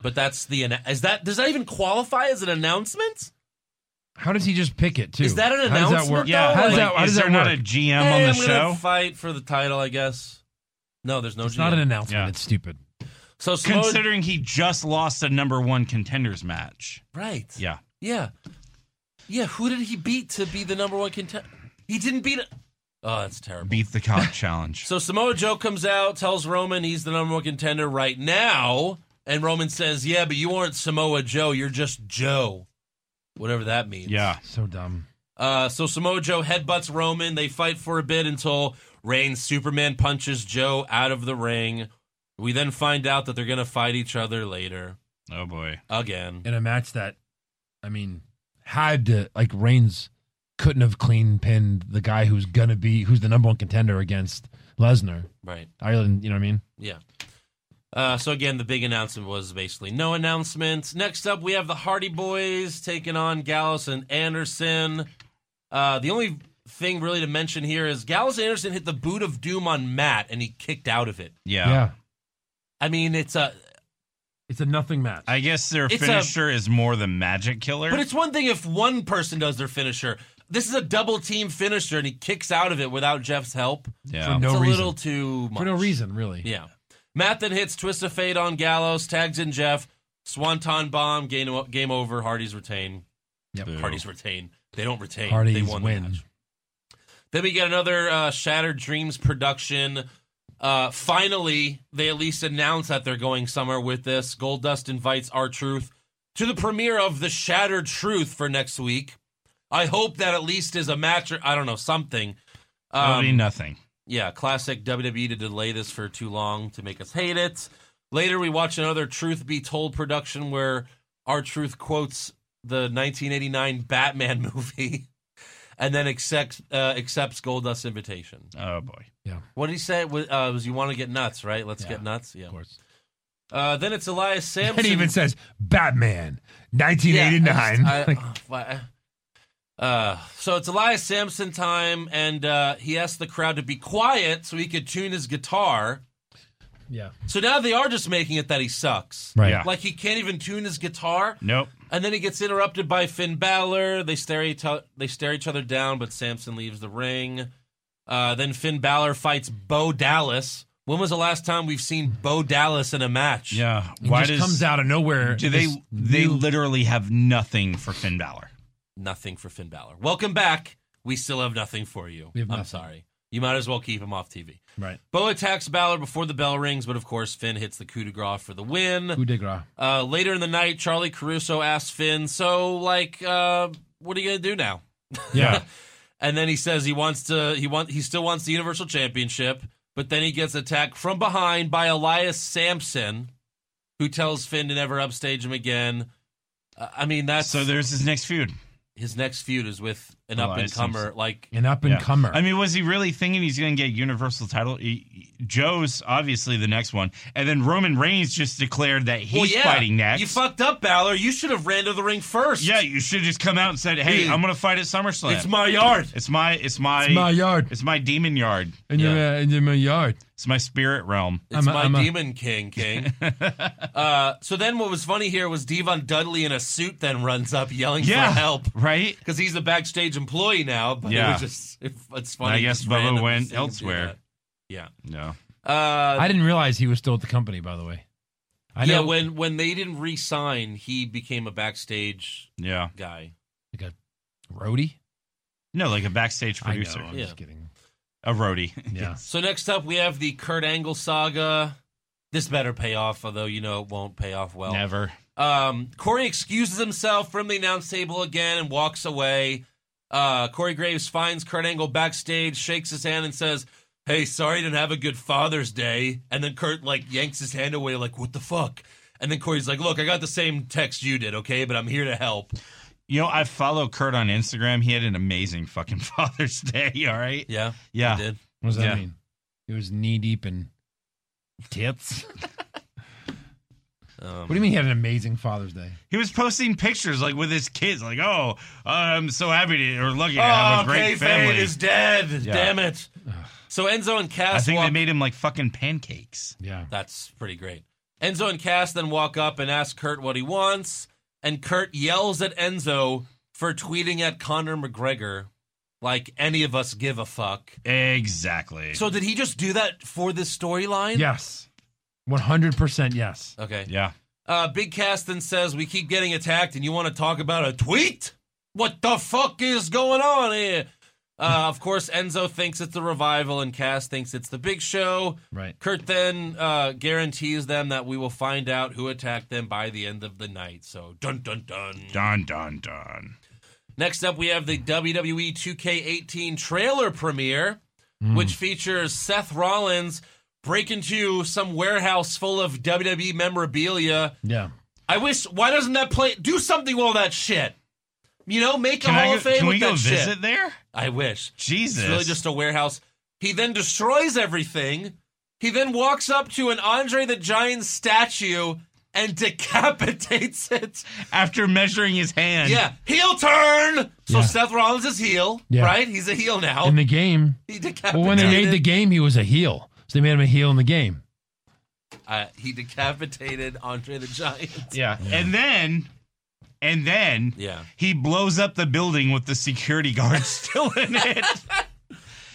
[SPEAKER 1] but that's the anno- is that does that even qualify as an announcement?
[SPEAKER 2] How does he just pick it too?
[SPEAKER 1] Is that an
[SPEAKER 2] How does that
[SPEAKER 1] announcement,
[SPEAKER 2] work?
[SPEAKER 1] though?
[SPEAKER 2] Yeah. How does
[SPEAKER 1] Like,
[SPEAKER 2] that? How
[SPEAKER 1] is
[SPEAKER 2] does
[SPEAKER 1] there
[SPEAKER 2] that
[SPEAKER 1] not
[SPEAKER 2] work?
[SPEAKER 5] a GM
[SPEAKER 1] Hey, I'm gonna fight for the title, I guess. No, there's no.
[SPEAKER 2] It's not
[SPEAKER 1] GM.
[SPEAKER 2] an announcement. It's stupid.
[SPEAKER 1] So Samoa-
[SPEAKER 5] Considering he just lost a number one contenders match.
[SPEAKER 1] right.
[SPEAKER 5] Yeah.
[SPEAKER 1] Yeah. Yeah, who did he beat to be the number one contender? He didn't beat. A- oh, that's terrible.
[SPEAKER 5] Beat the cock challenge.
[SPEAKER 1] So Samoa Joe comes out, tells Roman he's the number one contender right now, and Roman says, "Yeah, but you aren't Samoa Joe. You're just Joe, whatever that means."
[SPEAKER 5] Yeah.
[SPEAKER 2] So dumb.
[SPEAKER 1] Uh, so Samoa Joe headbutts Roman. They fight for a bit until Reigns Superman punches Joe out of the ring. We then find out that they're gonna fight each other later.
[SPEAKER 5] Oh boy.
[SPEAKER 1] Again.
[SPEAKER 2] in a match that, I mean, had to like Reigns couldn't have clean pinned the guy who's gonna be who's the number one contender against Lesnar.
[SPEAKER 1] Right.
[SPEAKER 2] Ireland, you know what I mean?
[SPEAKER 1] Yeah. Uh, so again, the big announcement was basically no announcement. Next up, we have the Hardy Boys taking on Gallus and Anderson. Uh, the only thing really to mention here is Gallus and Anderson hit the boot of doom on Matt, and he kicked out of it.
[SPEAKER 5] Yeah.
[SPEAKER 1] I mean, it's a
[SPEAKER 2] It's a nothing match.
[SPEAKER 5] I guess their
[SPEAKER 1] It's a-
[SPEAKER 5] finisher is more the magic killer.
[SPEAKER 1] but it's one thing if one person does their finisher. This is a double team finisher, and he kicks out of it without Jeff's help.
[SPEAKER 5] Yeah.
[SPEAKER 2] For no
[SPEAKER 1] it's a
[SPEAKER 2] reason.
[SPEAKER 1] little too much.
[SPEAKER 2] For no reason, really.
[SPEAKER 1] Yeah. Matt then hits Twist of Fate on Gallows, tags in Jeff, Swanton Bomb, game, game over, Hardy's retain.
[SPEAKER 2] Yep.
[SPEAKER 5] Boo.
[SPEAKER 1] Hardy's retain. They don't retain. they
[SPEAKER 2] Hardy's
[SPEAKER 1] won the
[SPEAKER 2] win.
[SPEAKER 1] match. Then we get another uh, Shattered Dreams production. Uh, finally, they at least announce that they're going somewhere with this. Goldust invites our Truth to the premiere of The Shattered Truth for next week. I hope that at least is a match or I don't know something.
[SPEAKER 5] That'll be
[SPEAKER 1] Um,
[SPEAKER 5] nothing.
[SPEAKER 1] yeah, classic WWE to delay this for too long to make us hate it. Later, we watch another Truth Be Told production where our Truth quotes the 1989 Batman movie and then accepts uh, accepts Goldust's invitation.
[SPEAKER 5] Oh boy.
[SPEAKER 2] Yeah.
[SPEAKER 1] What did he say? Was, uh, was you want to get nuts, right? Let's get nuts. Yeah. Of
[SPEAKER 2] course.
[SPEAKER 1] Uh, then it's Elias Sampson.
[SPEAKER 2] It even says Batman,
[SPEAKER 1] Yeah, I
[SPEAKER 2] 1989.
[SPEAKER 1] just- I-
[SPEAKER 2] Like,
[SPEAKER 1] oh, fi- uh, so it's Elias Sampson time, and uh, he asked the crowd to be quiet so he could tune his guitar.
[SPEAKER 2] Yeah.
[SPEAKER 1] So now they are just making it that he sucks.
[SPEAKER 2] Right. Yeah.
[SPEAKER 1] Like he can't even tune his guitar.
[SPEAKER 5] Nope.
[SPEAKER 1] And then he gets interrupted by Finn Balor. They stare each they stare each other down, but Samson leaves the ring. Uh, then Finn Balor fights Bo Dallas. When was the last time we've seen Bo Dallas in a match?
[SPEAKER 5] Yeah.
[SPEAKER 1] He
[SPEAKER 5] Why
[SPEAKER 1] just
[SPEAKER 5] does
[SPEAKER 1] comes out
[SPEAKER 2] of nowhere?
[SPEAKER 5] Do they?
[SPEAKER 1] This
[SPEAKER 5] They
[SPEAKER 1] new-
[SPEAKER 5] literally have nothing for Finn Balor.
[SPEAKER 1] Nothing for Finn Balor. Welcome back. We still have nothing for you.
[SPEAKER 5] We have
[SPEAKER 1] I'm
[SPEAKER 5] nothing.
[SPEAKER 1] sorry. You might as well keep him off TV.
[SPEAKER 2] Right.
[SPEAKER 1] Bo attacks Balor before the bell rings, but of course Finn hits the coup de grace for the win.
[SPEAKER 2] Coup de grace.
[SPEAKER 1] Uh, later in the night, Charlie Caruso asks Finn, "So, like, uh, what are you gonna do now?"
[SPEAKER 2] Yeah.
[SPEAKER 1] and then he says he wants to. He want. He still wants the Universal Championship, but then he gets attacked from behind by Elias Sampson, who tells Finn to never upstage him again. Uh, I mean, that's
[SPEAKER 5] So there's his next feud.
[SPEAKER 1] His next feud is with an up and
[SPEAKER 5] Elias
[SPEAKER 1] comer,
[SPEAKER 5] Sampson.
[SPEAKER 1] like
[SPEAKER 2] An up and comer.
[SPEAKER 5] I mean, was he really thinking he's going to get universal title? He- he- Joe's obviously the next one, and then Roman Reigns just declared that he's
[SPEAKER 1] Well, yeah,
[SPEAKER 5] fighting next.
[SPEAKER 1] You fucked up, Balor. You should have ran to the ring first.
[SPEAKER 5] yeah, you should just come out and said, "Hey,
[SPEAKER 1] Dude.
[SPEAKER 5] I'm going to fight at SummerSlam.
[SPEAKER 1] It's my yard.
[SPEAKER 5] It's my it's my
[SPEAKER 2] It's my yard.
[SPEAKER 5] It's my demon yard.
[SPEAKER 2] in, your, uh, in your yard.
[SPEAKER 5] It's my spirit realm.
[SPEAKER 1] It's
[SPEAKER 2] I'm a-
[SPEAKER 1] my
[SPEAKER 2] I'm a-
[SPEAKER 1] demon king, king. uh, so then, what was funny here was Devon Dudley in a suit then runs up yelling
[SPEAKER 5] Yeah,
[SPEAKER 1] for help,
[SPEAKER 5] right?
[SPEAKER 1] Because he's a backstage employee now. But
[SPEAKER 5] Yeah.
[SPEAKER 1] it was just it- it's funny.
[SPEAKER 5] I guess
[SPEAKER 1] just
[SPEAKER 5] Bubba
[SPEAKER 1] randomly
[SPEAKER 5] went
[SPEAKER 1] seeing him do
[SPEAKER 5] elsewhere.
[SPEAKER 1] that. Yeah.
[SPEAKER 5] No.
[SPEAKER 1] Uh,
[SPEAKER 2] I didn't realize he was still at the company, by the way. I
[SPEAKER 1] yeah,
[SPEAKER 2] know
[SPEAKER 1] when when they didn't re-sign, he became a backstage
[SPEAKER 5] Yeah.
[SPEAKER 1] guy.
[SPEAKER 2] Rhodey.
[SPEAKER 5] No, like a backstage
[SPEAKER 2] I know,
[SPEAKER 5] producer.
[SPEAKER 2] I'm
[SPEAKER 1] Yeah.
[SPEAKER 2] just kidding.
[SPEAKER 5] A roadie.
[SPEAKER 2] Yeah.
[SPEAKER 1] So next up, we have the Kurt Angle saga. This better pay off, although you know it won't pay off well.
[SPEAKER 5] Never.
[SPEAKER 1] Um, Corey excuses himself from the announce table again and walks away. Uh, Corey Graves finds Kurt Angle backstage, shakes his hand, and says, "Hey, sorry, I didn't have a good Father's Day." And then Kurt like yanks his hand away, like, "What the fuck?" And then Corey's like, "Look, I got the same text you did, okay? But I'm here to help."
[SPEAKER 5] You know, I follow Kurt on Instagram. He had an amazing fucking Father's Day. All right.
[SPEAKER 1] Yeah,
[SPEAKER 5] Yeah.
[SPEAKER 1] I did.
[SPEAKER 2] What does that
[SPEAKER 5] Yeah.
[SPEAKER 2] mean? It was knee deep in tits.
[SPEAKER 1] Um,
[SPEAKER 2] what do you mean he had an amazing Father's Day?
[SPEAKER 5] He was posting pictures like with his kids, like, "Oh, I'm so happy to or lucky to
[SPEAKER 1] Oh,
[SPEAKER 5] have a
[SPEAKER 1] K.
[SPEAKER 5] great
[SPEAKER 1] Fade
[SPEAKER 5] family."
[SPEAKER 1] is dead.
[SPEAKER 5] Yeah.
[SPEAKER 1] Damn it. So Enzo and Cass.
[SPEAKER 5] I think
[SPEAKER 1] walk-
[SPEAKER 5] they made him like fucking pancakes.
[SPEAKER 2] Yeah.
[SPEAKER 1] That's pretty great. Enzo and Cass then walk up and ask Kurt what he wants, and Kurt yells at Enzo for tweeting at Conor McGregor, like any of us give a fuck.
[SPEAKER 5] Exactly.
[SPEAKER 1] So did he just do that for this storyline?
[SPEAKER 2] Yes. 100% yes.
[SPEAKER 1] Okay.
[SPEAKER 5] Yeah.
[SPEAKER 1] Uh, Big Cass then says we keep getting attacked, and you want to talk about a tweet? What the fuck is going on here? Uh, of course, Enzo thinks it's the revival, and Cass thinks it's the Big Show.
[SPEAKER 2] Right.
[SPEAKER 1] Kurt then uh, guarantees them that we will find out who attacked them by the end of the night. So dun dun dun.
[SPEAKER 5] Dun dun dun.
[SPEAKER 1] E Next up, we have the WWE 2K18 trailer premiere.
[SPEAKER 5] Hmm.
[SPEAKER 1] which features Seth Rollins break into some warehouse full of WWE memorabilia.
[SPEAKER 2] Yeah.
[SPEAKER 1] I wish. Why doesn't that play? Do something with all that shit. You know, make a
[SPEAKER 5] Can I
[SPEAKER 1] Hall
[SPEAKER 5] go-
[SPEAKER 1] of Fame
[SPEAKER 5] can
[SPEAKER 1] with
[SPEAKER 5] we
[SPEAKER 1] that
[SPEAKER 5] go
[SPEAKER 1] shit.
[SPEAKER 5] visit there?
[SPEAKER 1] I wish.
[SPEAKER 5] Jesus.
[SPEAKER 1] It's really just a warehouse. He then destroys everything. He then walks up to an Andre the Giant statue and decapitates it.
[SPEAKER 5] After measuring his hand.
[SPEAKER 1] Yeah. Heel turn! So
[SPEAKER 2] Yeah.
[SPEAKER 1] Seth Rollins is heel,
[SPEAKER 2] Yeah.
[SPEAKER 1] right? He's a heel now.
[SPEAKER 2] in the game.
[SPEAKER 1] He
[SPEAKER 2] Well, when they made the
[SPEAKER 1] decapitated-
[SPEAKER 2] game, he was a heel, so they made him a heel in the game.
[SPEAKER 1] Uh, he decapitated Andre the Giant.
[SPEAKER 5] Yeah. And then and then
[SPEAKER 1] Yeah.
[SPEAKER 5] he blows up the building with the security guards still in it.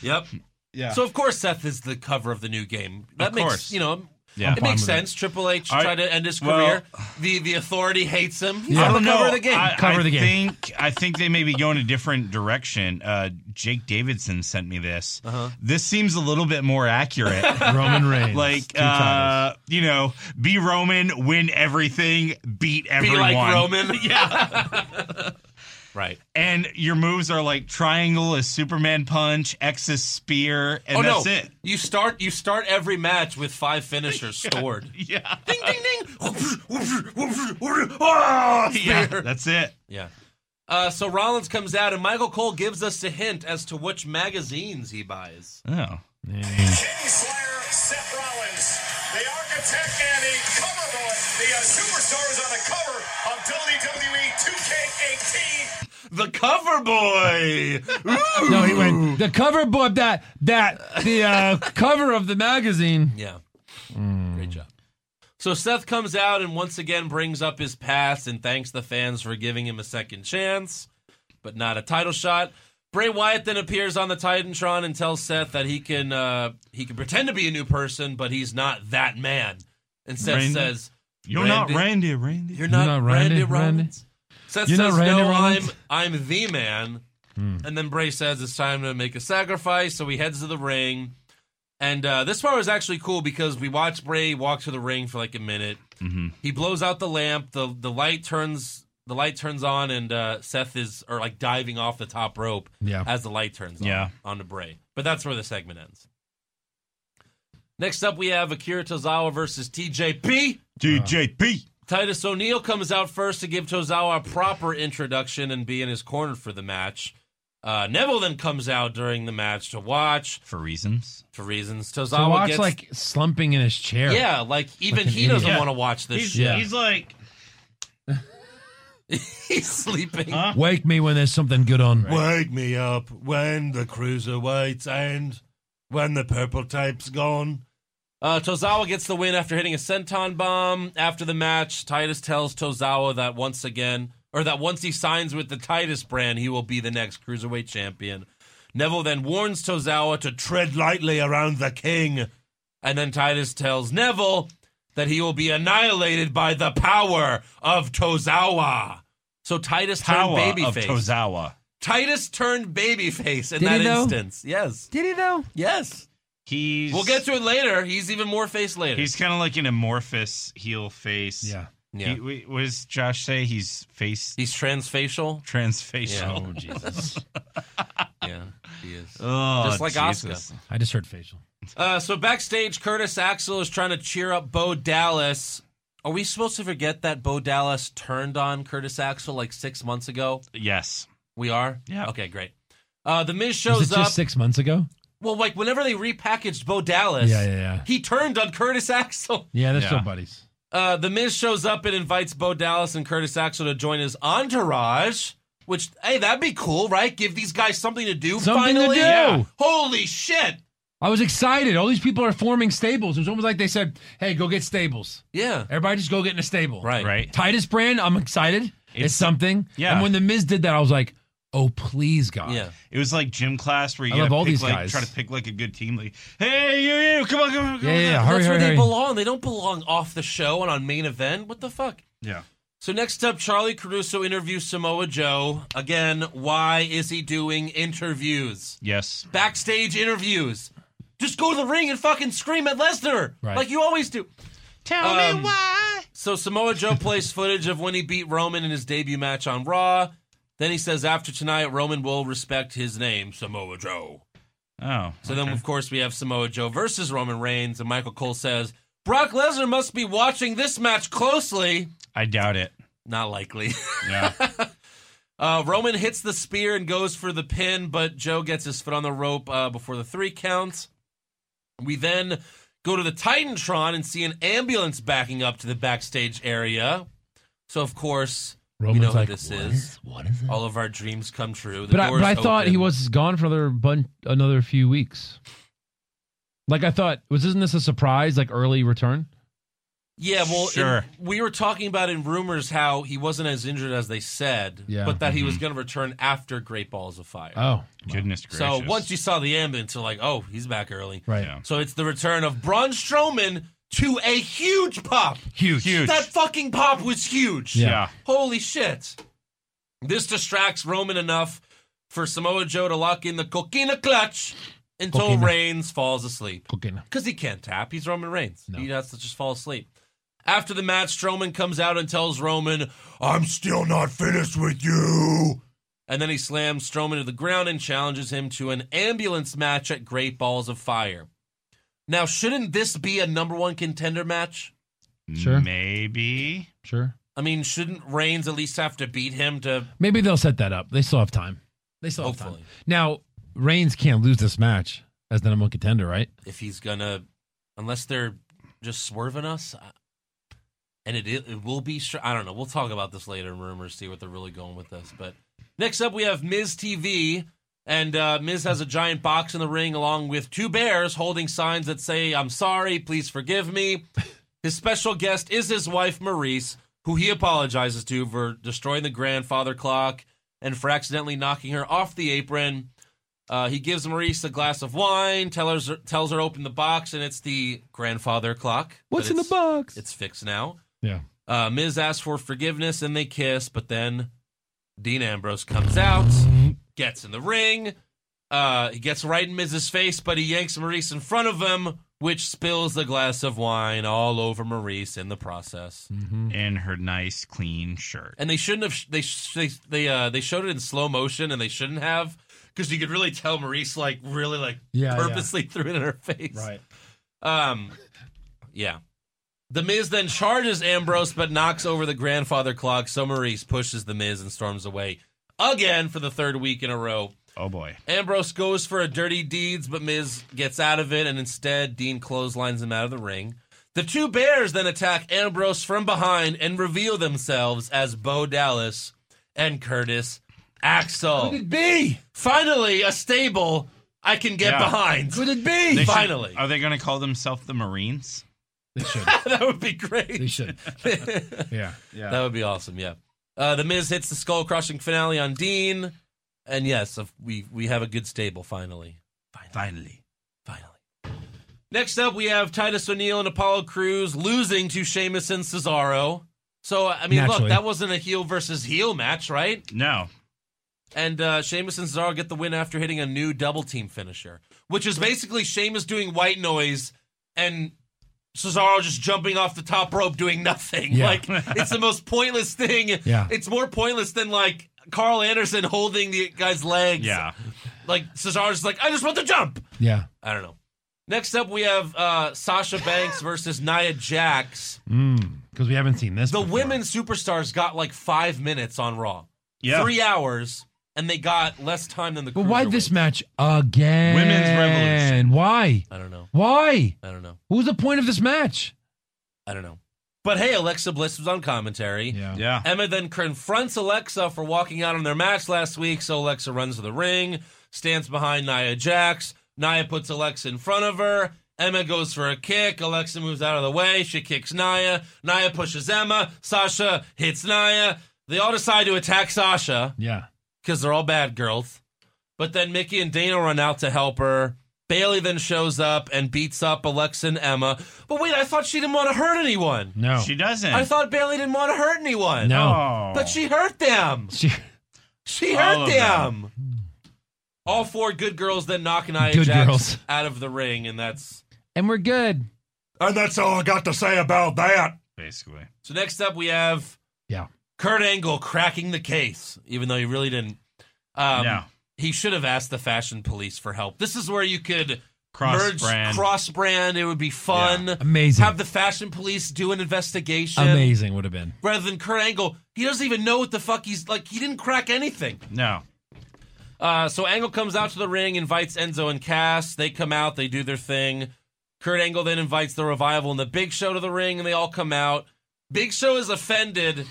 [SPEAKER 1] Yep.
[SPEAKER 5] Yeah.
[SPEAKER 1] So of course Seth is the cover of the new game. That
[SPEAKER 5] Of
[SPEAKER 1] makes
[SPEAKER 5] course.
[SPEAKER 1] you know it
[SPEAKER 5] Yeah. I'm fine
[SPEAKER 1] makes
[SPEAKER 5] with it.
[SPEAKER 1] sense. Triple H
[SPEAKER 5] I-
[SPEAKER 1] tried to end his
[SPEAKER 5] well-
[SPEAKER 1] career. the the authority hates him. He's
[SPEAKER 5] I
[SPEAKER 1] on
[SPEAKER 5] don't
[SPEAKER 1] the
[SPEAKER 5] know.
[SPEAKER 1] cover of the game.
[SPEAKER 5] I, I Think, I think they may be going a different direction. Uh, Jake Davidson sent me this.
[SPEAKER 1] Uh-huh.
[SPEAKER 5] This seems a little bit more accurate.
[SPEAKER 2] Roman Reigns,
[SPEAKER 5] like
[SPEAKER 2] two
[SPEAKER 5] uh, you know, be Roman, win everything, beat everyone.
[SPEAKER 1] like Roman.
[SPEAKER 5] yeah.
[SPEAKER 1] right.
[SPEAKER 5] And your moves are like triangle is Superman punch, X is spear, and
[SPEAKER 1] oh
[SPEAKER 5] that's
[SPEAKER 1] no.
[SPEAKER 5] it.
[SPEAKER 1] You start you start every match with five finishers stored.
[SPEAKER 5] Yeah.
[SPEAKER 1] Ding ding ding.
[SPEAKER 5] Ah,
[SPEAKER 1] Yeah.
[SPEAKER 5] spear. that's it.
[SPEAKER 1] Yeah. Uh, so Rollins comes out and Michael Cole gives us a hint as to which magazines he buys.
[SPEAKER 5] Oh.
[SPEAKER 14] Slayer, Seth Rollins, the architect and the cover boy, the uh, superstars on the cover of E WWE 2K18.
[SPEAKER 1] The cover boy. uh,
[SPEAKER 2] No, he went the cover boy that that the uh, cover of the magazine.
[SPEAKER 5] Mm-hmm.
[SPEAKER 1] Yeah.
[SPEAKER 5] Mm.
[SPEAKER 1] Great job. So Seth comes out and once again brings up his past and thanks the fans for giving him a second chance, but not a title shot. Bray Wyatt then appears on the Titantron and tells Seth that he can uh, he can pretend to be a new person, but he's not that man. And Seth
[SPEAKER 5] Randy?
[SPEAKER 1] says,
[SPEAKER 5] You're not Randy, Randy.
[SPEAKER 1] You're not, Randy, Rollins." Seth
[SPEAKER 2] You're not
[SPEAKER 1] says,
[SPEAKER 2] Randy
[SPEAKER 1] "No,
[SPEAKER 2] Rollins?"
[SPEAKER 1] I'm I'm the man." And then Bray says it's time to make a sacrifice, so he heads to the ring. And uh, this part was actually cool because we watched Bray walk to the ring for like a minute.
[SPEAKER 5] Mm-hmm.
[SPEAKER 1] He blows out the lamp. the The light turns the light turns on, and uh, Seth is or like diving off the top rope
[SPEAKER 2] Yeah.
[SPEAKER 1] as the light turns on
[SPEAKER 5] Yeah.
[SPEAKER 1] onto Bray. But that's where the segment ends. Next up, we have Akira Tozawa versus TJP. Uh.
[SPEAKER 5] DJP.
[SPEAKER 1] Titus O'Neil comes out first to give Tozawa a proper introduction and be in his corner for the match. Uh, Neville then comes out during the match to watch
[SPEAKER 5] For reasons.
[SPEAKER 1] for reasons. Tozawa
[SPEAKER 2] So watch
[SPEAKER 1] gets
[SPEAKER 2] like slumping in his chair.
[SPEAKER 1] yeah, like even
[SPEAKER 2] Like an
[SPEAKER 1] he doesn't
[SPEAKER 2] idiot.
[SPEAKER 1] want to watch this
[SPEAKER 5] He's,
[SPEAKER 1] shit.
[SPEAKER 5] he's like,
[SPEAKER 1] He's sleeping.
[SPEAKER 5] huh?
[SPEAKER 2] Wake me when there's something good on.
[SPEAKER 12] Wake me up when the cruiserweights end, when the purple tape's gone.
[SPEAKER 1] Uh, Tozawa gets the win after hitting a senton bomb. After the match, Titus tells Tozawa that once again, or that once he signs with the Titus brand, he will be the next cruiserweight champion. Neville then warns Tozawa to tread lightly around the king, and then Titus tells Neville that he will be annihilated by the power of Tozawa. So Titus
[SPEAKER 5] Power
[SPEAKER 1] turned
[SPEAKER 5] of
[SPEAKER 1] babyface.
[SPEAKER 5] Tozawa.
[SPEAKER 1] Titus turned babyface in
[SPEAKER 2] Did he
[SPEAKER 1] that
[SPEAKER 2] though?
[SPEAKER 1] instance. Yes,
[SPEAKER 2] Did he though?
[SPEAKER 1] yes.
[SPEAKER 5] He's
[SPEAKER 1] We'll get to it later. He's even more face later.
[SPEAKER 5] He's kind of like an amorphous heel face.
[SPEAKER 2] Yeah.
[SPEAKER 1] Yeah.
[SPEAKER 5] He, we, what does Josh say? He's face
[SPEAKER 1] He's transfacial.
[SPEAKER 5] transfacial.
[SPEAKER 2] Oh Jesus!
[SPEAKER 1] Yeah, he is.
[SPEAKER 5] Oh,
[SPEAKER 1] Just like Oscar.
[SPEAKER 5] Jesus.
[SPEAKER 2] I just heard facial.
[SPEAKER 1] Uh, so backstage, Curtis Axel is trying to cheer up Bo Dallas. Are we supposed to forget that Bo Dallas turned on Curtis Axel like six months ago?
[SPEAKER 5] Yes.
[SPEAKER 1] We are?
[SPEAKER 5] Yeah.
[SPEAKER 1] Okay, great. Uh, the Miz
[SPEAKER 2] Was it
[SPEAKER 1] shows
[SPEAKER 2] just
[SPEAKER 1] up.
[SPEAKER 2] six months ago?
[SPEAKER 1] well, like whenever they repackaged Bo Dallas,
[SPEAKER 2] Yeah, yeah, yeah.
[SPEAKER 1] he turned on Curtis Axel.
[SPEAKER 2] Yeah, they're
[SPEAKER 5] Yeah.
[SPEAKER 2] still buddies.
[SPEAKER 1] Uh, the Miz shows up and invites Bo Dallas and Curtis Axel to join his entourage. Which, hey, that'd be cool, right? Give these guys something to do.
[SPEAKER 2] Something to
[SPEAKER 1] finally.
[SPEAKER 2] do. Yeah.
[SPEAKER 1] Holy shit!
[SPEAKER 2] I was excited. All these people are forming stables. It was almost like they said, "Hey, go get stables.
[SPEAKER 1] Yeah.
[SPEAKER 2] Everybody just go get in a stable."
[SPEAKER 1] Right.
[SPEAKER 5] Right.
[SPEAKER 2] Titus Brand, I'm excited. It's,
[SPEAKER 5] It's-
[SPEAKER 2] something.
[SPEAKER 5] yeah.
[SPEAKER 2] And when the Miz did that, I was like, "Oh, please, God."
[SPEAKER 1] Yeah.
[SPEAKER 5] It was like gym class where you
[SPEAKER 2] I
[SPEAKER 5] gotta
[SPEAKER 2] love all
[SPEAKER 5] pick,
[SPEAKER 2] these
[SPEAKER 5] like,
[SPEAKER 2] guys.
[SPEAKER 5] try to pick like a good team. Like, hey, you, you, come on, come on, come
[SPEAKER 2] Yeah,
[SPEAKER 5] on.
[SPEAKER 2] yeah, yeah. Hurry,
[SPEAKER 1] That's
[SPEAKER 2] hurry,
[SPEAKER 1] where
[SPEAKER 2] hurry.
[SPEAKER 1] they belong. They don't belong off the show and on main event. What the fuck?
[SPEAKER 5] Yeah.
[SPEAKER 1] So next up, Charlie Caruso interviews Samoa Joe. Again, why is he doing interviews?
[SPEAKER 5] Yes.
[SPEAKER 1] Backstage interviews. Just go to the ring and fucking scream at Lesnar.
[SPEAKER 2] Right.
[SPEAKER 1] Like you always do.
[SPEAKER 5] Tell
[SPEAKER 1] Um,
[SPEAKER 5] why.
[SPEAKER 1] So Samoa Joe plays footage of when he beat Roman in his debut match on Raw. Then he says after tonight, Roman will respect his name, Samoa Joe.
[SPEAKER 5] Oh.
[SPEAKER 1] So then, of course, we have Samoa Joe versus Roman Reigns, and Michael Cole says, Brock Lesnar must be watching this match closely.
[SPEAKER 5] I doubt it.
[SPEAKER 1] Not likely.
[SPEAKER 5] Yeah.
[SPEAKER 1] Uh, Roman hits the spear and goes for the pin, but Joe gets his foot on the rope uh, before the three counts. We then go to the Titantron and see an ambulance backing up to the backstage area. So, of course,
[SPEAKER 2] Roman's
[SPEAKER 1] we know who
[SPEAKER 2] like,
[SPEAKER 1] this
[SPEAKER 2] "What
[SPEAKER 1] is.
[SPEAKER 2] is- what is
[SPEAKER 1] All of our dreams come true. The
[SPEAKER 2] But I,
[SPEAKER 1] doors
[SPEAKER 2] but I thought
[SPEAKER 1] open.
[SPEAKER 2] he was gone for another bun- another few weeks. Like I thought, was isn't this a surprise? Like early return?
[SPEAKER 1] Yeah, well, in-
[SPEAKER 2] Sure.
[SPEAKER 1] we were talking about in rumors how he wasn't as injured as they said,
[SPEAKER 2] Yeah.
[SPEAKER 1] but that he was
[SPEAKER 2] Mhm.
[SPEAKER 1] going to return after Great Balls of Fire.
[SPEAKER 2] Oh,
[SPEAKER 5] goodness gracious!
[SPEAKER 1] So once you saw the ambulance, you're like, oh, he's back early.
[SPEAKER 2] Right. Yeah.
[SPEAKER 1] So it's the return of Braun Strowman to a huge pop.
[SPEAKER 2] Huge. Huge.
[SPEAKER 1] That fucking pop was huge.
[SPEAKER 2] Yeah. Yeah.
[SPEAKER 1] Holy shit. This distracts Roman enough for Samoa Joe to lock in the coquina clutch until
[SPEAKER 2] Coquina.
[SPEAKER 1] Reigns falls asleep.
[SPEAKER 2] Coquina.
[SPEAKER 1] Because he can't tap. He's Roman Reigns. He has to just fall asleep. After the match, Strowman comes out and tells Roman, I'm still not finished with you. And then he slams Strowman to the ground and challenges him to an ambulance match at Great Balls of Fire. Now, shouldn't this be a number one contender match?
[SPEAKER 2] Sure.
[SPEAKER 5] Maybe.
[SPEAKER 2] Sure.
[SPEAKER 1] I mean, shouldn't Reigns at least have to beat him to
[SPEAKER 2] Maybe they'll set that up. They still have time. They still
[SPEAKER 1] hopefully
[SPEAKER 2] Now Reigns can't lose this match as the number one contender, right?
[SPEAKER 1] if he's gonna, unless they're just swerving us, I- and it it, it will be. str- I don't know. We'll talk about this later in rumors. See what they're really going with this. But next up, we have Miz TV, and uh, Miz has a giant box in the ring along with two bears holding signs that say "I'm sorry, please forgive me." His special guest is his wife Maurice, who he apologizes to for destroying the grandfather clock and for accidentally knocking her off the apron. Uh, he gives Maurice a glass of wine, tells her, tells her to open the box, and it's the grandfather clock.
[SPEAKER 2] What's
[SPEAKER 1] but
[SPEAKER 2] in the
[SPEAKER 1] it's-
[SPEAKER 2] box?
[SPEAKER 1] It's fixed now.
[SPEAKER 2] Yeah.
[SPEAKER 1] Uh, Miz asks for forgiveness, and they kiss, but then Dean Ambrose comes out, gets in the ring. Uh, he gets right in Miz's face, but he yanks Maurice in front of him, which spills the glass of wine all over Maurice in the process.
[SPEAKER 5] In her nice clean shirt.
[SPEAKER 1] And they shouldn't have. sh- They sh- they they uh, they showed it in slow motion, and they shouldn't have because you could really tell Maurice like really like
[SPEAKER 2] Yeah, yeah.
[SPEAKER 1] purposely threw it in her face.
[SPEAKER 2] Right.
[SPEAKER 1] Um. Yeah. The Miz then charges Ambrose, but knocks over the grandfather clock. So Maurice pushes the Miz and storms away again for the third week in a row.
[SPEAKER 5] Oh boy.
[SPEAKER 1] Ambrose goes for a dirty deeds, but Miz gets out of it, and instead Dean clotheslines him out of the ring. The two bears then attack Ambrose from behind and reveal themselves as Bo Dallas and Curtis Axel.
[SPEAKER 2] Could it be?
[SPEAKER 1] Finally, a stable I can get
[SPEAKER 5] Yeah. Uh,
[SPEAKER 1] behind.
[SPEAKER 2] Could it
[SPEAKER 5] They should-
[SPEAKER 1] Finally.
[SPEAKER 5] are they going to call themselves the Marines?
[SPEAKER 2] They should.
[SPEAKER 1] that would be great.
[SPEAKER 2] They should. yeah.
[SPEAKER 5] Yeah.
[SPEAKER 1] That would be awesome. Yeah. Uh, the Miz hits the skull crushing finale on Dean, and yes, if we we have a good stable finally. Finally.
[SPEAKER 5] Finally.
[SPEAKER 1] Next up, we have Titus O'Neil and Apollo Crews losing to Sheamus and Cesaro. So I mean, look,
[SPEAKER 5] Naturally.
[SPEAKER 1] that wasn't a heel versus heel match, right?
[SPEAKER 5] No.
[SPEAKER 1] And uh, Sheamus and Cesaro get the win after hitting a new double team finisher, which is basically Sheamus doing white noise and Cesaro just jumping off the top rope doing nothing.
[SPEAKER 2] Yeah.
[SPEAKER 1] Like it's the most pointless thing.
[SPEAKER 2] Yeah.
[SPEAKER 1] It's more pointless than like Carl Anderson holding the guy's legs.
[SPEAKER 5] Yeah.
[SPEAKER 1] Like Cesaro's just like, I just want to jump.
[SPEAKER 2] Yeah.
[SPEAKER 1] I don't know. Next up, we have uh, Sasha Banks versus Nia Jax.
[SPEAKER 2] Because Mm. we haven't seen this.
[SPEAKER 1] The women superstars got like five minutes on Raw.
[SPEAKER 2] Yeah.
[SPEAKER 1] Three hours, and they got less time than the
[SPEAKER 2] But why this match again?
[SPEAKER 1] Women's Revolution.
[SPEAKER 2] Why?
[SPEAKER 1] I don't know.
[SPEAKER 2] Why?
[SPEAKER 1] I don't know.
[SPEAKER 2] What was the point of this match?
[SPEAKER 1] I don't know. But hey, Alexa Bliss was on commentary. Yeah.
[SPEAKER 5] Yeah.
[SPEAKER 1] Emma then confronts Alexa for walking out on their match last week. So Alexa runs to the ring, stands behind Nia Jax. Nia puts Alexa in front of her. Emma goes for a kick. Alexa moves out of the way. She kicks Nia. Nia pushes Emma. Sasha hits Nia. They all decide to attack Sasha
[SPEAKER 2] Yeah.
[SPEAKER 1] because they're all bad girls. But then Mickey and Dana run out to help her. Bailey then shows up and beats up Alexa and Emma. But wait, I thought she didn't want to hurt anyone.
[SPEAKER 2] No.
[SPEAKER 5] She doesn't. Oh,
[SPEAKER 1] I thought Bailey didn't want to hurt anyone.
[SPEAKER 2] No.
[SPEAKER 1] But she hurt them.
[SPEAKER 2] She,
[SPEAKER 1] She hurt
[SPEAKER 5] All of
[SPEAKER 1] them. All four good girls then knock Nia
[SPEAKER 2] Good
[SPEAKER 1] Jax
[SPEAKER 2] girls.
[SPEAKER 1] out of the ring, and that's
[SPEAKER 2] and we're good.
[SPEAKER 12] And that's all I got to say about that.
[SPEAKER 5] Basically.
[SPEAKER 1] so. Next up, we have
[SPEAKER 2] Yeah.
[SPEAKER 1] Kurt Angle cracking the case, even though he really didn't. Um,
[SPEAKER 5] No.
[SPEAKER 1] He should have asked the fashion police for help. This is where you could merge
[SPEAKER 5] Cross-brand.
[SPEAKER 1] cross brand. It would be fun.
[SPEAKER 2] Amazing.
[SPEAKER 1] Have the fashion police do an investigation.
[SPEAKER 2] Amazing would have been.
[SPEAKER 1] Rather than Kurt Angle, he doesn't even know what the fuck he's like. He didn't crack anything.
[SPEAKER 5] No.
[SPEAKER 1] Uh, so Angle comes out to the ring, invites Enzo and Cass. They come out, they do their thing. Kurt Angle then invites the revival and the Big Show to the ring, and they all come out. Big Show is offended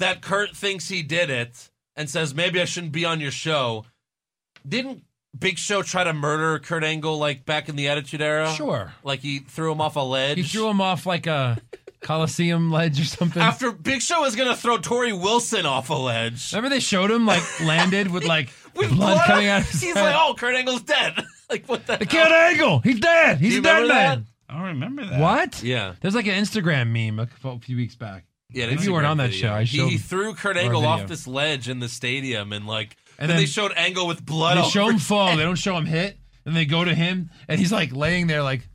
[SPEAKER 1] that Kurt thinks he did it and says, maybe I shouldn't be on your show. Didn't Big Show try to murder Kurt Angle like back in the Attitude Era?
[SPEAKER 2] Sure.
[SPEAKER 1] Like he threw him off a ledge.
[SPEAKER 2] He threw him off like a Coliseum ledge or something.
[SPEAKER 1] After Big Show was going to throw Tori Wilson off a ledge.
[SPEAKER 2] Remember they showed him like landed with like blood,
[SPEAKER 1] What?
[SPEAKER 2] coming out. Of his
[SPEAKER 1] He's
[SPEAKER 2] head.
[SPEAKER 1] like, oh, Kurt Angle's dead. like, what the
[SPEAKER 2] They killed Angle. He's dead. He's
[SPEAKER 1] you
[SPEAKER 2] a dead
[SPEAKER 1] remember Uh,
[SPEAKER 2] man.
[SPEAKER 5] I don't remember that.
[SPEAKER 2] What?
[SPEAKER 1] Yeah.
[SPEAKER 2] There's like an Instagram meme a couple- a few weeks back.
[SPEAKER 1] Yeah,
[SPEAKER 2] maybe you weren't
[SPEAKER 1] Instagram
[SPEAKER 2] on that
[SPEAKER 1] video.
[SPEAKER 2] show. I
[SPEAKER 1] he,
[SPEAKER 2] showed.
[SPEAKER 1] he threw Kurt
[SPEAKER 2] or a
[SPEAKER 1] Angle off
[SPEAKER 2] video.
[SPEAKER 1] this ledge in the stadium, and like
[SPEAKER 2] And
[SPEAKER 1] then, they
[SPEAKER 2] then-
[SPEAKER 1] showed Angle with blood.
[SPEAKER 2] They
[SPEAKER 1] all
[SPEAKER 2] show
[SPEAKER 1] over
[SPEAKER 2] him
[SPEAKER 1] his
[SPEAKER 2] fall.
[SPEAKER 1] head.
[SPEAKER 2] They don't show him hit. And they go to him, and he's like laying there, like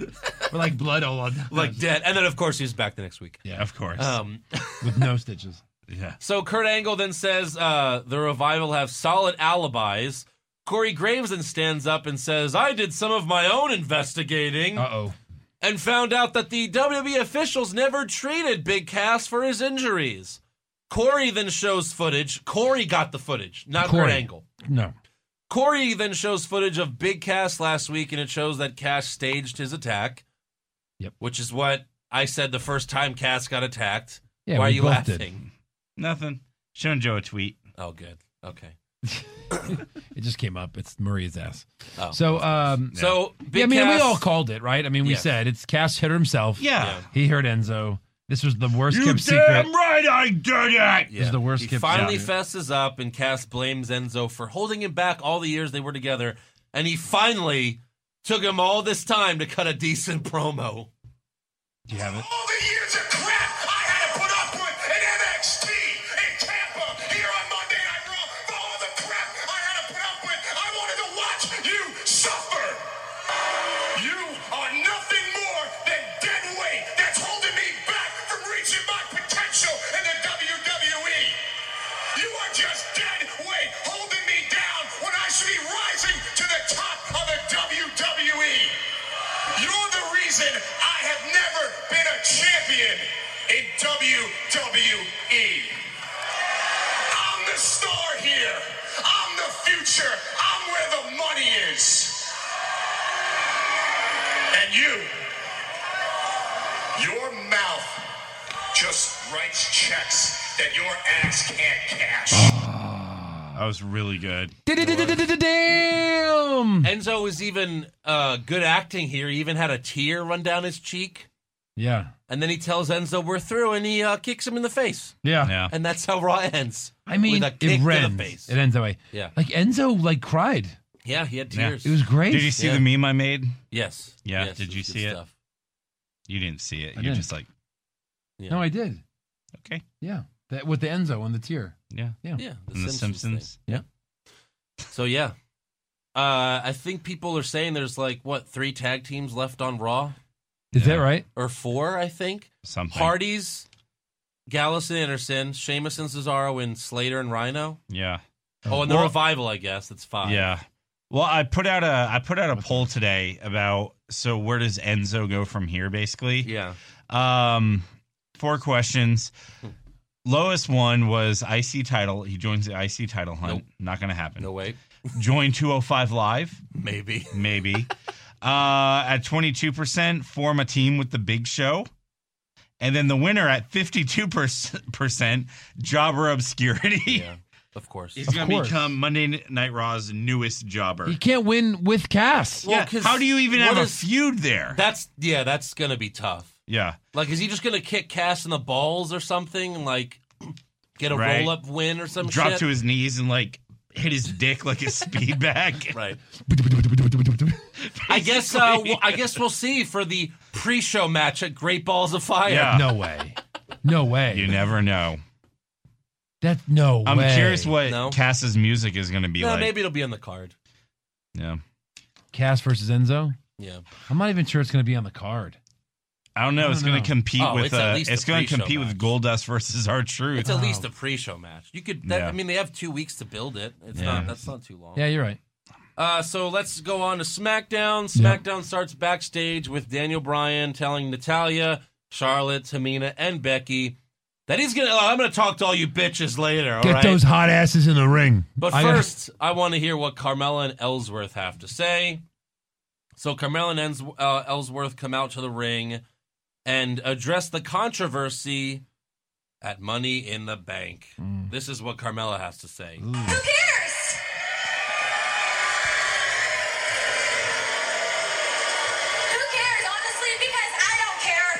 [SPEAKER 2] with like blood all on,
[SPEAKER 1] like dead. And then of course he's back the next week.
[SPEAKER 2] Yeah, of course.
[SPEAKER 1] Um,
[SPEAKER 2] with no stitches.
[SPEAKER 5] Yeah.
[SPEAKER 1] so Kurt Angle then says uh, the revival have solid alibis. Corey Graves then stands up and says, "I did some of my own investigating." Uh
[SPEAKER 2] oh.
[SPEAKER 1] And found out that the WWE officials never treated Big Cass for his injuries. Corey then shows footage. Corey got the footage, not Kurt
[SPEAKER 2] Corey.
[SPEAKER 1] Angle.
[SPEAKER 2] No.
[SPEAKER 1] Corey then shows footage of Big Cass last week, and it shows that Cass staged his attack.
[SPEAKER 2] Yep.
[SPEAKER 1] Which is what I said the first time Cass got attacked.
[SPEAKER 5] Yeah,
[SPEAKER 1] Why are
[SPEAKER 5] we
[SPEAKER 1] you
[SPEAKER 5] both
[SPEAKER 1] laughing?
[SPEAKER 5] did. Nothing. Showing Joe a tweet.
[SPEAKER 1] Oh, good. Okay.
[SPEAKER 2] It just came up. It's Maria's ass.
[SPEAKER 1] Oh.
[SPEAKER 2] So, um,
[SPEAKER 1] So,
[SPEAKER 2] yeah, I
[SPEAKER 1] Big
[SPEAKER 2] mean, we
[SPEAKER 1] Cass-
[SPEAKER 2] all called it, right? I mean, we
[SPEAKER 1] Yes.
[SPEAKER 2] said it's Cass hit himself.
[SPEAKER 1] Yeah. Yeah.
[SPEAKER 2] he hurt Enzo. This was the worst
[SPEAKER 1] You
[SPEAKER 2] kept
[SPEAKER 1] damn
[SPEAKER 2] secret.
[SPEAKER 5] right, I did it.
[SPEAKER 2] This is the worst
[SPEAKER 1] He
[SPEAKER 2] kept
[SPEAKER 1] finally
[SPEAKER 2] secret.
[SPEAKER 1] fesses up, and Cass blames Enzo for holding him back all the years they were together, and he finally took him all this time to cut a decent promo.
[SPEAKER 2] Do you have it?
[SPEAKER 14] All the years of crap I had to put up with in NXT, in Tampa, here on Monday Night Raw, for all the crap I had to put up with, I wanted to watch you suffer. You are nothing more than dead weight that's holding me back from reaching my potential in the WWE. You are just dead weight holding me down when I should be rising to the top of the E. WWE. You're the reason I have never been a champion in WWE. I'm the star here. I'm the future. I'm where the money is. And you, your mouth just writes checks that your ass can't cash.
[SPEAKER 5] That was really good.
[SPEAKER 2] Damn!
[SPEAKER 1] Enzo was even uh, good acting here. He even had a tear run down his cheek.
[SPEAKER 2] Yeah.
[SPEAKER 1] And then he tells Enzo we're through, and he uh, kicks him in the face.
[SPEAKER 2] Yeah. Yeah.
[SPEAKER 1] And Uh, that's how Raw ends.
[SPEAKER 2] I mean,
[SPEAKER 1] with a
[SPEAKER 2] it
[SPEAKER 1] kick to
[SPEAKER 2] ends.
[SPEAKER 1] the face.
[SPEAKER 2] It ends that way.
[SPEAKER 1] Yeah.
[SPEAKER 2] Like Enzo, like cried.
[SPEAKER 1] Yeah, he had tears.
[SPEAKER 2] It was great.
[SPEAKER 5] Did you see the meme I made?
[SPEAKER 1] Yes.
[SPEAKER 5] Yeah.
[SPEAKER 1] Yes,
[SPEAKER 5] did
[SPEAKER 1] it
[SPEAKER 5] you
[SPEAKER 1] was good
[SPEAKER 5] see it?
[SPEAKER 1] stuff.
[SPEAKER 5] You didn't see it.
[SPEAKER 2] I
[SPEAKER 5] You're
[SPEAKER 2] didn't.
[SPEAKER 5] just like,
[SPEAKER 1] Yeah.
[SPEAKER 2] No, I did.
[SPEAKER 5] Okay.
[SPEAKER 2] Yeah. That with the Enzo and the tear.
[SPEAKER 5] yeah.
[SPEAKER 2] Yeah.
[SPEAKER 1] Yeah. The
[SPEAKER 5] and the
[SPEAKER 1] Simpsons thing.
[SPEAKER 5] Simpsons.
[SPEAKER 2] Yeah.
[SPEAKER 1] So yeah, uh, I think people are saying there's like what three tag teams left on Raw
[SPEAKER 2] Is that right?
[SPEAKER 1] or four, I think.
[SPEAKER 5] Something.
[SPEAKER 1] Hardy's, Gallus and Anderson, Sheamus and Cesaro, and Slater and Rhino.
[SPEAKER 5] Yeah.
[SPEAKER 1] Oh, and the
[SPEAKER 5] Well-
[SPEAKER 1] revival, I guess that's five.
[SPEAKER 5] Yeah. Well, I put out a I put out a poll today about so where does Enzo go from here basically?
[SPEAKER 1] Yeah.
[SPEAKER 5] Um four questions. Lowest one was IC title. He joins the IC title hunt. Not going to happen. No
[SPEAKER 1] way.
[SPEAKER 5] Join 205 live?
[SPEAKER 1] Maybe.
[SPEAKER 5] Maybe. uh at 22% form a team with the Big Show. And then the winner at 52% jobber obscurity. Yeah.
[SPEAKER 1] Of course.
[SPEAKER 5] He's
[SPEAKER 2] Of
[SPEAKER 5] going to
[SPEAKER 2] course.
[SPEAKER 5] become Monday Night Raw's newest jobber.
[SPEAKER 2] He can't win with Cass.
[SPEAKER 5] Yeah, how do you even have a feud there?
[SPEAKER 1] That's yeah, that's gonna be tough.
[SPEAKER 5] Yeah.
[SPEAKER 1] Like, is he just gonna kick Cass in the balls or something? And, like, get a
[SPEAKER 5] Right.
[SPEAKER 1] roll up win or some
[SPEAKER 5] Drop
[SPEAKER 1] shit?
[SPEAKER 5] to his knees and like hit his dick like a speed bag.
[SPEAKER 1] right. I guess. Uh, w- I guess we'll see for the pre-show match at Great Balls of Fire.
[SPEAKER 5] Yeah.
[SPEAKER 2] No way. No way.
[SPEAKER 5] You never know.
[SPEAKER 2] That no
[SPEAKER 5] I'm
[SPEAKER 2] way.
[SPEAKER 5] curious what Cass's music is going to be
[SPEAKER 1] No,
[SPEAKER 5] like.
[SPEAKER 1] Eh, maybe it'll be on the card.
[SPEAKER 5] Yeah.
[SPEAKER 2] Cass versus Enzo.
[SPEAKER 1] Yeah.
[SPEAKER 2] I'm not even sure it's going to be on the card.
[SPEAKER 5] I don't know. it's going to compete
[SPEAKER 1] Oh,
[SPEAKER 5] with
[SPEAKER 1] it's
[SPEAKER 5] uh,
[SPEAKER 1] at least a
[SPEAKER 5] it's going to
[SPEAKER 1] pre-show
[SPEAKER 5] compete with Goldust versus our Truth.
[SPEAKER 1] It's at least a pre-show match. You could. That,
[SPEAKER 5] Yeah.
[SPEAKER 1] I mean, they have two weeks to build it. It's
[SPEAKER 5] Yeah.
[SPEAKER 1] not. That's not too long.
[SPEAKER 2] Yeah, you're right.
[SPEAKER 1] Uh, so let's go on to SmackDown. SmackDown starts backstage with Daniel Bryan telling Natalia, Charlotte, Tamina, and Becky that he's gonna. Oh, I'm gonna talk to all you bitches later. all
[SPEAKER 2] Get
[SPEAKER 1] right?
[SPEAKER 2] those hot asses in the ring.
[SPEAKER 1] But
[SPEAKER 2] I-
[SPEAKER 1] first, I, want to hear what Carmella and Ellsworth have to say. So Carmella and Ens- uh, Ellsworth come out to the ring and address the controversy at Money in the Bank.
[SPEAKER 2] Mm.
[SPEAKER 1] This is what Carmella has to say.
[SPEAKER 15] Who cares, honestly? Because I don't care.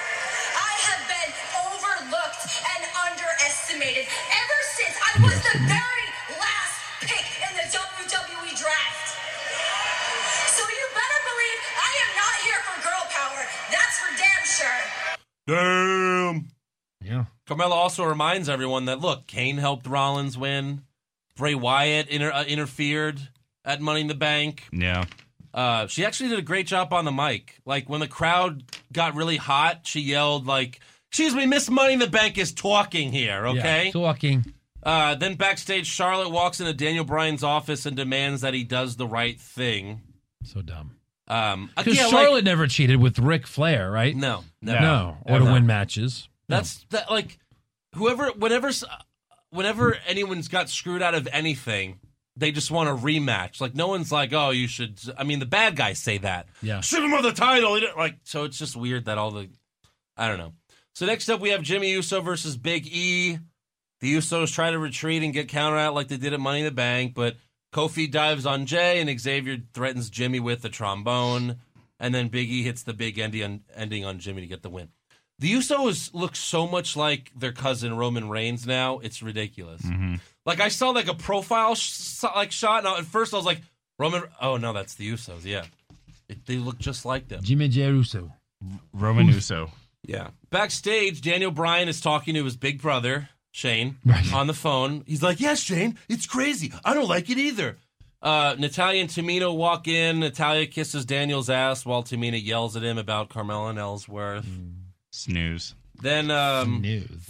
[SPEAKER 15] I have been overlooked and underestimated ever since I was the very last pick in the WWE draft. So you better believe I am not here for girl power. That's for damn sure.
[SPEAKER 1] Damn.
[SPEAKER 2] Yeah.
[SPEAKER 1] Carmella also reminds everyone that look, Kane helped Rollins win. Bray Wyatt inter- uh, interfered at Money in the Bank.
[SPEAKER 5] Yeah.
[SPEAKER 1] Uh, she actually did a great job on the mic. Like when the crowd got really hot, she yelled like, "Excuse me, Miss Money in the Bank is talking here."
[SPEAKER 2] Yeah,
[SPEAKER 1] Okay.
[SPEAKER 2] talking.
[SPEAKER 1] Uh, then backstage, Charlotte walks into Daniel Bryan's office and demands that he does the right thing.
[SPEAKER 2] So dumb.
[SPEAKER 1] Um,
[SPEAKER 2] Because
[SPEAKER 1] again,
[SPEAKER 2] Charlotte
[SPEAKER 1] like,
[SPEAKER 2] never cheated with Ric Flair, right?
[SPEAKER 1] No,
[SPEAKER 2] no,
[SPEAKER 1] never.
[SPEAKER 2] or to
[SPEAKER 1] Never.
[SPEAKER 2] win matches.
[SPEAKER 1] that's that like whoever, whenever, s- whenever anyone's got screwed out of anything, they just want a rematch. Like no one's like, oh, you should. I mean, the bad guys say that.
[SPEAKER 2] Yeah.
[SPEAKER 1] Shoot him with the title. He didn't- Like so, it's just weird that all the, I don't know. So next up, we have Jimmy Uso versus Big E. The Usos try to retreat and get countered out like they did at Money in the Bank, but Kofi dives on Jay and Xavier threatens Jimmy with the trombone, and then Big E hits the big ending on, ending on Jimmy to get the win. The Usos look so much like their cousin Roman Reigns now; it's ridiculous. Like I saw like a profile sh- like shot, and I- at first I was like, Roman. Oh no, that's the Usos. Yeah, it, they look just like them.
[SPEAKER 2] Jimmy Jeruso.
[SPEAKER 5] Roman Uso.
[SPEAKER 1] Yeah. Backstage, Daniel Bryan is talking to his big brother, Shane, on the phone. He's like, Yes, Shane, it's crazy. I don't like it either. Uh, Natalia and Tamina walk in. Natalia kisses Daniel's ass while Tamina yells at him about Carmella and Ellsworth.
[SPEAKER 5] Snooze.
[SPEAKER 1] Then um,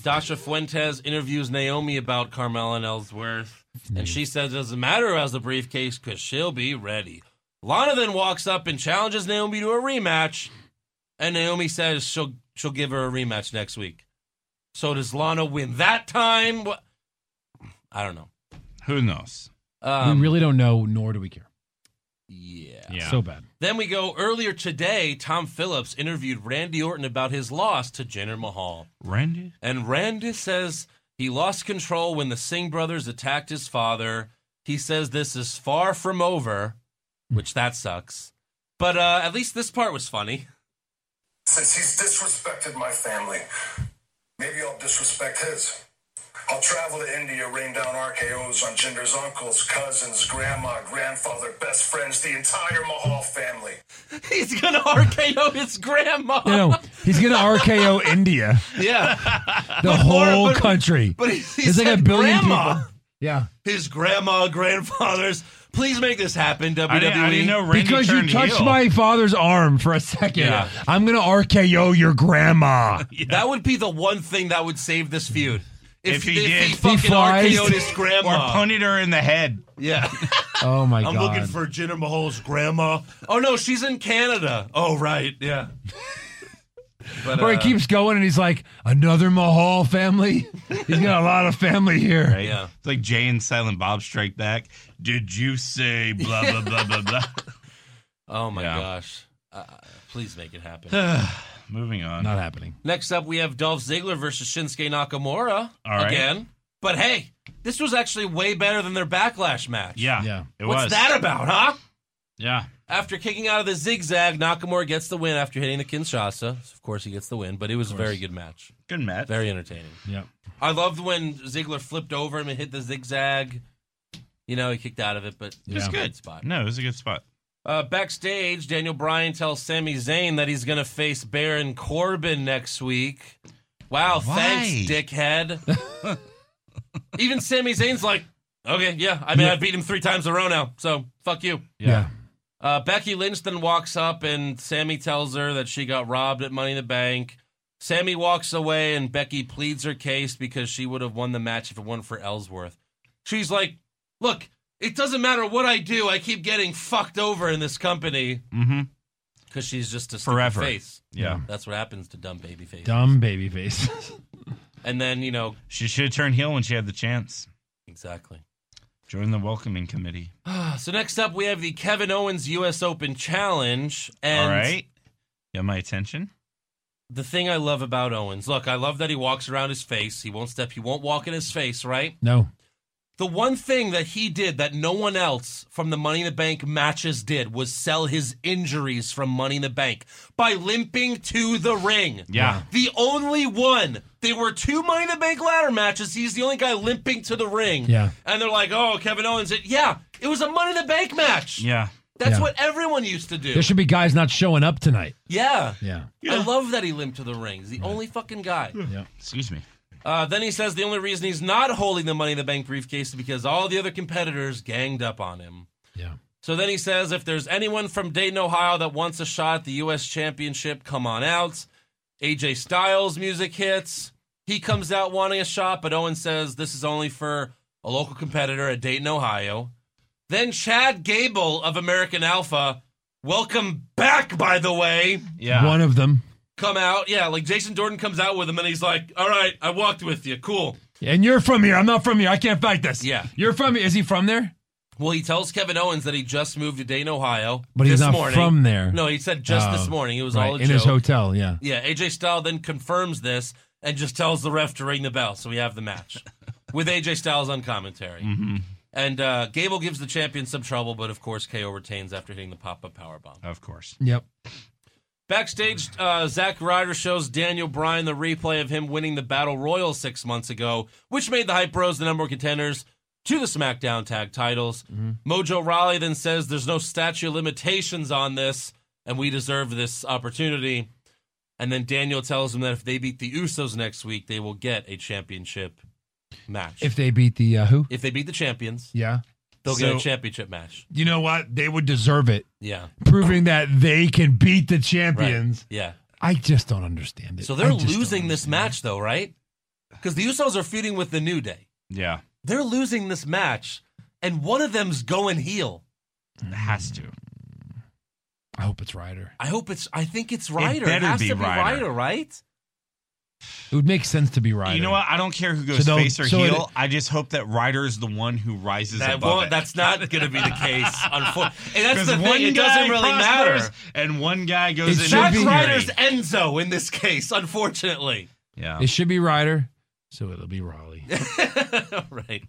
[SPEAKER 1] Dasha Fuentes interviews Naomi about Carmella and Ellsworth, and she says it doesn't matter who has the briefcase because she'll be ready. Lana then walks up and challenges Naomi to a rematch, and Naomi says she'll she'll give her a rematch next week. So does Lana win that time? What? I don't know. Um,
[SPEAKER 5] Who knows?
[SPEAKER 2] we really don't know, nor do we care.
[SPEAKER 1] Yeah.
[SPEAKER 2] So bad.
[SPEAKER 1] Then we go earlier today. Tom Phillips interviewed Randy Orton about his loss to Jinder Mahal.
[SPEAKER 5] Randy?
[SPEAKER 1] And Randy says he lost control when the Singh brothers attacked his father. He says this is far from over, which that sucks. But uh, at least this part was funny.
[SPEAKER 16] Since he's disrespected my family, maybe I'll disrespect his. I'll travel to India, rain down RKOs on Jinder's uncles, cousins, grandma, grandfather, best friends, the entire Mahal family.
[SPEAKER 1] He's gonna RKO his grandma.
[SPEAKER 2] No, no, he's gonna RKO India,
[SPEAKER 1] Yeah.
[SPEAKER 2] the whole country.
[SPEAKER 1] But he's,
[SPEAKER 2] It's like a billion people. Yeah.
[SPEAKER 1] His grandma, grandfathers. Please make this happen, E. WWE.
[SPEAKER 2] because you touched my father's arm for a second.
[SPEAKER 1] Yeah.
[SPEAKER 2] I'm gonna RKO your grandma.
[SPEAKER 1] That would be the one thing that would save this feud. If,
[SPEAKER 5] he
[SPEAKER 1] if
[SPEAKER 5] did.
[SPEAKER 1] he
[SPEAKER 5] He
[SPEAKER 1] fucking
[SPEAKER 5] flies.
[SPEAKER 1] RKO'd his grandma.
[SPEAKER 5] Or punted her in the head.
[SPEAKER 1] Yeah.
[SPEAKER 2] Oh my
[SPEAKER 1] I'm
[SPEAKER 2] god.
[SPEAKER 1] looking for Jinder Mahal's grandma. Oh no, she's in Canada. Oh right, yeah. But,
[SPEAKER 2] or he
[SPEAKER 1] uh,
[SPEAKER 2] keeps going and he's like, another Mahal family. He's got a lot of family here.
[SPEAKER 5] Right? Yeah. It's like Jay and Silent Bob Strike Back. Did you say blah, blah, blah, blah, blah?
[SPEAKER 1] Oh my
[SPEAKER 5] Yeah.
[SPEAKER 1] gosh. Uh, please make it happen.
[SPEAKER 5] Moving on.
[SPEAKER 2] Not happening.
[SPEAKER 1] Next up, we have Dolph Ziggler versus Shinsuke Nakamura
[SPEAKER 5] All right.
[SPEAKER 1] again. But hey, this was actually way better than their backlash match.
[SPEAKER 5] Yeah. Yeah. It
[SPEAKER 1] What's
[SPEAKER 5] was.
[SPEAKER 1] that about, huh?
[SPEAKER 5] Yeah.
[SPEAKER 1] After kicking out of the zigzag, Nakamura gets the win after hitting the Kinshasa. Of course, he gets the win, but it was a
[SPEAKER 5] Of course.
[SPEAKER 1] very good match.
[SPEAKER 5] Good match.
[SPEAKER 1] Very entertaining.
[SPEAKER 2] Yep.
[SPEAKER 1] I loved when Ziggler flipped over him and hit the zigzag. You know, he kicked out of it, but
[SPEAKER 5] It was good.
[SPEAKER 1] spot.
[SPEAKER 5] No, it was a good spot.
[SPEAKER 1] Uh, backstage, Daniel Bryan tells Sami Zayn that he's going to face Baron Corbin next week. Wow,
[SPEAKER 5] Why?
[SPEAKER 1] thanks, dickhead. Even Sami Zayn's like, okay, yeah, I mean,
[SPEAKER 2] Yeah.
[SPEAKER 1] I've beaten him three times in a row now, so fuck you.
[SPEAKER 2] Yeah.
[SPEAKER 1] Uh, Becky Lynch then walks up and Sammy tells her that she got robbed at Money in the Bank. Sammy walks away and Becky pleads her case because she would have won the match if it weren't for Ellsworth. She's like, Look, it doesn't matter what I do, I keep getting fucked over in this company.
[SPEAKER 5] Mm-hmm.
[SPEAKER 1] Because she's just a stupid
[SPEAKER 5] Forever.
[SPEAKER 1] face.
[SPEAKER 5] Yeah.
[SPEAKER 1] That's what happens to dumb baby face.
[SPEAKER 2] Dumb baby face.
[SPEAKER 1] And then, you know,
[SPEAKER 5] She should have turned heel when she had the chance.
[SPEAKER 1] Exactly. Uh,
[SPEAKER 5] Join the welcoming committee.
[SPEAKER 1] so next up we have the Kevin Owens US Open Challenge. And
[SPEAKER 5] All right. You have my attention?
[SPEAKER 1] the thing I love about Owens, look, I love that he walks around his face. He won't step, he won't walk in his face, right?
[SPEAKER 2] No.
[SPEAKER 1] The one thing that he did that no one else from the Money in the Bank matches did was sell his injuries from Money in the Bank by limping to the ring.
[SPEAKER 5] Yeah.
[SPEAKER 1] The only one. There were two Money in the Bank ladder matches. He's the only guy limping to the ring.
[SPEAKER 5] Yeah.
[SPEAKER 1] And they're like, oh, Kevin Owens. It, yeah, it was a Money in the Bank match.
[SPEAKER 5] Yeah.
[SPEAKER 1] That's
[SPEAKER 2] Yeah.
[SPEAKER 1] what everyone used to do.
[SPEAKER 2] There should be guys not showing up tonight.
[SPEAKER 1] Yeah.
[SPEAKER 2] Yeah.
[SPEAKER 1] I love that he limped to the ring. He's the only fucking guy.
[SPEAKER 2] Yeah.
[SPEAKER 5] Excuse me.
[SPEAKER 1] Uh, then he says the only reason he's not holding the Money in the Bank briefcase is because all the other competitors ganged up on him.
[SPEAKER 2] Yeah.
[SPEAKER 1] So then he says if there's anyone from Dayton, Ohio that wants a shot at the U.S. Championship, come on out. AJ Styles music hits. He comes out wanting a shot, but Owen says this is only for a local competitor at Dayton, Ohio. Then Chad Gable of American Alpha, welcome back, by the way
[SPEAKER 2] One of them.
[SPEAKER 1] come out. Yeah, like Jason Jordan comes out with him and he's like, All right, I walked with you. Cool.
[SPEAKER 2] And you're from here. I'm not from here. I can't fight this.
[SPEAKER 1] Yeah.
[SPEAKER 2] You're from here. Is he from there?
[SPEAKER 1] Well, he tells Kevin Owens that he just moved to Dayton, Ohio.
[SPEAKER 2] But he's
[SPEAKER 1] this
[SPEAKER 2] not
[SPEAKER 1] morning.
[SPEAKER 2] from there.
[SPEAKER 1] No, he said just
[SPEAKER 2] Oh,
[SPEAKER 1] this morning. It was
[SPEAKER 2] right,
[SPEAKER 1] all a
[SPEAKER 2] in his
[SPEAKER 1] joke.
[SPEAKER 2] hotel, yeah.
[SPEAKER 1] Yeah, AJ Styles then confirms this and just tells the ref to ring the bell. So we have the match with AJ Styles on commentary.
[SPEAKER 2] Mm-hmm.
[SPEAKER 1] And uh, Gable gives the champion some trouble, but of course KO retains after hitting the pop up powerbomb.
[SPEAKER 5] Of course.
[SPEAKER 2] Yep.
[SPEAKER 1] Backstage, uh, Zack Ryder shows Daniel Bryan the replay of him winning the Battle Royal six months ago, which made the Hype Bros the number one contenders to the SmackDown Tag titles.
[SPEAKER 2] Mm-hmm.
[SPEAKER 1] Mojo Raleigh then says there's no statute of limitations on this, and we deserve this opportunity. And then Daniel tells him that if they beat the Usos next week, they will get a championship match.
[SPEAKER 2] If they beat the uh, who?
[SPEAKER 1] If they beat the champions,
[SPEAKER 2] Yeah.
[SPEAKER 1] they'll get a
[SPEAKER 2] So-
[SPEAKER 1] championship match.
[SPEAKER 2] You know what? They would deserve it.
[SPEAKER 1] Yeah.
[SPEAKER 2] Proving that they can beat the champions.
[SPEAKER 1] Yeah.
[SPEAKER 2] I just don't understand it.
[SPEAKER 1] So
[SPEAKER 2] I
[SPEAKER 1] they're
[SPEAKER 2] just
[SPEAKER 1] losing this match, though, right? Because the Usos are feuding with the New Day.
[SPEAKER 5] Yeah.
[SPEAKER 1] They're losing this match, and one of them's going heel.
[SPEAKER 5] Has to.
[SPEAKER 2] I hope it's Ryder.
[SPEAKER 1] I hope it's. I think it's Ryder. It,
[SPEAKER 5] better
[SPEAKER 1] has
[SPEAKER 5] be
[SPEAKER 1] to be
[SPEAKER 5] Ryder.
[SPEAKER 1] Ryder, right?
[SPEAKER 2] It would make sense to be Ryder.
[SPEAKER 5] You know what? I don't care who goes
[SPEAKER 2] So they'll-
[SPEAKER 5] face or
[SPEAKER 2] so it-
[SPEAKER 5] heel. I just hope that Ryder's the one who rises
[SPEAKER 1] That
[SPEAKER 5] above
[SPEAKER 1] won't,
[SPEAKER 5] it.
[SPEAKER 1] That's not going to be the case. Unfortunately, and that's
[SPEAKER 5] 'Cause
[SPEAKER 1] the
[SPEAKER 5] one
[SPEAKER 1] thing. It
[SPEAKER 5] guy
[SPEAKER 1] doesn't really
[SPEAKER 5] prospers
[SPEAKER 1] matter.
[SPEAKER 5] And one guy goes
[SPEAKER 1] It's
[SPEAKER 5] in.
[SPEAKER 1] Zack
[SPEAKER 5] and-
[SPEAKER 1] Ryder's Enzo in this case, unfortunately.
[SPEAKER 5] Yeah.
[SPEAKER 2] It should be Ryder. So it'll be Raleigh.
[SPEAKER 1] right.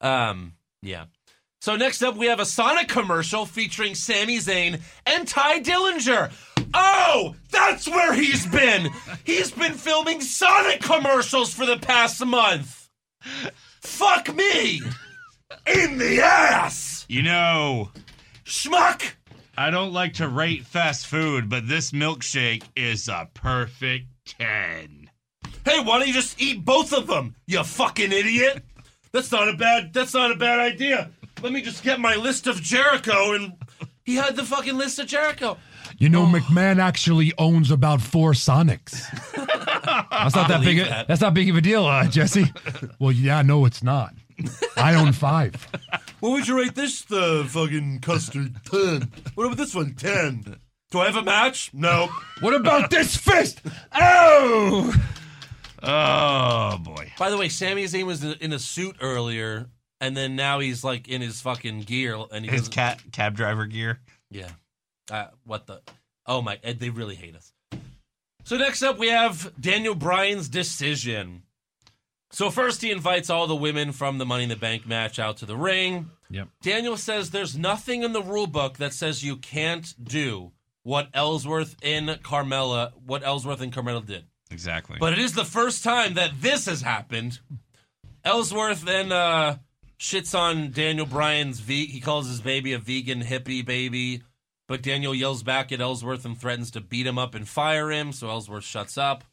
[SPEAKER 1] Um. Yeah. So next up, we have a Sonic commercial featuring Sami Zayn and Ty Dillinger. Oh, that's where he's been. He's been filming Sonic commercials for the past month. Fuck me in the ass,
[SPEAKER 5] You know,
[SPEAKER 1] schmuck.
[SPEAKER 5] I don't like to rate fast food, but this milkshake is a perfect 10.
[SPEAKER 1] Hey, why don't you just eat both of them? You fucking idiot. That's not a bad. That's not a bad idea. Let me just get my list of Jericho and. He had the fucking list of Jericho.
[SPEAKER 11] You know, McMahon actually owns about four Sonics.
[SPEAKER 2] That's not that big.
[SPEAKER 11] believe
[SPEAKER 2] a-
[SPEAKER 11] that.
[SPEAKER 2] That's not big of a deal, uh, Jesse. well, yeah, no, it's not. I own five.
[SPEAKER 1] What would you rate this the fucking custard? Ten. What about this one? Ten. Do I have a match? No.
[SPEAKER 2] What about this fist? Oh.
[SPEAKER 5] Oh, boy.
[SPEAKER 1] By the way, Sami Zayn was in a suit earlier, and then now he's like in his fucking gear, and he
[SPEAKER 5] His
[SPEAKER 1] doesn't-
[SPEAKER 5] cat, cab driver gear.
[SPEAKER 1] Yeah. Uh, what the? Oh my! uh, They really hate us. So next up, we have Daniel Bryan's decision. So first, he invites all the women from the Money in the Bank match out to the ring.
[SPEAKER 2] Yep.
[SPEAKER 1] Daniel says there's nothing in the rule book that says you can't do what Ellsworth and Carmella, what Ellsworth and Carmella did.
[SPEAKER 5] Exactly.
[SPEAKER 1] But it is the first time that this has happened. Ellsworth then uh, shits on Daniel Bryan's ve- he calls his baby a vegan hippie baby, but Daniel yells back at Ellsworth and threatens to beat him up and fire him. So Ellsworth shuts up.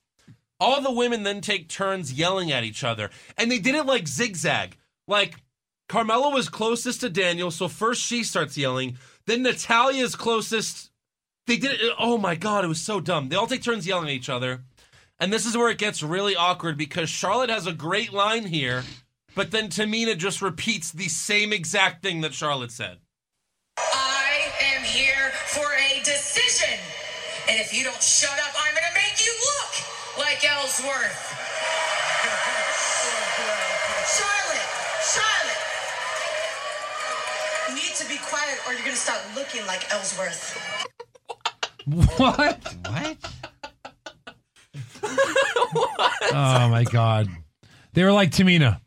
[SPEAKER 1] All the women then take turns yelling at each other, and they did it like zigzag. Like Carmella was closest to Daniel, so first she starts yelling. Then Natalia's closest. They did it. Oh my god, it was so dumb. They all take turns yelling at each other, and this is where it gets really awkward because Charlotte has a great line here, but then Tamina just repeats the same exact thing that Charlotte said.
[SPEAKER 15] I am here for a decision. And if you don't shut up, I'm going to make you look like Ellsworth. Charlotte, Charlotte. You need to be quiet or you're going to start looking like Ellsworth.
[SPEAKER 2] What?
[SPEAKER 5] What?
[SPEAKER 2] Oh my god. They were like Tamina,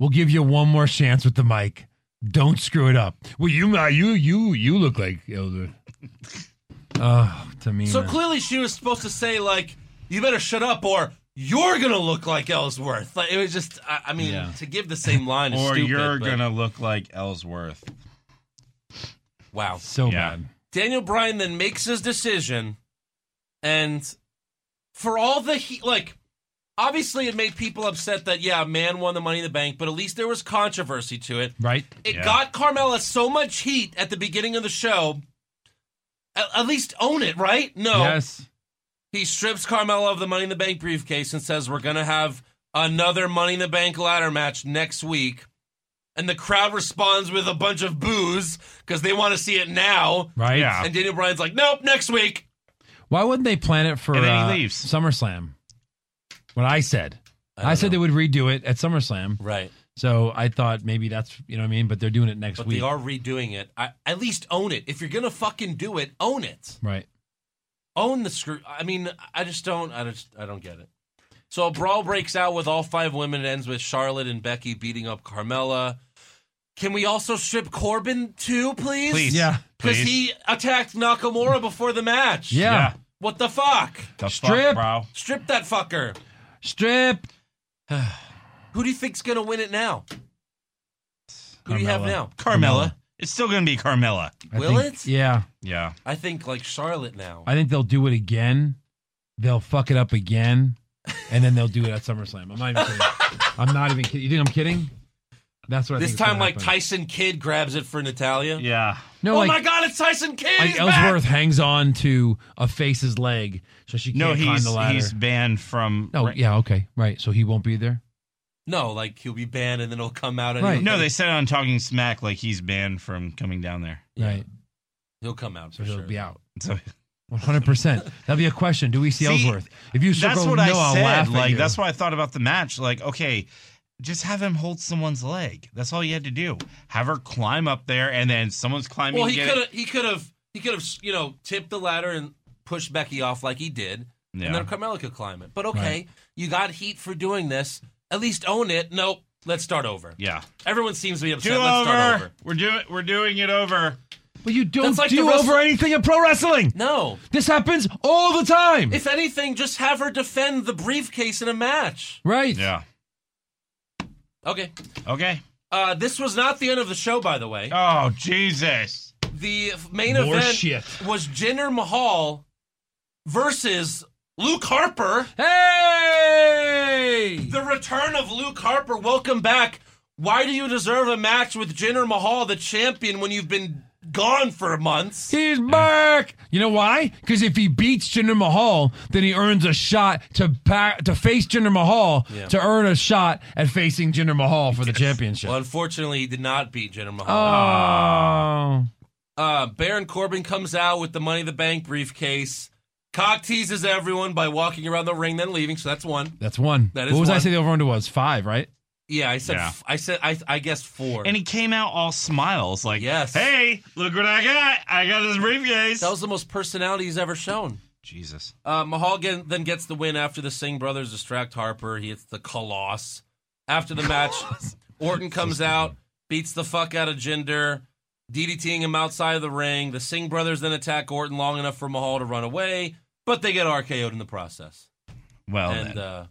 [SPEAKER 2] we'll give you one more chance with the mic. Don't screw it up. Well, you, uh, you, you, you look like Elder. Oh, Tamina.
[SPEAKER 1] So clearly she was supposed to say like, "You better shut up," or "You're gonna look like Ellsworth." Like it was just, I, I mean, to give the same line is
[SPEAKER 5] or
[SPEAKER 1] stupid.
[SPEAKER 5] you're
[SPEAKER 1] but-
[SPEAKER 5] gonna look like Ellsworth.
[SPEAKER 1] Wow,
[SPEAKER 2] so
[SPEAKER 5] bad.
[SPEAKER 1] Daniel Bryan then makes his decision, and for all the he like, obviously it made people upset that yeah, man won the Money in the Bank, but at least there was controversy to it.
[SPEAKER 2] right?
[SPEAKER 1] It got Carmella so much heat at the beginning of the show. At, at least own it, right? No.
[SPEAKER 2] Yes.
[SPEAKER 1] He strips Carmella of the Money in the Bank briefcase and says, We're going to have another Money in the Bank ladder match next week. And the crowd responds with a bunch of boos because they want to see it now.
[SPEAKER 2] Right. Yeah.
[SPEAKER 1] And Daniel Bryan's like, Nope, next week.
[SPEAKER 2] Why wouldn't they plan it for
[SPEAKER 1] And then he
[SPEAKER 2] uh,
[SPEAKER 1] leaves.
[SPEAKER 2] SummerSlam? What I said.
[SPEAKER 1] I
[SPEAKER 2] I,
[SPEAKER 1] don't
[SPEAKER 2] said they would redo it at SummerSlam.
[SPEAKER 1] Right.
[SPEAKER 2] So I thought maybe that's, you know what I mean? But they're doing it next
[SPEAKER 1] But
[SPEAKER 2] week.
[SPEAKER 1] they are redoing it. I, at least own it. If you're going to fucking do it, own it.
[SPEAKER 2] right.
[SPEAKER 1] own the screw. I mean, I just don't. I just I don't get it. So a brawl breaks out with all five women. It ends with Charlotte and Becky beating up Carmella. Can we also strip Corbin too, please?
[SPEAKER 5] Please. Yeah.
[SPEAKER 1] because
[SPEAKER 5] Please.
[SPEAKER 1] he attacked Nakamura before the match.
[SPEAKER 2] Yeah. Yeah.
[SPEAKER 1] What the fuck?
[SPEAKER 5] The fuck,
[SPEAKER 2] Strip.
[SPEAKER 5] bro.
[SPEAKER 1] Strip that fucker.
[SPEAKER 2] Strip.
[SPEAKER 1] Who do you think's gonna win it now? Who do you have
[SPEAKER 5] Carmella.
[SPEAKER 1] now?
[SPEAKER 5] Carmella. It's still gonna be Carmella.
[SPEAKER 2] I
[SPEAKER 1] Will
[SPEAKER 2] think-
[SPEAKER 1] it?
[SPEAKER 2] Yeah.
[SPEAKER 5] Yeah.
[SPEAKER 1] I think like Charlotte now.
[SPEAKER 2] I think they'll do it again. They'll fuck it up again, and then they'll do it at SummerSlam. I'm not even kidding. I'm not even kidding. You think I'm kidding? That's what I
[SPEAKER 1] This
[SPEAKER 2] think is gonna
[SPEAKER 1] time, like
[SPEAKER 2] happen.
[SPEAKER 1] Tyson Kidd grabs it for Natalia.
[SPEAKER 5] Yeah.
[SPEAKER 2] No,
[SPEAKER 1] oh
[SPEAKER 2] like-
[SPEAKER 1] my God! It's Tyson Kidd.
[SPEAKER 2] Like
[SPEAKER 1] he's back!
[SPEAKER 2] Ellsworth hangs on to a face's leg, so she can't
[SPEAKER 5] No,
[SPEAKER 2] climb
[SPEAKER 5] he's
[SPEAKER 2] the ladder.
[SPEAKER 5] he's banned from.
[SPEAKER 2] no, yeah, okay, right. So he won't be there.
[SPEAKER 1] No, like he'll be banned and then he'll come out and he'll,
[SPEAKER 5] No, they said on Talking Smack like he's banned from coming down there.
[SPEAKER 2] Right,
[SPEAKER 1] he'll come out
[SPEAKER 2] so
[SPEAKER 1] for
[SPEAKER 2] he'll
[SPEAKER 1] sure.
[SPEAKER 2] be out.
[SPEAKER 5] So
[SPEAKER 2] One hundred percent. That'll be a question. Do we see,
[SPEAKER 5] See,
[SPEAKER 2] Ellsworth? If you circle
[SPEAKER 5] that's what
[SPEAKER 2] no,
[SPEAKER 5] I
[SPEAKER 2] will laugh
[SPEAKER 5] said.
[SPEAKER 2] at
[SPEAKER 5] Like
[SPEAKER 2] you.
[SPEAKER 5] that's what I thought about the match. Like okay, just have him hold someone's leg. That's all you had to do. Have her climb up there, and then someone's climbing.
[SPEAKER 1] well,
[SPEAKER 5] to
[SPEAKER 1] he
[SPEAKER 5] get
[SPEAKER 1] could
[SPEAKER 5] it.
[SPEAKER 1] have he could have he could have you know tipped the ladder and pushed Becky off like he did,
[SPEAKER 5] Yeah.
[SPEAKER 1] and then Carmella could climb it. But okay,
[SPEAKER 5] Right.
[SPEAKER 1] you got heat for doing this. At least own it. Nope. Let's start over.
[SPEAKER 5] Yeah.
[SPEAKER 1] Everyone seems to be upset.
[SPEAKER 5] Do
[SPEAKER 1] Let's start
[SPEAKER 5] over.
[SPEAKER 1] over.
[SPEAKER 5] We're doing we're doing it over.
[SPEAKER 2] But you don't
[SPEAKER 1] That's like
[SPEAKER 2] do
[SPEAKER 1] the wrestling-
[SPEAKER 2] over anything in pro wrestling.
[SPEAKER 1] No.
[SPEAKER 2] This happens all the time.
[SPEAKER 1] If anything, just have her defend the briefcase in a match.
[SPEAKER 2] right.
[SPEAKER 5] Yeah.
[SPEAKER 1] Okay.
[SPEAKER 5] Okay.
[SPEAKER 1] Uh, this was not the end of the show, by the way.
[SPEAKER 5] Oh Jesus.
[SPEAKER 1] the f- main
[SPEAKER 2] More
[SPEAKER 1] event
[SPEAKER 2] shit.
[SPEAKER 1] was Jinder Mahal versus Luke Harper.
[SPEAKER 2] Hey!
[SPEAKER 1] The return of Luke Harper. Welcome back. Why do you deserve a match with Jinder Mahal, the champion, when you've been gone for months?
[SPEAKER 2] He's back. You know why? Because if he beats Jinder Mahal, then he earns a shot to pa- to face Jinder Mahal
[SPEAKER 1] Yeah.
[SPEAKER 2] to earn a shot at facing Jinder Mahal for the championship.
[SPEAKER 1] Well, unfortunately, he did not beat Jinder Mahal.
[SPEAKER 2] Oh,
[SPEAKER 1] Uh, Baron Corbin comes out with the Money in the Bank briefcase. Cock teases everyone by walking around the ring, then leaving. So that's one.
[SPEAKER 2] that's one.
[SPEAKER 1] That is
[SPEAKER 2] what was I
[SPEAKER 1] one.
[SPEAKER 2] say the over under was five, right?
[SPEAKER 1] Yeah, I said.
[SPEAKER 5] Yeah.
[SPEAKER 1] F- I said. I. I guess four.
[SPEAKER 5] And he came out all smiles, like
[SPEAKER 1] Yes.
[SPEAKER 5] Hey, look what I got! I got this briefcase.
[SPEAKER 1] that was the most personality he's ever shown.
[SPEAKER 5] Jesus.
[SPEAKER 1] Uh, Mahal get, then gets the win after the Singh brothers distract Harper. He hits the Coloss. After the match, Orton comes out, beats the fuck out of Jinder, DDTing him outside of the ring. The Singh brothers then attack Orton long enough for Mahal to run away, but they get RKO'd in the process.
[SPEAKER 5] Well,
[SPEAKER 1] and
[SPEAKER 5] then.
[SPEAKER 1] uh,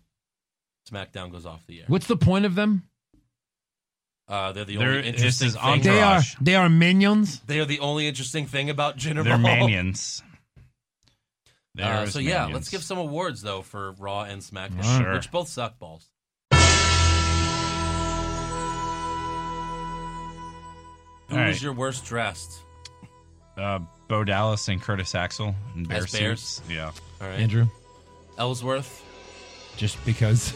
[SPEAKER 1] SmackDown goes off the air.
[SPEAKER 2] What's the point of them?
[SPEAKER 1] Uh, they're the
[SPEAKER 5] They're-
[SPEAKER 1] only interesting
[SPEAKER 5] this is
[SPEAKER 1] thing.
[SPEAKER 2] They are
[SPEAKER 5] Entourage.
[SPEAKER 2] they are minions.
[SPEAKER 1] They are the only interesting thing about Jinder
[SPEAKER 5] they're
[SPEAKER 1] Mahal.
[SPEAKER 5] minions. They're
[SPEAKER 1] Uh, so yeah,
[SPEAKER 5] minions.
[SPEAKER 1] let's give some awards though for Raw and SmackDown,
[SPEAKER 5] All right.
[SPEAKER 1] which both suck balls. Who
[SPEAKER 5] All
[SPEAKER 1] was
[SPEAKER 5] right.
[SPEAKER 1] your worst dressed?
[SPEAKER 5] Uh, Bo Dallas and Curtis Axel and bear
[SPEAKER 1] As Bears?
[SPEAKER 5] suits. Yeah.
[SPEAKER 1] All right.
[SPEAKER 2] Andrew,
[SPEAKER 1] Ellsworth.
[SPEAKER 2] just because.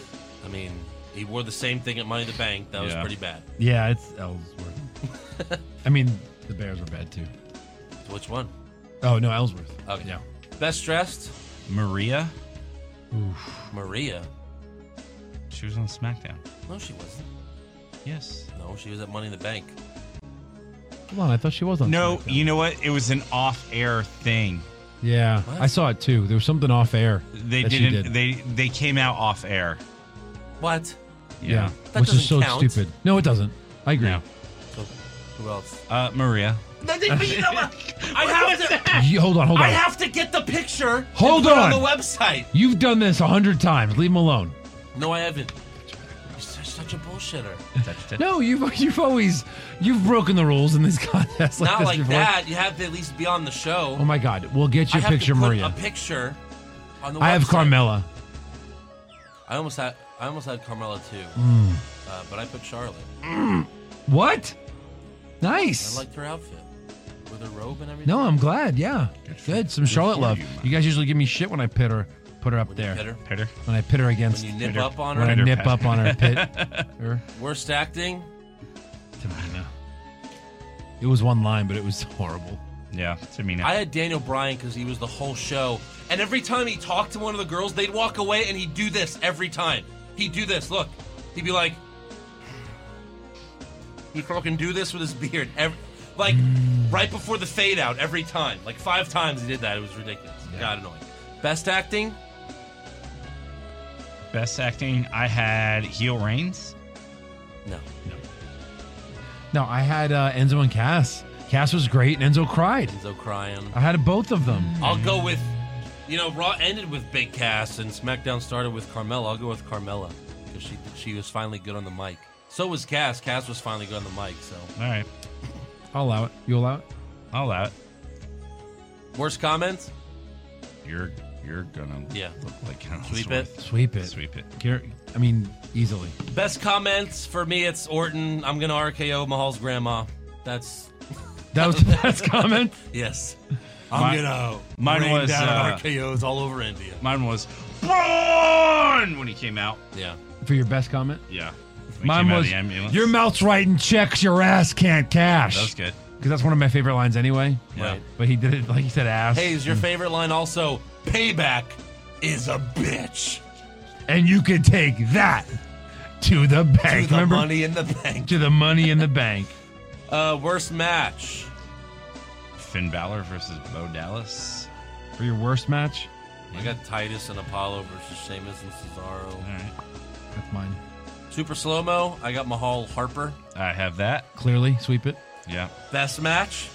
[SPEAKER 1] I mean, he wore the same thing at Money in the Bank. That was
[SPEAKER 2] Yeah.
[SPEAKER 1] pretty bad.
[SPEAKER 2] Yeah, it's Ellsworth. I mean, the Bears were bad too.
[SPEAKER 1] Which one?
[SPEAKER 2] Oh no, Ellsworth.
[SPEAKER 1] Okay.
[SPEAKER 2] Yeah.
[SPEAKER 1] Best dressed?
[SPEAKER 5] Maria.
[SPEAKER 1] Maria.
[SPEAKER 5] She was on SmackDown.
[SPEAKER 1] No, she wasn't.
[SPEAKER 5] Yes.
[SPEAKER 1] No, she was at Money in the Bank.
[SPEAKER 2] Hold on, I thought she was on.
[SPEAKER 5] No, you know what? It was an off-air thing.
[SPEAKER 2] Yeah, I saw it too. There was something off air.
[SPEAKER 5] They
[SPEAKER 2] that she did.
[SPEAKER 5] didn't. They they came out off air.
[SPEAKER 1] What?
[SPEAKER 2] Yeah,
[SPEAKER 1] That
[SPEAKER 2] which is
[SPEAKER 1] doesn't
[SPEAKER 2] so
[SPEAKER 1] count.
[SPEAKER 2] stupid. No, it doesn't. I agree.
[SPEAKER 1] So, who else?
[SPEAKER 5] Uh, Maria.
[SPEAKER 1] I have to.
[SPEAKER 2] You- hold on, hold on.
[SPEAKER 1] I have to get the picture. and
[SPEAKER 2] Hold
[SPEAKER 1] put it
[SPEAKER 2] on.
[SPEAKER 1] the website.
[SPEAKER 2] You've done this a hundred times. Leave him alone.
[SPEAKER 1] No, I haven't. You're such, such a bullshitter.
[SPEAKER 2] No, you've you've always you've broken the rules in these contests like
[SPEAKER 1] Not
[SPEAKER 2] this
[SPEAKER 1] like
[SPEAKER 2] before.
[SPEAKER 1] that. You have to at least be on the show.
[SPEAKER 2] Oh my God! We'll get
[SPEAKER 1] I
[SPEAKER 2] your
[SPEAKER 1] have to
[SPEAKER 2] picture,
[SPEAKER 1] put
[SPEAKER 2] Maria.
[SPEAKER 1] A picture. On the
[SPEAKER 2] I have
[SPEAKER 1] website.
[SPEAKER 2] Carmela.
[SPEAKER 1] I almost had. I almost had Carmela too.
[SPEAKER 2] Mm.
[SPEAKER 1] Uh, but I put Charlotte.
[SPEAKER 2] What? Nice.
[SPEAKER 1] I liked her outfit with her robe and everything.
[SPEAKER 2] No, I'm glad. Yeah, good. Some Charlotte
[SPEAKER 1] for
[SPEAKER 2] love.
[SPEAKER 1] you,
[SPEAKER 2] You, guys usually give me shit when I pit her, put her up there.
[SPEAKER 1] pit her?
[SPEAKER 5] Pit her.
[SPEAKER 2] When I pit her against.
[SPEAKER 1] When you nip Pit her. up on her?
[SPEAKER 2] When I
[SPEAKER 1] Pit her,
[SPEAKER 2] nip
[SPEAKER 1] pit
[SPEAKER 2] up
[SPEAKER 1] her.
[SPEAKER 2] on her, pit her.
[SPEAKER 1] Worst acting.
[SPEAKER 2] It was one line, but it was horrible.
[SPEAKER 5] Yeah, Tamina.
[SPEAKER 1] I had Daniel Bryan because he was the whole show, and every time he talked to one of the girls, they'd walk away, and he'd do this every time. He'd do this. Look, he'd be like, he fucking do this with his beard, every, like right before the fade out every time. Like five times he did that. It was ridiculous. Got annoying. Best acting.
[SPEAKER 5] Best acting. I had Heel Reigns.
[SPEAKER 1] No.
[SPEAKER 2] No, I had uh, Enzo and Cass. Cass was great, and Enzo cried.
[SPEAKER 1] Enzo crying.
[SPEAKER 2] I had both of them.
[SPEAKER 1] I'll go with, you know, Raw ended with Big Cass and SmackDown started with Carmella. I'll go with Carmella because she she was finally good on the mic. So was Cass. Cass was finally good on the mic. So
[SPEAKER 5] All right.
[SPEAKER 2] I'll allow it. You allow it?
[SPEAKER 5] I'll allow it.
[SPEAKER 1] worst comments.
[SPEAKER 5] You're you're gonna
[SPEAKER 1] Yeah.
[SPEAKER 5] look like Colonel
[SPEAKER 1] Sweep it.
[SPEAKER 5] Sworth.
[SPEAKER 2] Sweep it.
[SPEAKER 5] Sweep it.
[SPEAKER 2] Gar- I mean, easily.
[SPEAKER 1] Best comments for me. It's Orton. I'm gonna RKO Mahal's grandma. That's
[SPEAKER 2] That was the best comment.
[SPEAKER 1] yes. I'm
[SPEAKER 5] My-
[SPEAKER 1] gonna
[SPEAKER 5] mine
[SPEAKER 1] rain
[SPEAKER 5] was,
[SPEAKER 1] down
[SPEAKER 5] uh,
[SPEAKER 1] RKO's all over India.
[SPEAKER 5] Mine was Braun when he came out.
[SPEAKER 1] Yeah.
[SPEAKER 2] For your best comment?
[SPEAKER 5] Yeah. When he
[SPEAKER 2] Mine
[SPEAKER 5] came out of
[SPEAKER 2] was
[SPEAKER 5] the ambulance.
[SPEAKER 2] Your mouth's writing checks your ass can't cash.
[SPEAKER 5] That was good.
[SPEAKER 2] Because that's one of my favorite lines anyway.
[SPEAKER 5] Yeah. Right.
[SPEAKER 2] But he did it like he said ass.
[SPEAKER 1] Hey, is your favorite line also payback is a bitch
[SPEAKER 2] and you could take that to the bank.
[SPEAKER 1] to the
[SPEAKER 2] Remember?
[SPEAKER 1] money in the bank.
[SPEAKER 2] To the money in the bank.
[SPEAKER 1] Uh, worst match.
[SPEAKER 5] Finn Balor versus Bo Dallas.
[SPEAKER 2] For your worst match?
[SPEAKER 1] I
[SPEAKER 2] Mm-hmm.
[SPEAKER 1] got Titus and Apollo versus Sheamus and Cesaro.
[SPEAKER 2] Mm. That's mine.
[SPEAKER 1] Super slow mo. I got Mahal Harper.
[SPEAKER 5] I have that.
[SPEAKER 2] Clearly, sweep it.
[SPEAKER 5] Yeah.
[SPEAKER 1] Best match.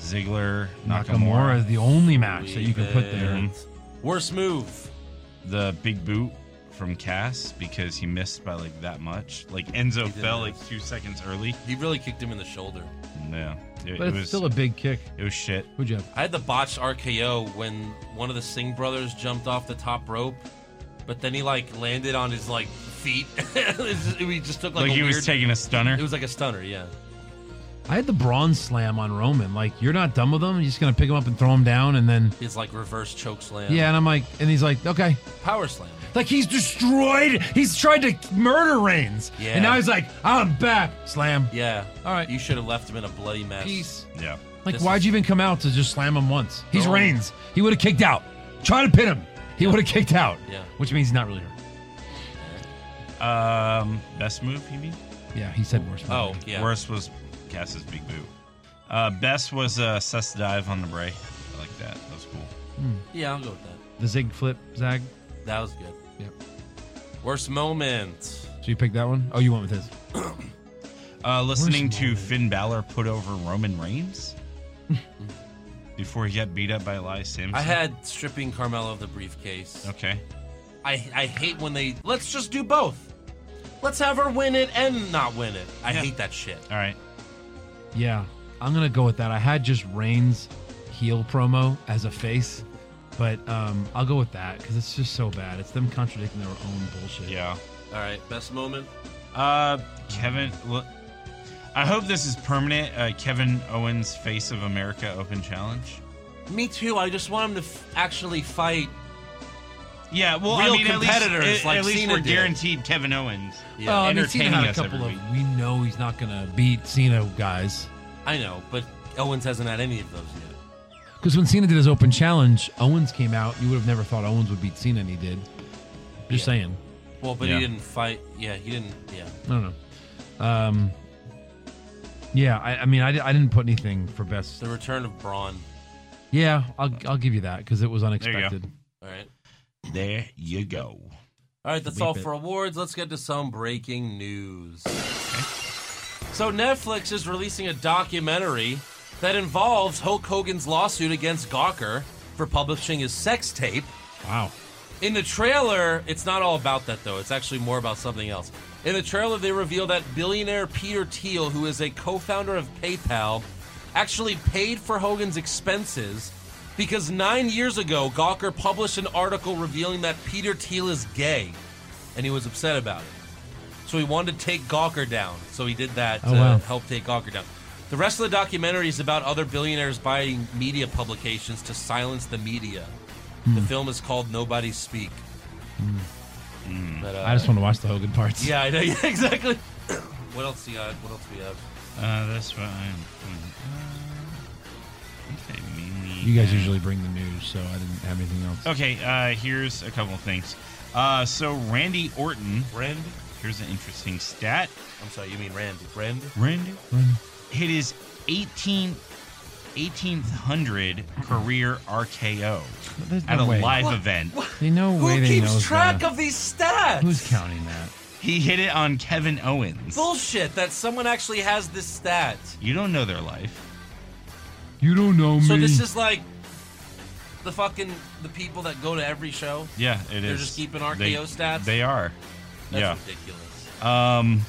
[SPEAKER 5] Ziggler,
[SPEAKER 2] Nakamura
[SPEAKER 5] Nakamura,
[SPEAKER 2] is the only match that you can put there.
[SPEAKER 1] Sweep it. Worst move.
[SPEAKER 5] the big boot from Cass because he missed by like that much. Like Enzo
[SPEAKER 1] did
[SPEAKER 5] fell
[SPEAKER 1] miss.
[SPEAKER 5] like two seconds early.
[SPEAKER 1] He really kicked him in the shoulder.
[SPEAKER 5] Yeah. It,
[SPEAKER 2] But
[SPEAKER 5] it
[SPEAKER 2] it's
[SPEAKER 5] was
[SPEAKER 2] still a big kick.
[SPEAKER 5] it was shit.
[SPEAKER 2] Who'd you have?
[SPEAKER 1] I had the botched RKO when one of the Singh brothers jumped off the top rope, but then he like landed on his like feet. It was just- he just took like,
[SPEAKER 5] Like,
[SPEAKER 1] a
[SPEAKER 5] he
[SPEAKER 1] weird,
[SPEAKER 5] was taking a stunner.
[SPEAKER 1] It was like a stunner. Yeah.
[SPEAKER 2] I had the brawn slam on Roman. Like, you're not done with him. You're just going to pick him up and throw him down. And then,
[SPEAKER 1] It's like reverse choke slam.
[SPEAKER 2] yeah. and I'm like, and he's like, okay.
[SPEAKER 1] Power slam.
[SPEAKER 2] Like, he's destroyed. He's tried to murder Reigns.
[SPEAKER 1] Yeah.
[SPEAKER 2] And now he's like, I'm back. Slam.
[SPEAKER 1] Yeah.
[SPEAKER 2] All right.
[SPEAKER 1] You should have left him in a bloody mess.
[SPEAKER 2] Peace.
[SPEAKER 5] Yeah.
[SPEAKER 2] Like,
[SPEAKER 1] This
[SPEAKER 2] why'd
[SPEAKER 1] is-
[SPEAKER 2] you even come out to just slam him once? He's
[SPEAKER 1] No.
[SPEAKER 2] Reigns. He would have kicked out. Try to pin him. He would have kicked out.
[SPEAKER 1] Yeah.
[SPEAKER 2] Which means he's not really hurt.
[SPEAKER 5] Um best move, you mean?
[SPEAKER 2] Yeah, he said worse.
[SPEAKER 1] Oh yeah.
[SPEAKER 5] Worst was Cass's big boot. Uh best was uh Seth's dive on the Bray. I like that. That was cool.
[SPEAKER 1] Yeah, I'll go with that.
[SPEAKER 2] The zig flip, Zag.
[SPEAKER 1] That was good.
[SPEAKER 2] Yep.
[SPEAKER 1] Worst moment.
[SPEAKER 2] So you picked that one? Oh, you went with his.
[SPEAKER 5] Uh, listening
[SPEAKER 2] Where's
[SPEAKER 5] to
[SPEAKER 2] Roman?
[SPEAKER 5] Finn Balor put over Roman Reigns before he got beat up by Elias Samson.
[SPEAKER 1] I had stripping Carmelo of the briefcase.
[SPEAKER 5] okay.
[SPEAKER 1] I I hate when they let's just do both. Let's have her win it and not win it. I
[SPEAKER 5] Yeah.
[SPEAKER 1] hate that shit.
[SPEAKER 5] All right.
[SPEAKER 2] Yeah, I'm gonna go with that. I had just Reigns heel promo as a face, but um, I'll go with that because it's just so bad. It's them contradicting their own bullshit.
[SPEAKER 5] Yeah.
[SPEAKER 1] All right, best moment.
[SPEAKER 5] Uh, Kevin. Look, I hope this is permanent. Uh, Kevin Owens Face of America Open Challenge.
[SPEAKER 1] Me too. I just want him to f- actually fight.
[SPEAKER 5] Yeah, well,
[SPEAKER 1] real
[SPEAKER 5] I mean,
[SPEAKER 1] competitors
[SPEAKER 5] at least,
[SPEAKER 1] like
[SPEAKER 5] at least
[SPEAKER 1] Cena
[SPEAKER 5] we're
[SPEAKER 1] did.
[SPEAKER 5] guaranteed Kevin Owens.
[SPEAKER 2] well, I mean, Cena
[SPEAKER 5] entertaining
[SPEAKER 2] had a
[SPEAKER 5] us
[SPEAKER 2] couple
[SPEAKER 5] every
[SPEAKER 2] of.
[SPEAKER 5] week.
[SPEAKER 2] We know he's not going to beat Cena guys
[SPEAKER 1] Oh. I know, but Owens hasn't had any of those yet.
[SPEAKER 2] because when Cena did his open challenge, Owens came out. You would have never thought Owens would beat Cena, and he did. Just saying.
[SPEAKER 1] Well, but
[SPEAKER 2] Yeah.
[SPEAKER 1] he didn't fight. Yeah, he didn't. Yeah.
[SPEAKER 2] I don't know. Um, yeah, I, I mean, I, di- I didn't put anything for best.
[SPEAKER 1] The return of Braun.
[SPEAKER 2] Yeah, I'll I'll give you that because it was
[SPEAKER 1] you go.
[SPEAKER 2] unexpected.
[SPEAKER 1] All right.
[SPEAKER 5] There you go.
[SPEAKER 1] All right, that's
[SPEAKER 2] Whip
[SPEAKER 1] all
[SPEAKER 2] it.
[SPEAKER 1] for awards. Let's get to some breaking news. So, Netflix is releasing a documentary that involves Hulk Hogan's lawsuit against Gawker for publishing his sex tape.
[SPEAKER 2] Wow.
[SPEAKER 1] In the trailer, it's not all about that though. It's actually more about something else. In the trailer, they reveal that billionaire Peter Thiel, who is a co-founder of PayPal, actually paid for Hogan's expenses because nine years ago, Gawker published an article revealing that Peter Thiel is gay, and he was upset about it. So he wanted to take Gawker down. So he did that
[SPEAKER 2] Oh,
[SPEAKER 1] to
[SPEAKER 2] wow.
[SPEAKER 1] help take Gawker down. The rest of the documentary is about other billionaires buying media publications to silence the media. The
[SPEAKER 2] Hmm.
[SPEAKER 1] film is called Nobody Speak. But, uh,
[SPEAKER 2] I just want to watch the Hogan parts.
[SPEAKER 1] Yeah, I know yeah, exactly. what else do you got? What else do we have?
[SPEAKER 5] Uh, that's what I'm. Uh, okay, mainly.
[SPEAKER 2] You guys usually bring the news, so I didn't have anything else.
[SPEAKER 5] Okay, uh, here's a couple of things. Uh, so Randy Orton.
[SPEAKER 1] Randy.
[SPEAKER 5] Here's an interesting stat.
[SPEAKER 1] I'm sorry, you mean Randy? Randy.
[SPEAKER 5] Randy. Hit his 18, 1800 career RKO
[SPEAKER 2] There's
[SPEAKER 5] at
[SPEAKER 2] no
[SPEAKER 5] a
[SPEAKER 2] way.
[SPEAKER 5] live
[SPEAKER 2] What?
[SPEAKER 5] event.
[SPEAKER 2] They know
[SPEAKER 1] Who
[SPEAKER 2] way they
[SPEAKER 1] keeps
[SPEAKER 2] knows
[SPEAKER 1] track
[SPEAKER 2] that.
[SPEAKER 1] of these stats?
[SPEAKER 2] Who's counting that?
[SPEAKER 5] He hit it on Kevin Owens.
[SPEAKER 1] Bullshit that someone actually has this stat.
[SPEAKER 5] You don't know their life.
[SPEAKER 2] You don't know
[SPEAKER 1] So
[SPEAKER 2] me.
[SPEAKER 1] this is like the fucking the people that go to every show.
[SPEAKER 5] Yeah, it
[SPEAKER 1] They're
[SPEAKER 5] is.
[SPEAKER 1] just keeping RKO
[SPEAKER 5] They-
[SPEAKER 1] stats.
[SPEAKER 5] They are.
[SPEAKER 1] That's
[SPEAKER 5] yeah.
[SPEAKER 1] ridiculous.
[SPEAKER 5] Um,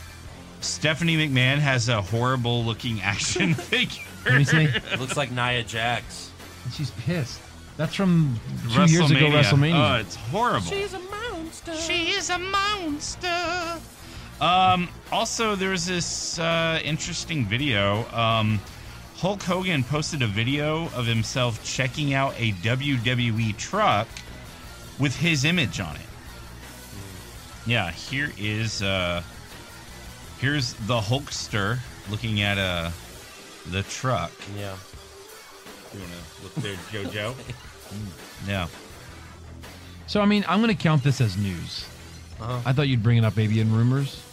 [SPEAKER 5] Stephanie McMahon has a horrible looking action figure.
[SPEAKER 2] Let me see.
[SPEAKER 1] Looks like Nia Jax.
[SPEAKER 2] She's pissed. That's from two years ago WrestleMania.
[SPEAKER 1] Uh,
[SPEAKER 5] Oh, it's horrible.
[SPEAKER 14] a monster. She is a monster.
[SPEAKER 5] Um, also, there's this uh, interesting video. Um, Hulk Hogan posted a video of himself checking out a WWE truck with his image on it. Yeah, here is uh, here's the Hulkster looking at uh, the truck.
[SPEAKER 1] Yeah.
[SPEAKER 5] You wanna look there, JoJo? yeah.
[SPEAKER 2] So I mean, I'm gonna count this as news.
[SPEAKER 1] Uh-huh.
[SPEAKER 2] I thought you'd bring it up maybe in rumors,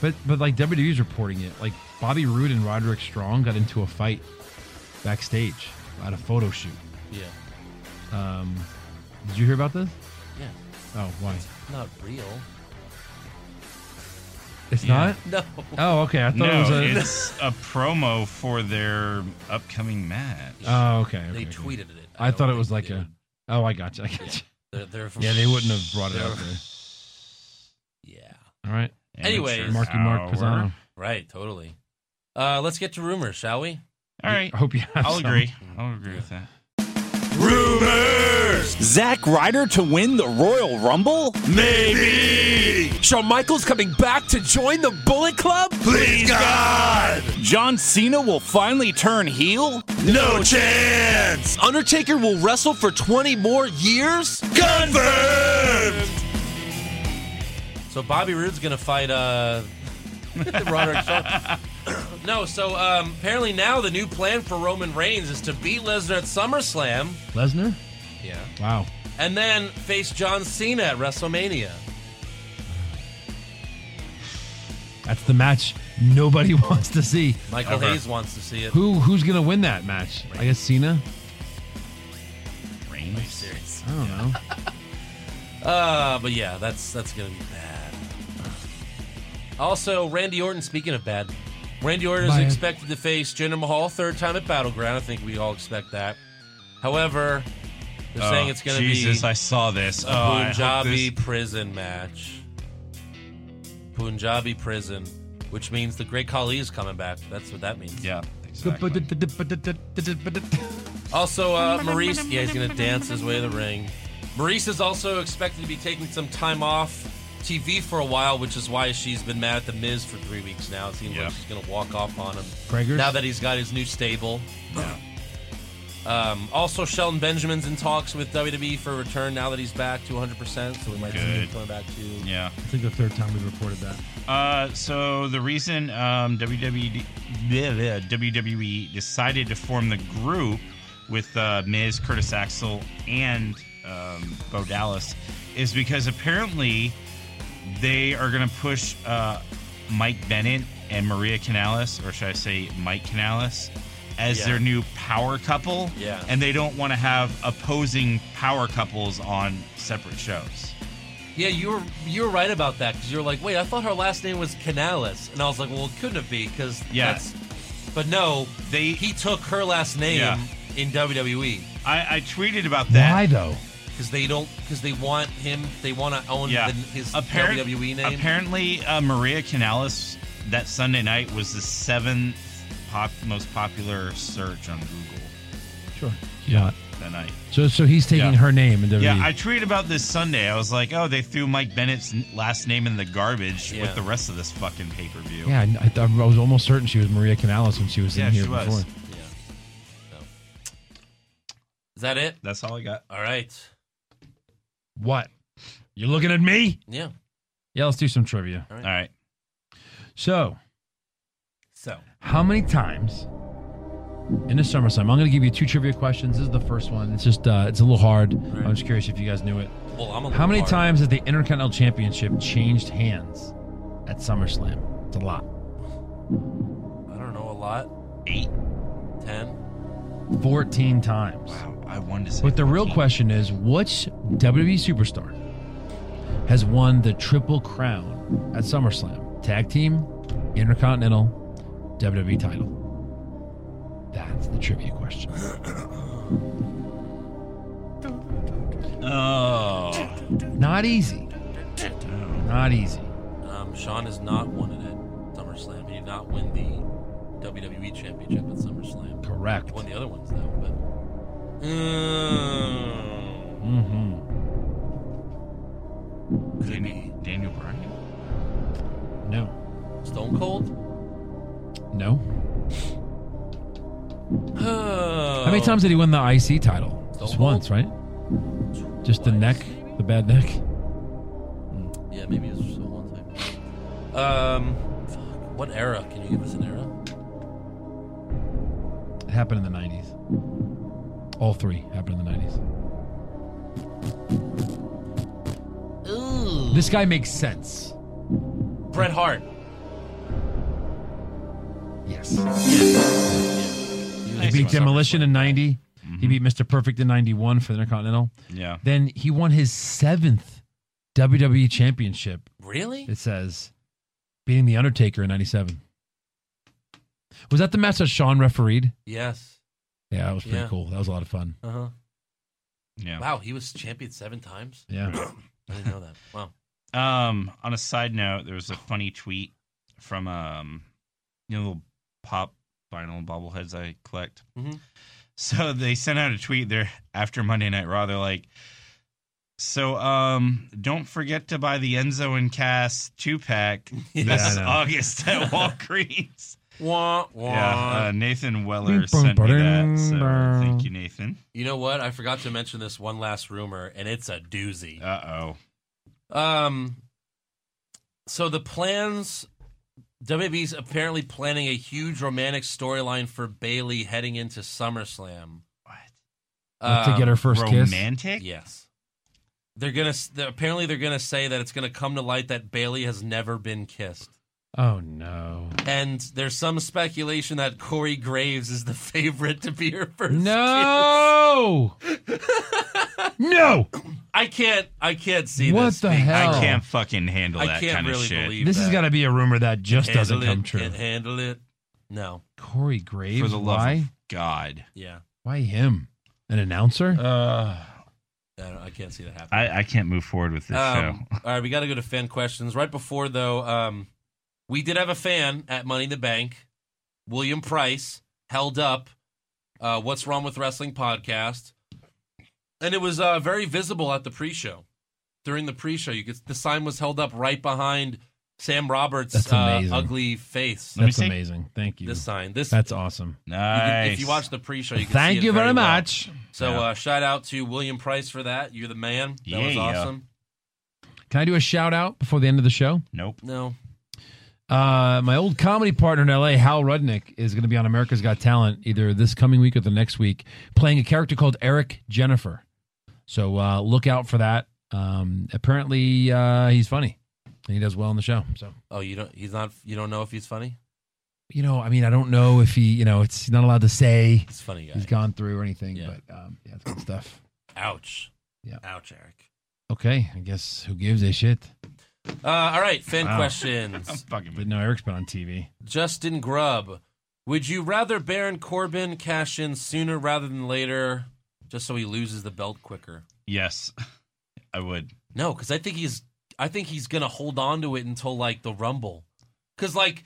[SPEAKER 2] but but like WWE's reporting it. Like Bobby Roode and Roderick Strong got into a fight backstage at a photo shoot.
[SPEAKER 1] Yeah.
[SPEAKER 2] Um, did you hear about this?
[SPEAKER 1] Yeah.
[SPEAKER 2] Oh, why?
[SPEAKER 1] Not real.
[SPEAKER 2] It's
[SPEAKER 5] Yeah.
[SPEAKER 1] not. No.
[SPEAKER 2] Oh, okay. I thought
[SPEAKER 5] no,
[SPEAKER 2] it was a.
[SPEAKER 5] it's a promo for their upcoming match.
[SPEAKER 2] Oh, okay.
[SPEAKER 1] They
[SPEAKER 2] okay, okay.
[SPEAKER 1] tweeted it.
[SPEAKER 2] I, thought it was like a. Oh, I got you. I got you.
[SPEAKER 1] They're, they're from-
[SPEAKER 2] yeah, they wouldn't have brought it
[SPEAKER 1] they're-
[SPEAKER 2] up there.
[SPEAKER 1] Yeah.
[SPEAKER 2] All right. uh,
[SPEAKER 1] Anyways.
[SPEAKER 2] Marky Mark Pisano.
[SPEAKER 1] Right, totally. Uh, let's get to rumors, shall we?
[SPEAKER 5] All right.
[SPEAKER 2] I hope you. Have
[SPEAKER 5] I'll
[SPEAKER 2] some.
[SPEAKER 5] agree. I'll agree with that.
[SPEAKER 7] Rumors! Zack Ryder to win the Royal Rumble? Maybe! Shawn Michaels coming back to join the Bullet Club? Please, God! John Cena will finally turn heel? No chance!
[SPEAKER 1] Undertaker will wrestle for 20 more years? Confirmed! So Bobby Roode's gonna fight uh Roderick Strong. no, so um, apparently now the new plan for Roman Reigns is to beat Lesnar at SummerSlam.
[SPEAKER 2] Lesnar.
[SPEAKER 1] Yeah.
[SPEAKER 2] Wow.
[SPEAKER 1] And then face John Cena at WrestleMania.
[SPEAKER 2] That's the match nobody wants to see.
[SPEAKER 1] Michael Hayes wants to see it.
[SPEAKER 2] Who who's gonna win that match? I guess Cena.
[SPEAKER 7] Oh,
[SPEAKER 1] Reigns? Are you serious?
[SPEAKER 2] I don't know.
[SPEAKER 1] Uh, but yeah, that's that's gonna be bad. Also, Randy Orton. Speaking of bad, Randy Orton
[SPEAKER 2] Bad.
[SPEAKER 1] is expected to face Jinder Mahal third time at Battleground. I think we all expect that. However, they're
[SPEAKER 5] Oh,
[SPEAKER 1] saying it's gonna
[SPEAKER 5] Jesus,
[SPEAKER 1] be
[SPEAKER 5] I saw this.
[SPEAKER 1] a
[SPEAKER 5] Oh, I hope
[SPEAKER 1] Punjabi
[SPEAKER 5] this-
[SPEAKER 1] prison match. Punjabi prison, which means the Great Khali is coming back. That's what that means.
[SPEAKER 5] Yeah.
[SPEAKER 1] Also, uh, Maurice, yeah, he's going to dance his way to the ring. Maurice is also expected to be taking some time off TV for a while, which is why she's been mad at The Miz for three weeks now. It seems like she's going to walk off on him.
[SPEAKER 2] Gregor's?
[SPEAKER 1] Now that he's got his new stable. Um, also, Sheldon Benjamin's in talks with WWE for a return now that he's back to 100%, so we might see him
[SPEAKER 5] Good.
[SPEAKER 1] coming back to.
[SPEAKER 5] Yeah.
[SPEAKER 2] I think the third time we've reported that.
[SPEAKER 5] Uh, so the reason um, WWE, bleh, bleh, WWE decided to form the group with uh, Miz, Curtis Axel, and um, Bo Dallas is because apparently they are going to push uh, Mike Bennett and Maria Canales, or should I say Mike Canales, as
[SPEAKER 1] Yeah.
[SPEAKER 5] their new power couple.
[SPEAKER 1] Yeah.
[SPEAKER 5] And they don't want to have opposing power couples on separate shows.
[SPEAKER 1] Yeah, you were you were right about that because you were like, wait, I thought her last name was Canales, and I was like, well, it couldn't have be because
[SPEAKER 5] Yeah.
[SPEAKER 1] that's. But no,
[SPEAKER 5] they
[SPEAKER 1] he took her last name
[SPEAKER 5] Yeah.
[SPEAKER 1] in WWE
[SPEAKER 5] I, I tweeted about that.
[SPEAKER 2] Why though?
[SPEAKER 1] because they don't because they want him they want to own
[SPEAKER 5] Yeah.
[SPEAKER 1] the, his
[SPEAKER 5] Apparent-
[SPEAKER 1] WWE name.
[SPEAKER 5] Apparently, uh, Maria Canales that Sunday night was the seventh pop, most popular search on Google
[SPEAKER 2] Sure. Yeah.
[SPEAKER 5] that night.
[SPEAKER 2] So so he's taking
[SPEAKER 5] Yeah.
[SPEAKER 2] her name in E. WWE.
[SPEAKER 5] Yeah, I tweeted about this Sunday. I was like, "Oh, they threw Mike Bennett's n- last name in the garbage with the rest of this fucking pay per view."
[SPEAKER 2] Yeah, I, I, I was almost certain she was Maria Canales when she was
[SPEAKER 5] Yeah,
[SPEAKER 2] in here
[SPEAKER 5] she was.
[SPEAKER 2] before.
[SPEAKER 1] Yeah. So. Is that it?
[SPEAKER 5] That's all I got.
[SPEAKER 1] All right.
[SPEAKER 2] What? You looking at me?
[SPEAKER 1] Yeah.
[SPEAKER 2] Yeah, let's do some trivia.
[SPEAKER 1] All
[SPEAKER 5] right. All right.
[SPEAKER 2] So,
[SPEAKER 1] So.
[SPEAKER 2] how many times in the SummerSlam? I'm going to give you two trivia questions. This is the first one. It's just uh, it's a little hard. I'm just curious if you guys knew it.
[SPEAKER 1] Well, I'm a little
[SPEAKER 2] How many
[SPEAKER 1] hard.
[SPEAKER 2] times has the Intercontinental Championship changed hands at SummerSlam? It's a lot.
[SPEAKER 1] I don't know a lot.
[SPEAKER 5] Eight,
[SPEAKER 1] ten.
[SPEAKER 2] 14 times.
[SPEAKER 5] Wow, I wanted to say.
[SPEAKER 2] But the real question is which WWE superstar has won the Triple Crown at SummerSlam? Tag team, Intercontinental, WWE title. That's the trivia question.
[SPEAKER 5] Oh.
[SPEAKER 2] Not easy. Not easy.
[SPEAKER 1] Um, Sean has not won it at SummerSlam. He did not win the WWE Championship at SummerSlam.
[SPEAKER 2] Correct.
[SPEAKER 1] He won the other ones though, but. Mm.
[SPEAKER 2] Mm-hmm.
[SPEAKER 5] Daniel, Daniel Bryan.
[SPEAKER 2] No.
[SPEAKER 1] Stone Cold.
[SPEAKER 2] No.
[SPEAKER 1] How
[SPEAKER 2] How many times did he win Uh, the IC title?
[SPEAKER 1] Stone
[SPEAKER 2] Just
[SPEAKER 1] Cold?
[SPEAKER 2] once, right? Just the neck, the bad neck.
[SPEAKER 1] Yeah, maybe it was just one time. Um, fuck. What era? Can you give us an era?
[SPEAKER 2] It happened in the 90s. All three happened in the 90s. This guy makes sense.
[SPEAKER 1] Bret Hart.
[SPEAKER 2] Yes.
[SPEAKER 1] Nice
[SPEAKER 2] he beat
[SPEAKER 1] one.
[SPEAKER 2] Demolition in 90. He beat Mr. Perfect in 91 for the Intercontinental.
[SPEAKER 5] Yeah.
[SPEAKER 2] Then he won his seventh WWE championship.
[SPEAKER 1] Really?
[SPEAKER 2] It says beating The Undertaker in 97. Was that the match that Sean refereed?
[SPEAKER 1] Yes.
[SPEAKER 2] Yeah, that was pretty
[SPEAKER 1] Yeah.
[SPEAKER 2] cool. That was a lot of fun.
[SPEAKER 1] Uh huh.
[SPEAKER 5] Yeah.
[SPEAKER 1] Wow, he was champion seven times.
[SPEAKER 2] Yeah.
[SPEAKER 1] I didn't know that. Wow.
[SPEAKER 5] Um, on a side note, there was a funny tweet from um, you know, little pop vinyl bobbleheads I collect.
[SPEAKER 1] Mhm.
[SPEAKER 5] So they sent out a tweet there after Monday Night Raw. They're like, "So um, don't forget to buy the Enzo and Cass two pack
[SPEAKER 1] Yeah,
[SPEAKER 5] this
[SPEAKER 1] I know.
[SPEAKER 5] August at Walgreens."
[SPEAKER 1] Wah, wah.
[SPEAKER 5] yeah, uh, Nathan Weller sent me that. So thank you, Nathan.
[SPEAKER 1] You know what? I forgot to mention this one last rumor, and it's a doozy.
[SPEAKER 5] Uh
[SPEAKER 1] Um. So the plans, WWE's apparently planning a huge romantic storyline for Bailey heading into SummerSlam. Um, What?
[SPEAKER 2] Like to get her first kiss?
[SPEAKER 5] Romantic?
[SPEAKER 1] Yes. They're gonna. s- They're, apparently, they're gonna say that it's gonna come to light that Bailey has never been kissed,
[SPEAKER 2] Oh, no.
[SPEAKER 1] and there's some speculation that Corey Graves is the favorite to be her first.
[SPEAKER 2] No! no!
[SPEAKER 1] kiss. I can't. I can't see
[SPEAKER 2] What
[SPEAKER 1] this.
[SPEAKER 2] the
[SPEAKER 1] being-
[SPEAKER 2] hell?
[SPEAKER 5] oh, I can't fucking handle
[SPEAKER 1] I
[SPEAKER 5] that
[SPEAKER 1] can't
[SPEAKER 5] kind
[SPEAKER 1] really
[SPEAKER 5] of shit.
[SPEAKER 1] believe
[SPEAKER 2] This has
[SPEAKER 1] that.
[SPEAKER 2] got to be a rumor that just
[SPEAKER 1] Can't
[SPEAKER 2] doesn't
[SPEAKER 1] handle
[SPEAKER 2] come
[SPEAKER 1] it,
[SPEAKER 2] true.
[SPEAKER 1] Can't handle it. No.
[SPEAKER 2] Corey Graves?
[SPEAKER 5] For the love
[SPEAKER 2] why?
[SPEAKER 5] of God.
[SPEAKER 1] Yeah.
[SPEAKER 2] Why him? An announcer?
[SPEAKER 5] Uh,
[SPEAKER 1] I, don't, I can't see that happening.
[SPEAKER 5] I, I can't move forward with this show.
[SPEAKER 1] Um, all right, we got to go to fan questions. Right before though, um, we did have a fan at Money in the Bank, William Price, held up uh, "What's Wrong with Wrestling" podcast, and it was uh, very visible at the pre-show. during the pre-show. You could the sign was held up right behind Sam Roberts'
[SPEAKER 2] That's
[SPEAKER 1] uh,
[SPEAKER 2] amazing.
[SPEAKER 1] ugly face.
[SPEAKER 2] That's amazing. Thank you.
[SPEAKER 1] This sign. This
[SPEAKER 2] That's awesome.
[SPEAKER 1] you can- if you watch the pre-show, you can
[SPEAKER 2] Thank
[SPEAKER 1] see it
[SPEAKER 2] you very
[SPEAKER 1] well.
[SPEAKER 2] much.
[SPEAKER 1] So
[SPEAKER 2] Yeah.
[SPEAKER 1] uh, shout out to William Price for that. You're the man. That was
[SPEAKER 2] Yeah.
[SPEAKER 1] awesome.
[SPEAKER 2] Can I do a shout out before the end of the show?
[SPEAKER 5] Nope.
[SPEAKER 1] No.
[SPEAKER 2] Uh, my old comedy partner in LA, Hal Rudnick, is going to be on America's Got Talent either this coming week or the next week, playing a character called Eric Jennifer. So uh, look out for that. Um, apparently, uh, he's funny. And he does well on the show. So,
[SPEAKER 1] Oh, you don't. He's not. You don't know if he's funny.
[SPEAKER 2] you know, I mean, I don't know if he, you know, it's he's not allowed to say
[SPEAKER 1] He's a funny guy.
[SPEAKER 2] he's gone through or anything, but um, yeah, it's good stuff.
[SPEAKER 1] Ouch. Yeah. Ouch, Eric.
[SPEAKER 2] Okay, I guess who gives a shit?
[SPEAKER 1] Uh, all right, fan
[SPEAKER 2] Wow.
[SPEAKER 1] questions.
[SPEAKER 2] But no, Eric's been on TV.
[SPEAKER 1] Justin Grubb. Would you rather Baron Corbin cash in sooner rather than later just so he loses the belt quicker?
[SPEAKER 5] Yes, I would.
[SPEAKER 1] No, cuz I think he's I think he's going to hold on to it until like the Rumble. Cuz like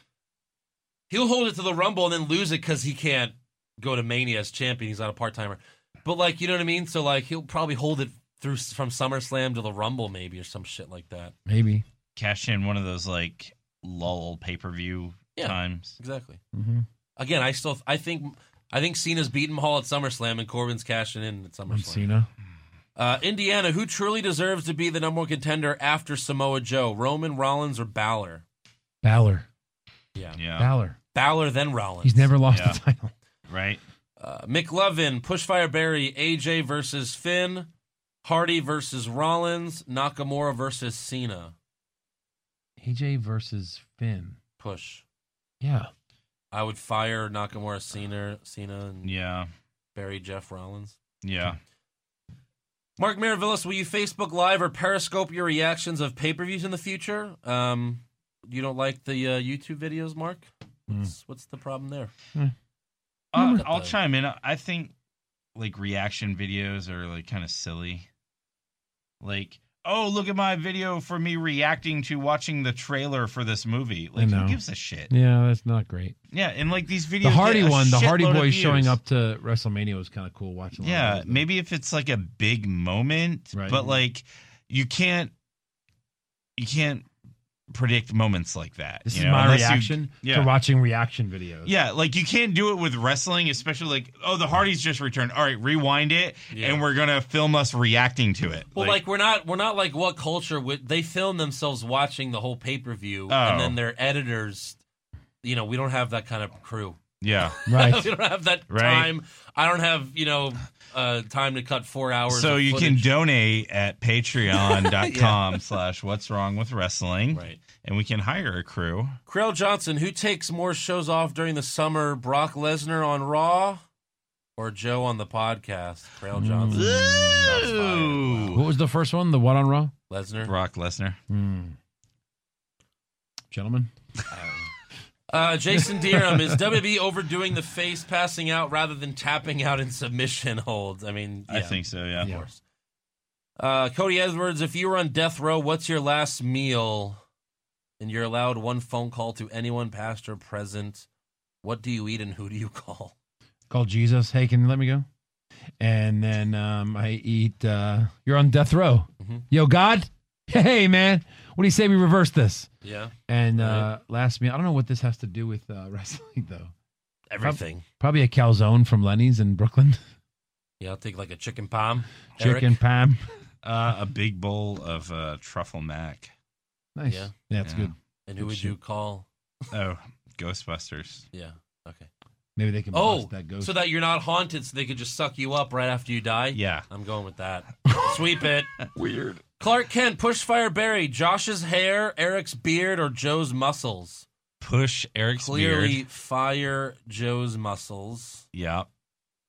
[SPEAKER 1] he'll hold it to the Rumble and then lose it cuz he can't go to Mania as champion. He's not a part-timer. But like, you know what I mean? So like he'll probably hold it through from SummerSlam to the Rumble maybe or some shit like that.
[SPEAKER 2] Maybe.
[SPEAKER 5] Cash in one of those like lull pay per view
[SPEAKER 1] Yeah.
[SPEAKER 5] times.
[SPEAKER 1] Exactly.
[SPEAKER 2] Mhm.
[SPEAKER 1] Again, I still I think I think Cena's beaten Hall at SummerSlam and Corbin's cashing in at SummerSlam.
[SPEAKER 2] I'm Cena.
[SPEAKER 1] Uh, Indiana, who truly deserves to be the number one contender after Samoa Joe? Roman, Rollins, or Balor?
[SPEAKER 2] Balor.
[SPEAKER 1] Yeah.
[SPEAKER 5] yeah.
[SPEAKER 2] Balor.
[SPEAKER 1] Balor, then Rollins.
[SPEAKER 2] He's never lost the title.
[SPEAKER 5] Right.
[SPEAKER 1] Uh, McLovin, Pushfire Barry, AJ versus Finn, Hardy versus Rollins, Nakamura versus Cena.
[SPEAKER 2] AJ versus Finn.
[SPEAKER 1] Push.
[SPEAKER 2] Yeah.
[SPEAKER 1] I would fire Nakamura, Cena, Cena, and
[SPEAKER 5] yeah,
[SPEAKER 1] Barry, Jeff Rollins.
[SPEAKER 5] Yeah.
[SPEAKER 1] Mark Miravillis, will you Facebook Live or Periscope your reactions of pay per views in the future? Um, you don't like the uh, YouTube videos, Mark? What's, what's the problem there?
[SPEAKER 5] Uh,
[SPEAKER 1] Remember-
[SPEAKER 5] I'll chime in. I think like reaction videos are like kind of silly. Like, oh, look at my video for me reacting to watching the trailer for this movie. Like,
[SPEAKER 2] know.
[SPEAKER 5] who gives a shit?
[SPEAKER 2] Yeah, that's not great.
[SPEAKER 5] Yeah, and like these videos.
[SPEAKER 2] The Hardy
[SPEAKER 5] get a
[SPEAKER 2] one, the Hardy
[SPEAKER 5] shitload of
[SPEAKER 2] Boys showing
[SPEAKER 5] views.
[SPEAKER 2] up to WrestleMania was kind of cool watching. a lot of
[SPEAKER 5] Yeah,
[SPEAKER 2] those.
[SPEAKER 5] maybe if it's like a big moment,
[SPEAKER 2] Right.
[SPEAKER 5] but like you can't, you can't predict moments like that.
[SPEAKER 2] This
[SPEAKER 5] you
[SPEAKER 2] is
[SPEAKER 5] know,
[SPEAKER 2] my
[SPEAKER 5] unless you-
[SPEAKER 2] reaction
[SPEAKER 5] yeah.
[SPEAKER 2] to watching reaction videos.
[SPEAKER 5] Yeah, like you can't do it with wrestling, especially like, oh, the Hardys just returned. All right, rewind it, and we're gonna film us reacting to it.
[SPEAKER 1] Well, like, we're not we're not like what culture would they film themselves watching the whole pay per view and
[SPEAKER 5] Oh.
[SPEAKER 1] then their editors. You know, we don't have that kind of crew.
[SPEAKER 5] yeah,
[SPEAKER 1] we don't have that
[SPEAKER 5] Right.
[SPEAKER 1] time. I don't have you know uh, time to cut four hours.
[SPEAKER 5] So
[SPEAKER 1] of
[SPEAKER 5] you
[SPEAKER 1] footage.
[SPEAKER 5] can donate at Patreon.com/slash What's Wrong with Wrestling, right? And we can hire a crew.
[SPEAKER 1] Krell Johnson, who takes more shows off during the summer, Brock Lesnar on Raw or Joe on the podcast? Krell
[SPEAKER 5] Mm.
[SPEAKER 1] Johnson. Shots fired.
[SPEAKER 2] What was the first one? The what on Raw? Hmm.
[SPEAKER 1] Wow. Lesnar.
[SPEAKER 5] Brock Lesnar.
[SPEAKER 2] Gentlemen.
[SPEAKER 1] Uh, Jason Deerham, is WB overdoing the face passing out rather than tapping out in submission holds? I mean,
[SPEAKER 5] I
[SPEAKER 1] yeah.
[SPEAKER 5] think so. Yeah.
[SPEAKER 1] Of course. Uh, Cody Edwards, if you were on death row, what's your last meal? And you're allowed one phone call to anyone, past or present. What do you eat and who do you call?
[SPEAKER 2] Called Jesus. Hey, can you let me go? And then um, I eat. Uh, you're on death row.
[SPEAKER 5] Mm-hmm.
[SPEAKER 2] Yo, God. Hey, man. What do you say we reverse this?
[SPEAKER 1] Yeah.
[SPEAKER 2] And uh, last meal. I don't know what this has to do with uh, wrestling though.
[SPEAKER 1] Everything.
[SPEAKER 2] Probably a calzone from Lenny's in Brooklyn.
[SPEAKER 1] Yeah, I'll take like a chicken palm.
[SPEAKER 2] Chicken Pam.
[SPEAKER 5] Uh, a big bowl of uh, truffle mac.
[SPEAKER 2] Nice.
[SPEAKER 1] Yeah.
[SPEAKER 2] Yeah, that's good.
[SPEAKER 1] And
[SPEAKER 5] Good
[SPEAKER 1] who would you
[SPEAKER 5] shit.
[SPEAKER 1] call?
[SPEAKER 5] Oh, Ghostbusters.
[SPEAKER 1] Yeah. Okay.
[SPEAKER 2] Maybe they can.
[SPEAKER 1] Oh,
[SPEAKER 2] bust that ghost.
[SPEAKER 1] so that you're not haunted, so they could just suck you up right after you die.
[SPEAKER 5] Yeah.
[SPEAKER 1] I'm going with that. Sweep it.
[SPEAKER 5] Weird.
[SPEAKER 1] Clark Kent, push fire Barry, Josh's hair, Eric's beard, or Joe's muscles.
[SPEAKER 5] Push Eric's
[SPEAKER 1] Clearly,
[SPEAKER 5] beard.
[SPEAKER 1] fire Joe's muscles.
[SPEAKER 5] Yeah.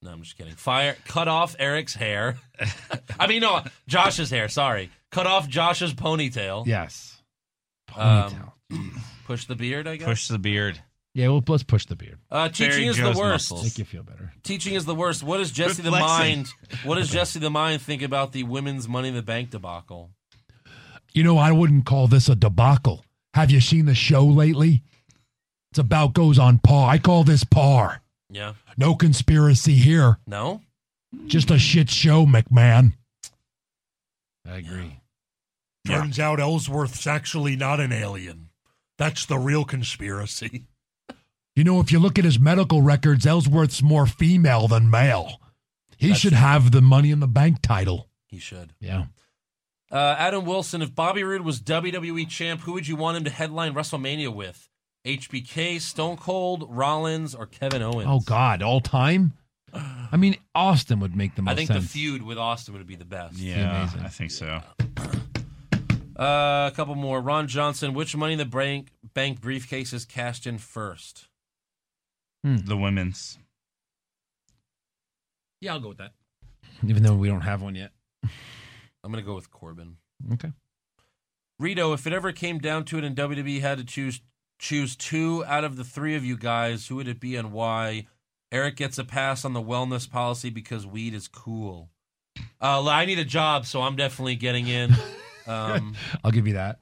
[SPEAKER 1] No, I'm just kidding. Fire, cut off Eric's hair. I mean, no, Josh's hair. Sorry, cut off Josh's ponytail.
[SPEAKER 2] Yes.
[SPEAKER 11] Um,
[SPEAKER 1] Ponytail. push the beard. I guess.
[SPEAKER 5] Push the beard.
[SPEAKER 2] Yeah, well, let's push the beard.
[SPEAKER 1] Uh, teaching
[SPEAKER 5] Barry
[SPEAKER 1] is
[SPEAKER 5] Joe's
[SPEAKER 1] the worst.
[SPEAKER 5] muscles.
[SPEAKER 2] Make you feel better.
[SPEAKER 1] Teaching is the worst. What does Jesse the
[SPEAKER 5] flexing.
[SPEAKER 1] mind? What does Jesse the mind think about the women's Money in the Bank debacle?
[SPEAKER 11] You know, I wouldn't call this a debacle. Have you seen the show lately? It's about goes on par. I call this par.
[SPEAKER 1] Yeah.
[SPEAKER 11] No conspiracy here.
[SPEAKER 1] No.
[SPEAKER 11] Just a shit show, McMahon.
[SPEAKER 2] I agree.
[SPEAKER 12] Turns out Ellsworth's actually not an alien. That's the real conspiracy.
[SPEAKER 11] You know, if you look at his medical records, Ellsworth's more female than male. He should have the money in the bank title.
[SPEAKER 1] He should.
[SPEAKER 11] Yeah.
[SPEAKER 1] Uh, Adam Wilson, if Bobby Roode was WWE champ, who would you want him to headline WrestleMania with? HBK, Stone Cold, Rollins, or Kevin Owens?
[SPEAKER 2] Oh God, all time. I mean, Austin would make the most
[SPEAKER 1] I think
[SPEAKER 2] sense.
[SPEAKER 1] the feud with Austin would be the best.
[SPEAKER 5] Yeah, I think so.
[SPEAKER 1] Uh, a couple more. Ron Johnson, which money in the bank bank briefcase is cashed in first?
[SPEAKER 5] The women's.
[SPEAKER 1] Yeah, I'll go with that.
[SPEAKER 2] Even though we don't have one yet.
[SPEAKER 1] I'm gonna go with Corbin.
[SPEAKER 2] Okay.
[SPEAKER 1] Rito, if it ever came down to it and WWE had to choose choose two out of the three of you guys, who would it be and why? Eric gets a pass on the wellness policy because weed is cool. Uh, I need a job, so I'm definitely getting in. Um,
[SPEAKER 2] I'll give you that.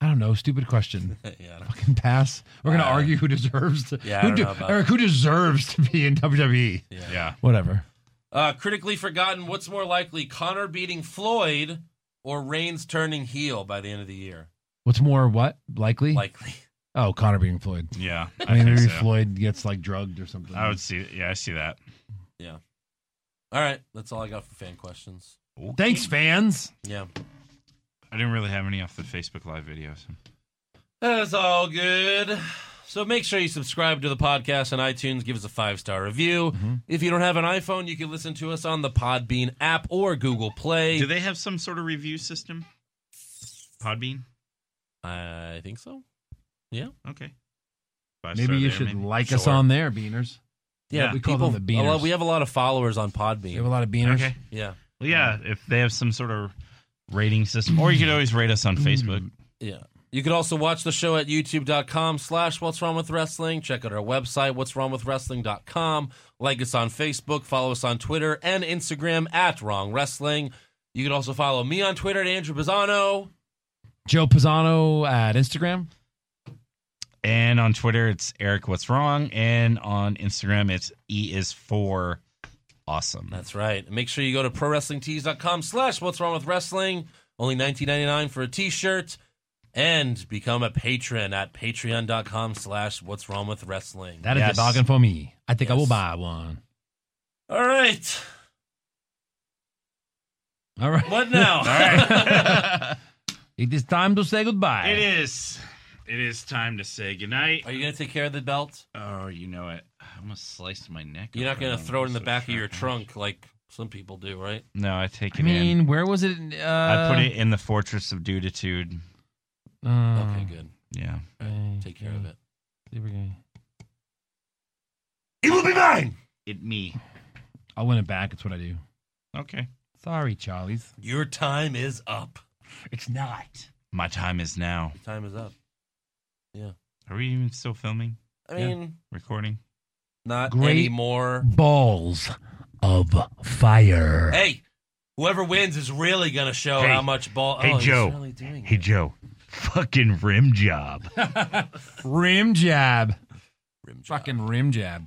[SPEAKER 2] I don't know. Stupid question.
[SPEAKER 1] yeah, I don't-
[SPEAKER 2] Fucking pass. We're gonna
[SPEAKER 1] Uh,
[SPEAKER 2] argue who deserves to.
[SPEAKER 1] yeah, I
[SPEAKER 2] who
[SPEAKER 1] don't know about-
[SPEAKER 2] Eric, who deserves to be in WWE?
[SPEAKER 1] Yeah.
[SPEAKER 2] Whatever.
[SPEAKER 1] Uh, critically forgotten, what's more likely, Connor beating Floyd or Reigns turning heel by the end of the year?
[SPEAKER 2] What's more, what likely?
[SPEAKER 1] Likely.
[SPEAKER 2] Oh, Connor being Floyd.
[SPEAKER 5] Yeah,
[SPEAKER 2] I
[SPEAKER 5] I
[SPEAKER 2] mean,
[SPEAKER 5] think
[SPEAKER 2] maybe
[SPEAKER 5] so.
[SPEAKER 2] Floyd gets like drugged or something.
[SPEAKER 5] I would see. Yeah, I see that.
[SPEAKER 1] Yeah. All right, that's all I got for fan questions.
[SPEAKER 2] Thanks, fans.
[SPEAKER 1] Yeah.
[SPEAKER 5] I didn't really have any off the Facebook Live videos.
[SPEAKER 1] That's all good. So make sure you subscribe to the podcast on iTunes. Give us a five star review. If you don't have an iPhone, you can listen to us on the Podbean app or Google Play.
[SPEAKER 5] Do they have some sort of review system? Podbean.
[SPEAKER 1] I think so. Yeah.
[SPEAKER 5] Okay.
[SPEAKER 2] Maybe you should like us on there, Beaners. we call
[SPEAKER 1] people,
[SPEAKER 2] them the
[SPEAKER 1] a
[SPEAKER 2] Beaners.
[SPEAKER 1] lot- we have a lot of followers on Podbean.
[SPEAKER 2] We have a lot of Beaners.
[SPEAKER 5] Okay.
[SPEAKER 1] Yeah.
[SPEAKER 5] Well, yeah. If they have some sort of rating system, or you could always rate us on
[SPEAKER 2] Mm.
[SPEAKER 5] Facebook.
[SPEAKER 1] Yeah. You could also watch the show at youtube.com slash what's wrong with wrestling. Check out our website, what's wrong with wrestling.com. Like us on Facebook, follow us on Twitter and Instagram at wrong wrestling. You could also follow me on Twitter at Andrew Pisano.
[SPEAKER 2] Joe Pisano at Instagram.
[SPEAKER 5] And on Twitter, it's Eric What's Wrong. And on Instagram, it's E is for awesome.
[SPEAKER 1] That's right. Make sure you go to prowrestlingtees.com slash what's wrong with wrestling. Only nineteen ninety nine for a t shirt. And become a patron at patreon.com slash what's wrong with wrestling.
[SPEAKER 2] That is a bargain for me. I think I will buy one.
[SPEAKER 1] All right.
[SPEAKER 2] All right.
[SPEAKER 1] What now?
[SPEAKER 2] All right. it is time to say goodbye.
[SPEAKER 5] It is. It is time to say goodnight.
[SPEAKER 1] Are you going to take care of the belt?
[SPEAKER 5] Oh, you know it. I almost sliced my neck.
[SPEAKER 1] You're not
[SPEAKER 5] open.
[SPEAKER 1] going to throw it in the
[SPEAKER 5] So
[SPEAKER 1] back of your
[SPEAKER 5] shocked.
[SPEAKER 1] trunk like some people do, right?
[SPEAKER 5] No, I take it
[SPEAKER 2] I mean,
[SPEAKER 5] in.
[SPEAKER 2] where was it? Uh,
[SPEAKER 5] I put it in the fortress of duditude.
[SPEAKER 2] Uh, Uh-huh.
[SPEAKER 1] okay, good.
[SPEAKER 5] Yeah.
[SPEAKER 1] All right, take care of it.
[SPEAKER 12] It will be mine.
[SPEAKER 5] It me.
[SPEAKER 2] I win it back. It's what I do.
[SPEAKER 5] Okay.
[SPEAKER 2] Sorry, Charlie's.
[SPEAKER 1] Your time is up.
[SPEAKER 2] It's not.
[SPEAKER 5] My time is now.
[SPEAKER 1] Time is up. Yeah.
[SPEAKER 5] Are we even still filming?
[SPEAKER 1] I mean,
[SPEAKER 5] Recording?
[SPEAKER 1] not
[SPEAKER 2] Great
[SPEAKER 1] anymore.
[SPEAKER 2] balls of fire.
[SPEAKER 1] Hey, whoever wins is really going to show
[SPEAKER 5] Hey.
[SPEAKER 1] how much ball.
[SPEAKER 5] Hey,
[SPEAKER 1] oh, he's
[SPEAKER 5] Joe.
[SPEAKER 1] really doing
[SPEAKER 5] hey, Joe. Fucking rim job.
[SPEAKER 2] Rim jab. Fucking rim jab.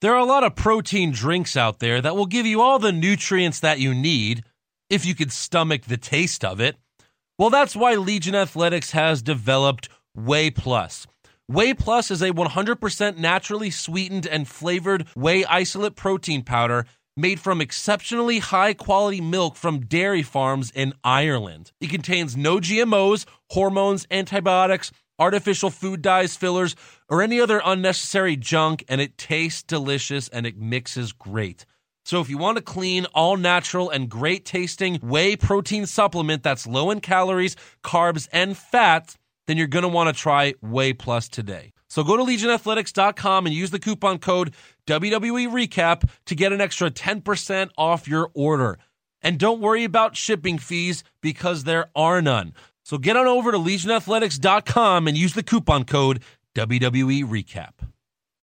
[SPEAKER 1] There are a lot of protein drinks out there that will give you all the nutrients that you need if you could stomach the taste of it. Well, that's why Legion Athletics has developed Whey Plus. Whey Plus is a 100% naturally sweetened and flavored whey isolate protein powder made from exceptionally high quality milk from dairy farms in Ireland. It contains no GMOs, hormones, antibiotics, artificial food dyes, fillers, or any other unnecessary junk, and it tastes delicious and it mixes great. So if you want a clean, all natural, and great tasting whey protein supplement that's low in calories, carbs, and fat, then you're going to want to try Whey Plus today. So go to legionathletics.com and use the coupon code WWE Recap to get an extra 10% off your order. And don't worry about shipping fees because there are none. So get on over to legionathletics.com and use the coupon code WWE E Recap.